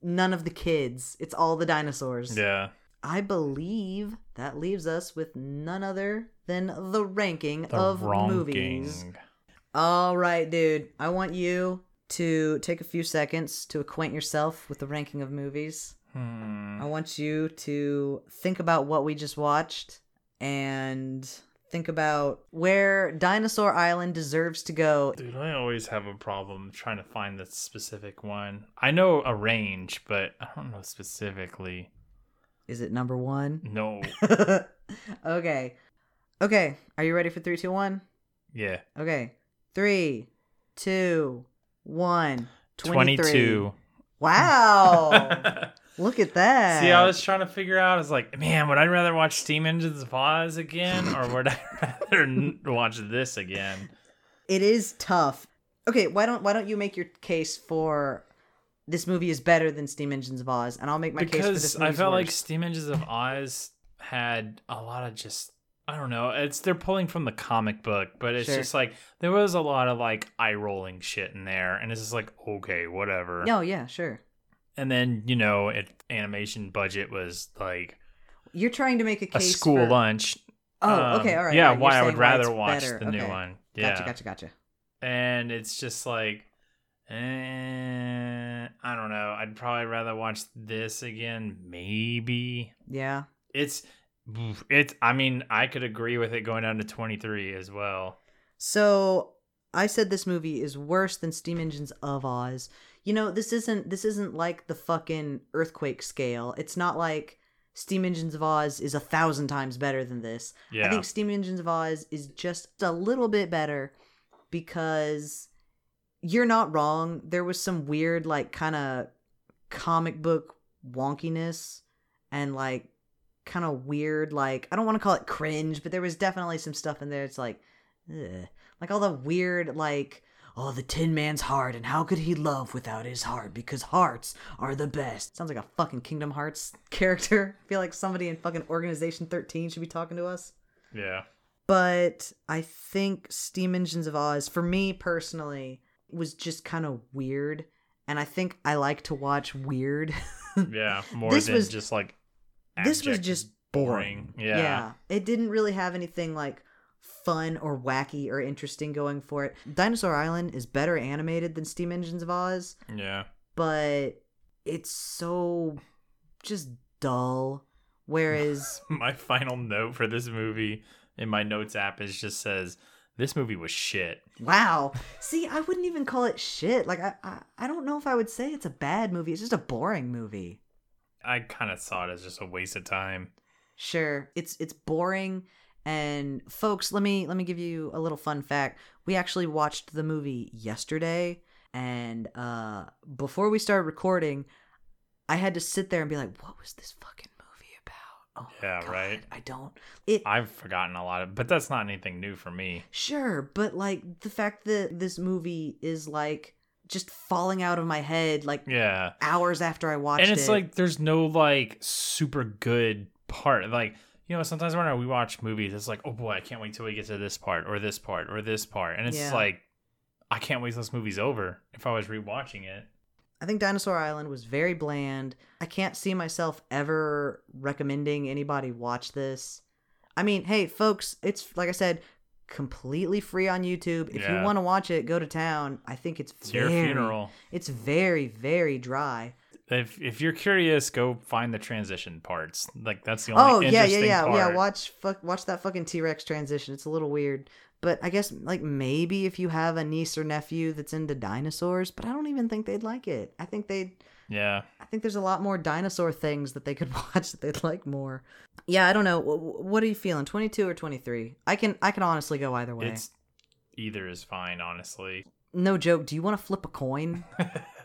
Speaker 1: none of the kids it's all the dinosaurs
Speaker 2: yeah.
Speaker 1: I believe that leaves us with none other than the ranking
Speaker 2: The
Speaker 1: of
Speaker 2: wrong
Speaker 1: movies.
Speaker 2: gang.
Speaker 1: All right, dude. I want you to take a few seconds to acquaint yourself with the ranking of movies.
Speaker 2: Hmm.
Speaker 1: I want you to think about what we just watched and think about where Dinosaur Island deserves to go.
Speaker 2: Dude, I always have a problem trying to find the specific one. I know a range, but I don't know specifically.
Speaker 1: Is it number one? [laughs]
Speaker 2: No.
Speaker 1: okay. Okay. Are you ready for three, two, one?
Speaker 2: Yeah.
Speaker 1: Okay. Three, two, one.
Speaker 2: 22. [laughs]
Speaker 1: Wow. Look at that.
Speaker 2: See, I was trying to figure out. I was like, man, would I rather watch Steam Engines Pause again, or would I [laughs] rather n- watch this again?
Speaker 1: It is tough. Okay, why don't why don't you make your case for this movie is better than Steam Engines of Oz, and I'll make my case for this
Speaker 2: because I
Speaker 1: movie's
Speaker 2: felt like
Speaker 1: worse.
Speaker 2: Steam Engines of Oz had a lot of just I don't know. It's they're pulling from the comic book, but it's
Speaker 1: Sure.
Speaker 2: just like there was a lot of like eye rolling shit in there, and it's just like okay, whatever.
Speaker 1: No, yeah, sure.
Speaker 2: And then you know, it animation budget was like
Speaker 1: You're trying to make a
Speaker 2: a
Speaker 1: case
Speaker 2: school
Speaker 1: for...
Speaker 2: lunch.
Speaker 1: Oh,
Speaker 2: Um,
Speaker 1: okay, all right.
Speaker 2: Yeah,
Speaker 1: right, you're
Speaker 2: why I would
Speaker 1: saying why
Speaker 2: rather
Speaker 1: it's
Speaker 2: watch
Speaker 1: better.
Speaker 2: the new
Speaker 1: okay.
Speaker 2: one. Yeah,
Speaker 1: Gotcha, gotcha, gotcha.
Speaker 2: and it's just like eh, I don't know. I'd probably rather watch this again, maybe.
Speaker 1: Yeah.
Speaker 2: It's it's I mean, I could agree with it going down to 23 as well.
Speaker 1: So I said this movie is worse than Steam Engines of Oz. You know, this isn't this isn't like the fucking earthquake scale. It's not like Steam Engines of Oz is a thousand times better than this.
Speaker 2: Yeah.
Speaker 1: I think Steam Engines of Oz is just a little bit better because you're not wrong. There was some weird, like, kind of comic book wonkiness and, like, kind of weird, like, I don't want to call it cringe, but there was definitely some stuff in there. It's like, ugh. like all the weird, like, oh, the Tin Man's heart, and how could he love without his heart? Because hearts are the best. Sounds like a fucking Kingdom Hearts [laughs] character. I feel like somebody in fucking Organization 13 should be talking to us. [laughs]
Speaker 2: Yeah.
Speaker 1: But I think Steam Engines of Oz, for me personally, was just kind of weird. And I think I like to watch weird. [laughs]
Speaker 2: Yeah. More
Speaker 1: This
Speaker 2: than
Speaker 1: was-
Speaker 2: just like
Speaker 1: this was
Speaker 2: abject
Speaker 1: just
Speaker 2: boring. Yeah.
Speaker 1: It didn't really have anything like fun or wacky or interesting going for it. Dinosaur Island is better animated than Steam Engines of Oz,
Speaker 2: Yeah. [laughs]
Speaker 1: but it's so just dull. Whereas,
Speaker 2: My final note for this movie in my notes app is just says this movie was shit.
Speaker 1: wow. See, I wouldn't even call it shit. Like, I, I, I don't know if I would say it's a bad movie. It's just a boring movie.
Speaker 2: I kind of saw it as just a waste of time.
Speaker 1: Sure. It's it's boring and folks, let me let me give you a little fun fact. We actually watched the movie yesterday and uh before we started recording, I had to sit there and be like, "What was this fucking movie about?" Oh my
Speaker 2: Yeah,
Speaker 1: God,
Speaker 2: right.
Speaker 1: I don't. It
Speaker 2: I've forgotten a lot of, but that's not anything new for me.
Speaker 1: Sure, but like the fact that this movie is like just falling out of my head like
Speaker 2: Yeah.
Speaker 1: hours after I watched
Speaker 2: and it's
Speaker 1: it.
Speaker 2: like there's no like super good part like you know sometimes when we watch movies it's like oh boy i can't wait till we get to this part or this part or this part and it's
Speaker 1: Yeah.
Speaker 2: like i can't wait till this movie's over if i was rewatching it
Speaker 1: I think Dinosaur Island was very bland. I can't see myself ever recommending anybody watch this. I mean, hey, folks, it's like I said, completely free on YouTube. If
Speaker 2: Yeah.
Speaker 1: you want to watch it, go to town. I think it's
Speaker 2: it's
Speaker 1: very,
Speaker 2: your funeral
Speaker 1: It's very, very dry.
Speaker 2: if if you're curious go find the transition parts like that's the
Speaker 1: Oh
Speaker 2: only
Speaker 1: yeah, yeah,
Speaker 2: interesting
Speaker 1: yeah,
Speaker 2: part.
Speaker 1: yeah. Watch, fuck, watch that fucking T Rex transition. It's a little weird, but I guess like maybe if you have a niece or nephew that's into dinosaurs, but I don't even think they'd like it. I think they'd
Speaker 2: yeah
Speaker 1: I think there's a lot more dinosaur things that they could [laughs] watch that they'd like more. Yeah, I don't know. What, what are you feeling? 22 or 23? I can I can honestly go either way.
Speaker 2: it's either is fine honestly
Speaker 1: No joke. Do you want to flip a coin?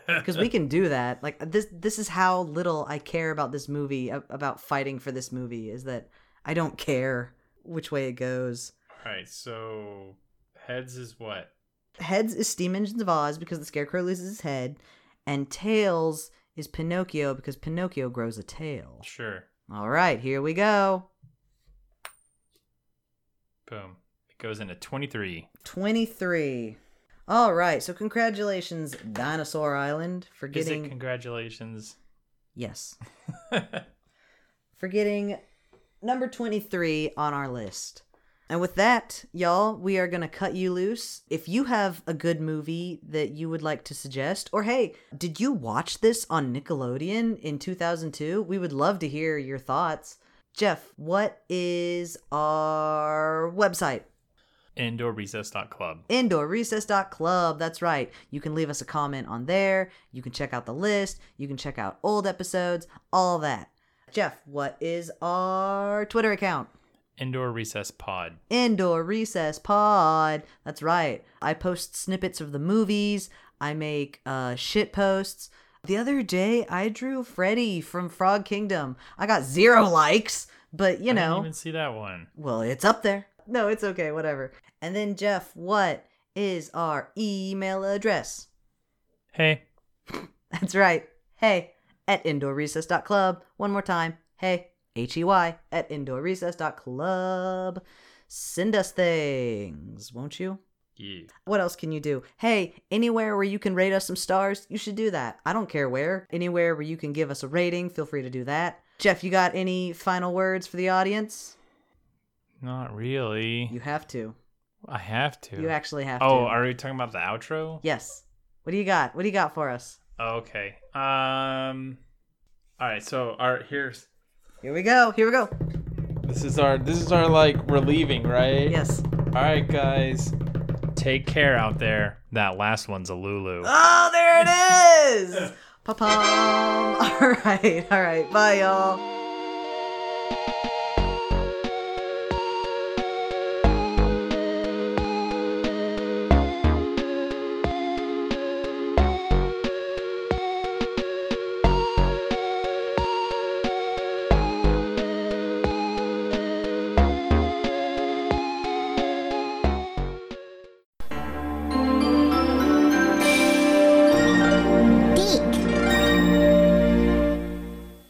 Speaker 1: Because we can do that. Like this this is how little I care about this movie a- about fighting for this movie is that I don't care which way it goes.
Speaker 2: all right so heads is what
Speaker 1: Heads is Steam Engines of Oz because the Scarecrow loses his head, and tails is Pinocchio because Pinocchio grows a tail.
Speaker 2: sure
Speaker 1: All right, here we go.
Speaker 2: boom it goes into 23
Speaker 1: 23. All right, so congratulations, Dinosaur Island, for
Speaker 2: is
Speaker 1: getting
Speaker 2: it congratulations [laughs]
Speaker 1: yes, for getting number 23 on our list. And with that, y'all, we are going to cut you loose. If you have a good movie that you would like to suggest, or hey, did you watch this on Nickelodeon in 2002? We would love to hear your thoughts. Jeff, what is our website?
Speaker 2: indoorrecess.club.
Speaker 1: indoorrecess.club. That's right. You can leave us a comment on there. You can check out the list. You can check out old episodes, all that. Jeff, what is our Twitter account?
Speaker 2: Indoor Recess Pod.
Speaker 1: Indoor Recess Pod. That's right. I post snippets of the movies. I make uh, shit posts. The other day, I drew Freddy from Frog Kingdom. I got zero likes, but you
Speaker 2: I
Speaker 1: know.
Speaker 2: didn't even see that one.
Speaker 1: Well, it's up there. No, it's okay, whatever. And then, Jeff, what is our email address? [laughs]
Speaker 2: Hey,
Speaker 1: That's right. Hey at indoorrecess.club. One more time. Hey, H E Y at indoorrecess.club. Send us things, won't you?
Speaker 2: you.
Speaker 1: What else can you do? Hey, anywhere where you can rate us some stars, you should do that. I don't care where. Anywhere where you can give us a rating, feel free to do that. Jeff, you got any final words for the audience?
Speaker 2: Not really.
Speaker 1: You have to.
Speaker 2: I have to.
Speaker 1: You actually have to.
Speaker 2: oh, are we talking about the outro?
Speaker 1: Yes. What do you got? What do you got for us?
Speaker 2: Oh, okay. Um. All right. So our here's
Speaker 1: Here we go. Here we go.
Speaker 4: This is our this is our like we're leaving, right?
Speaker 1: Yes.
Speaker 4: All right, guys.
Speaker 2: take care out there. That last one's
Speaker 1: [laughs]
Speaker 2: a Lulu.
Speaker 1: Oh, there it is. Pa pum. All right. All right. Bye, y'all.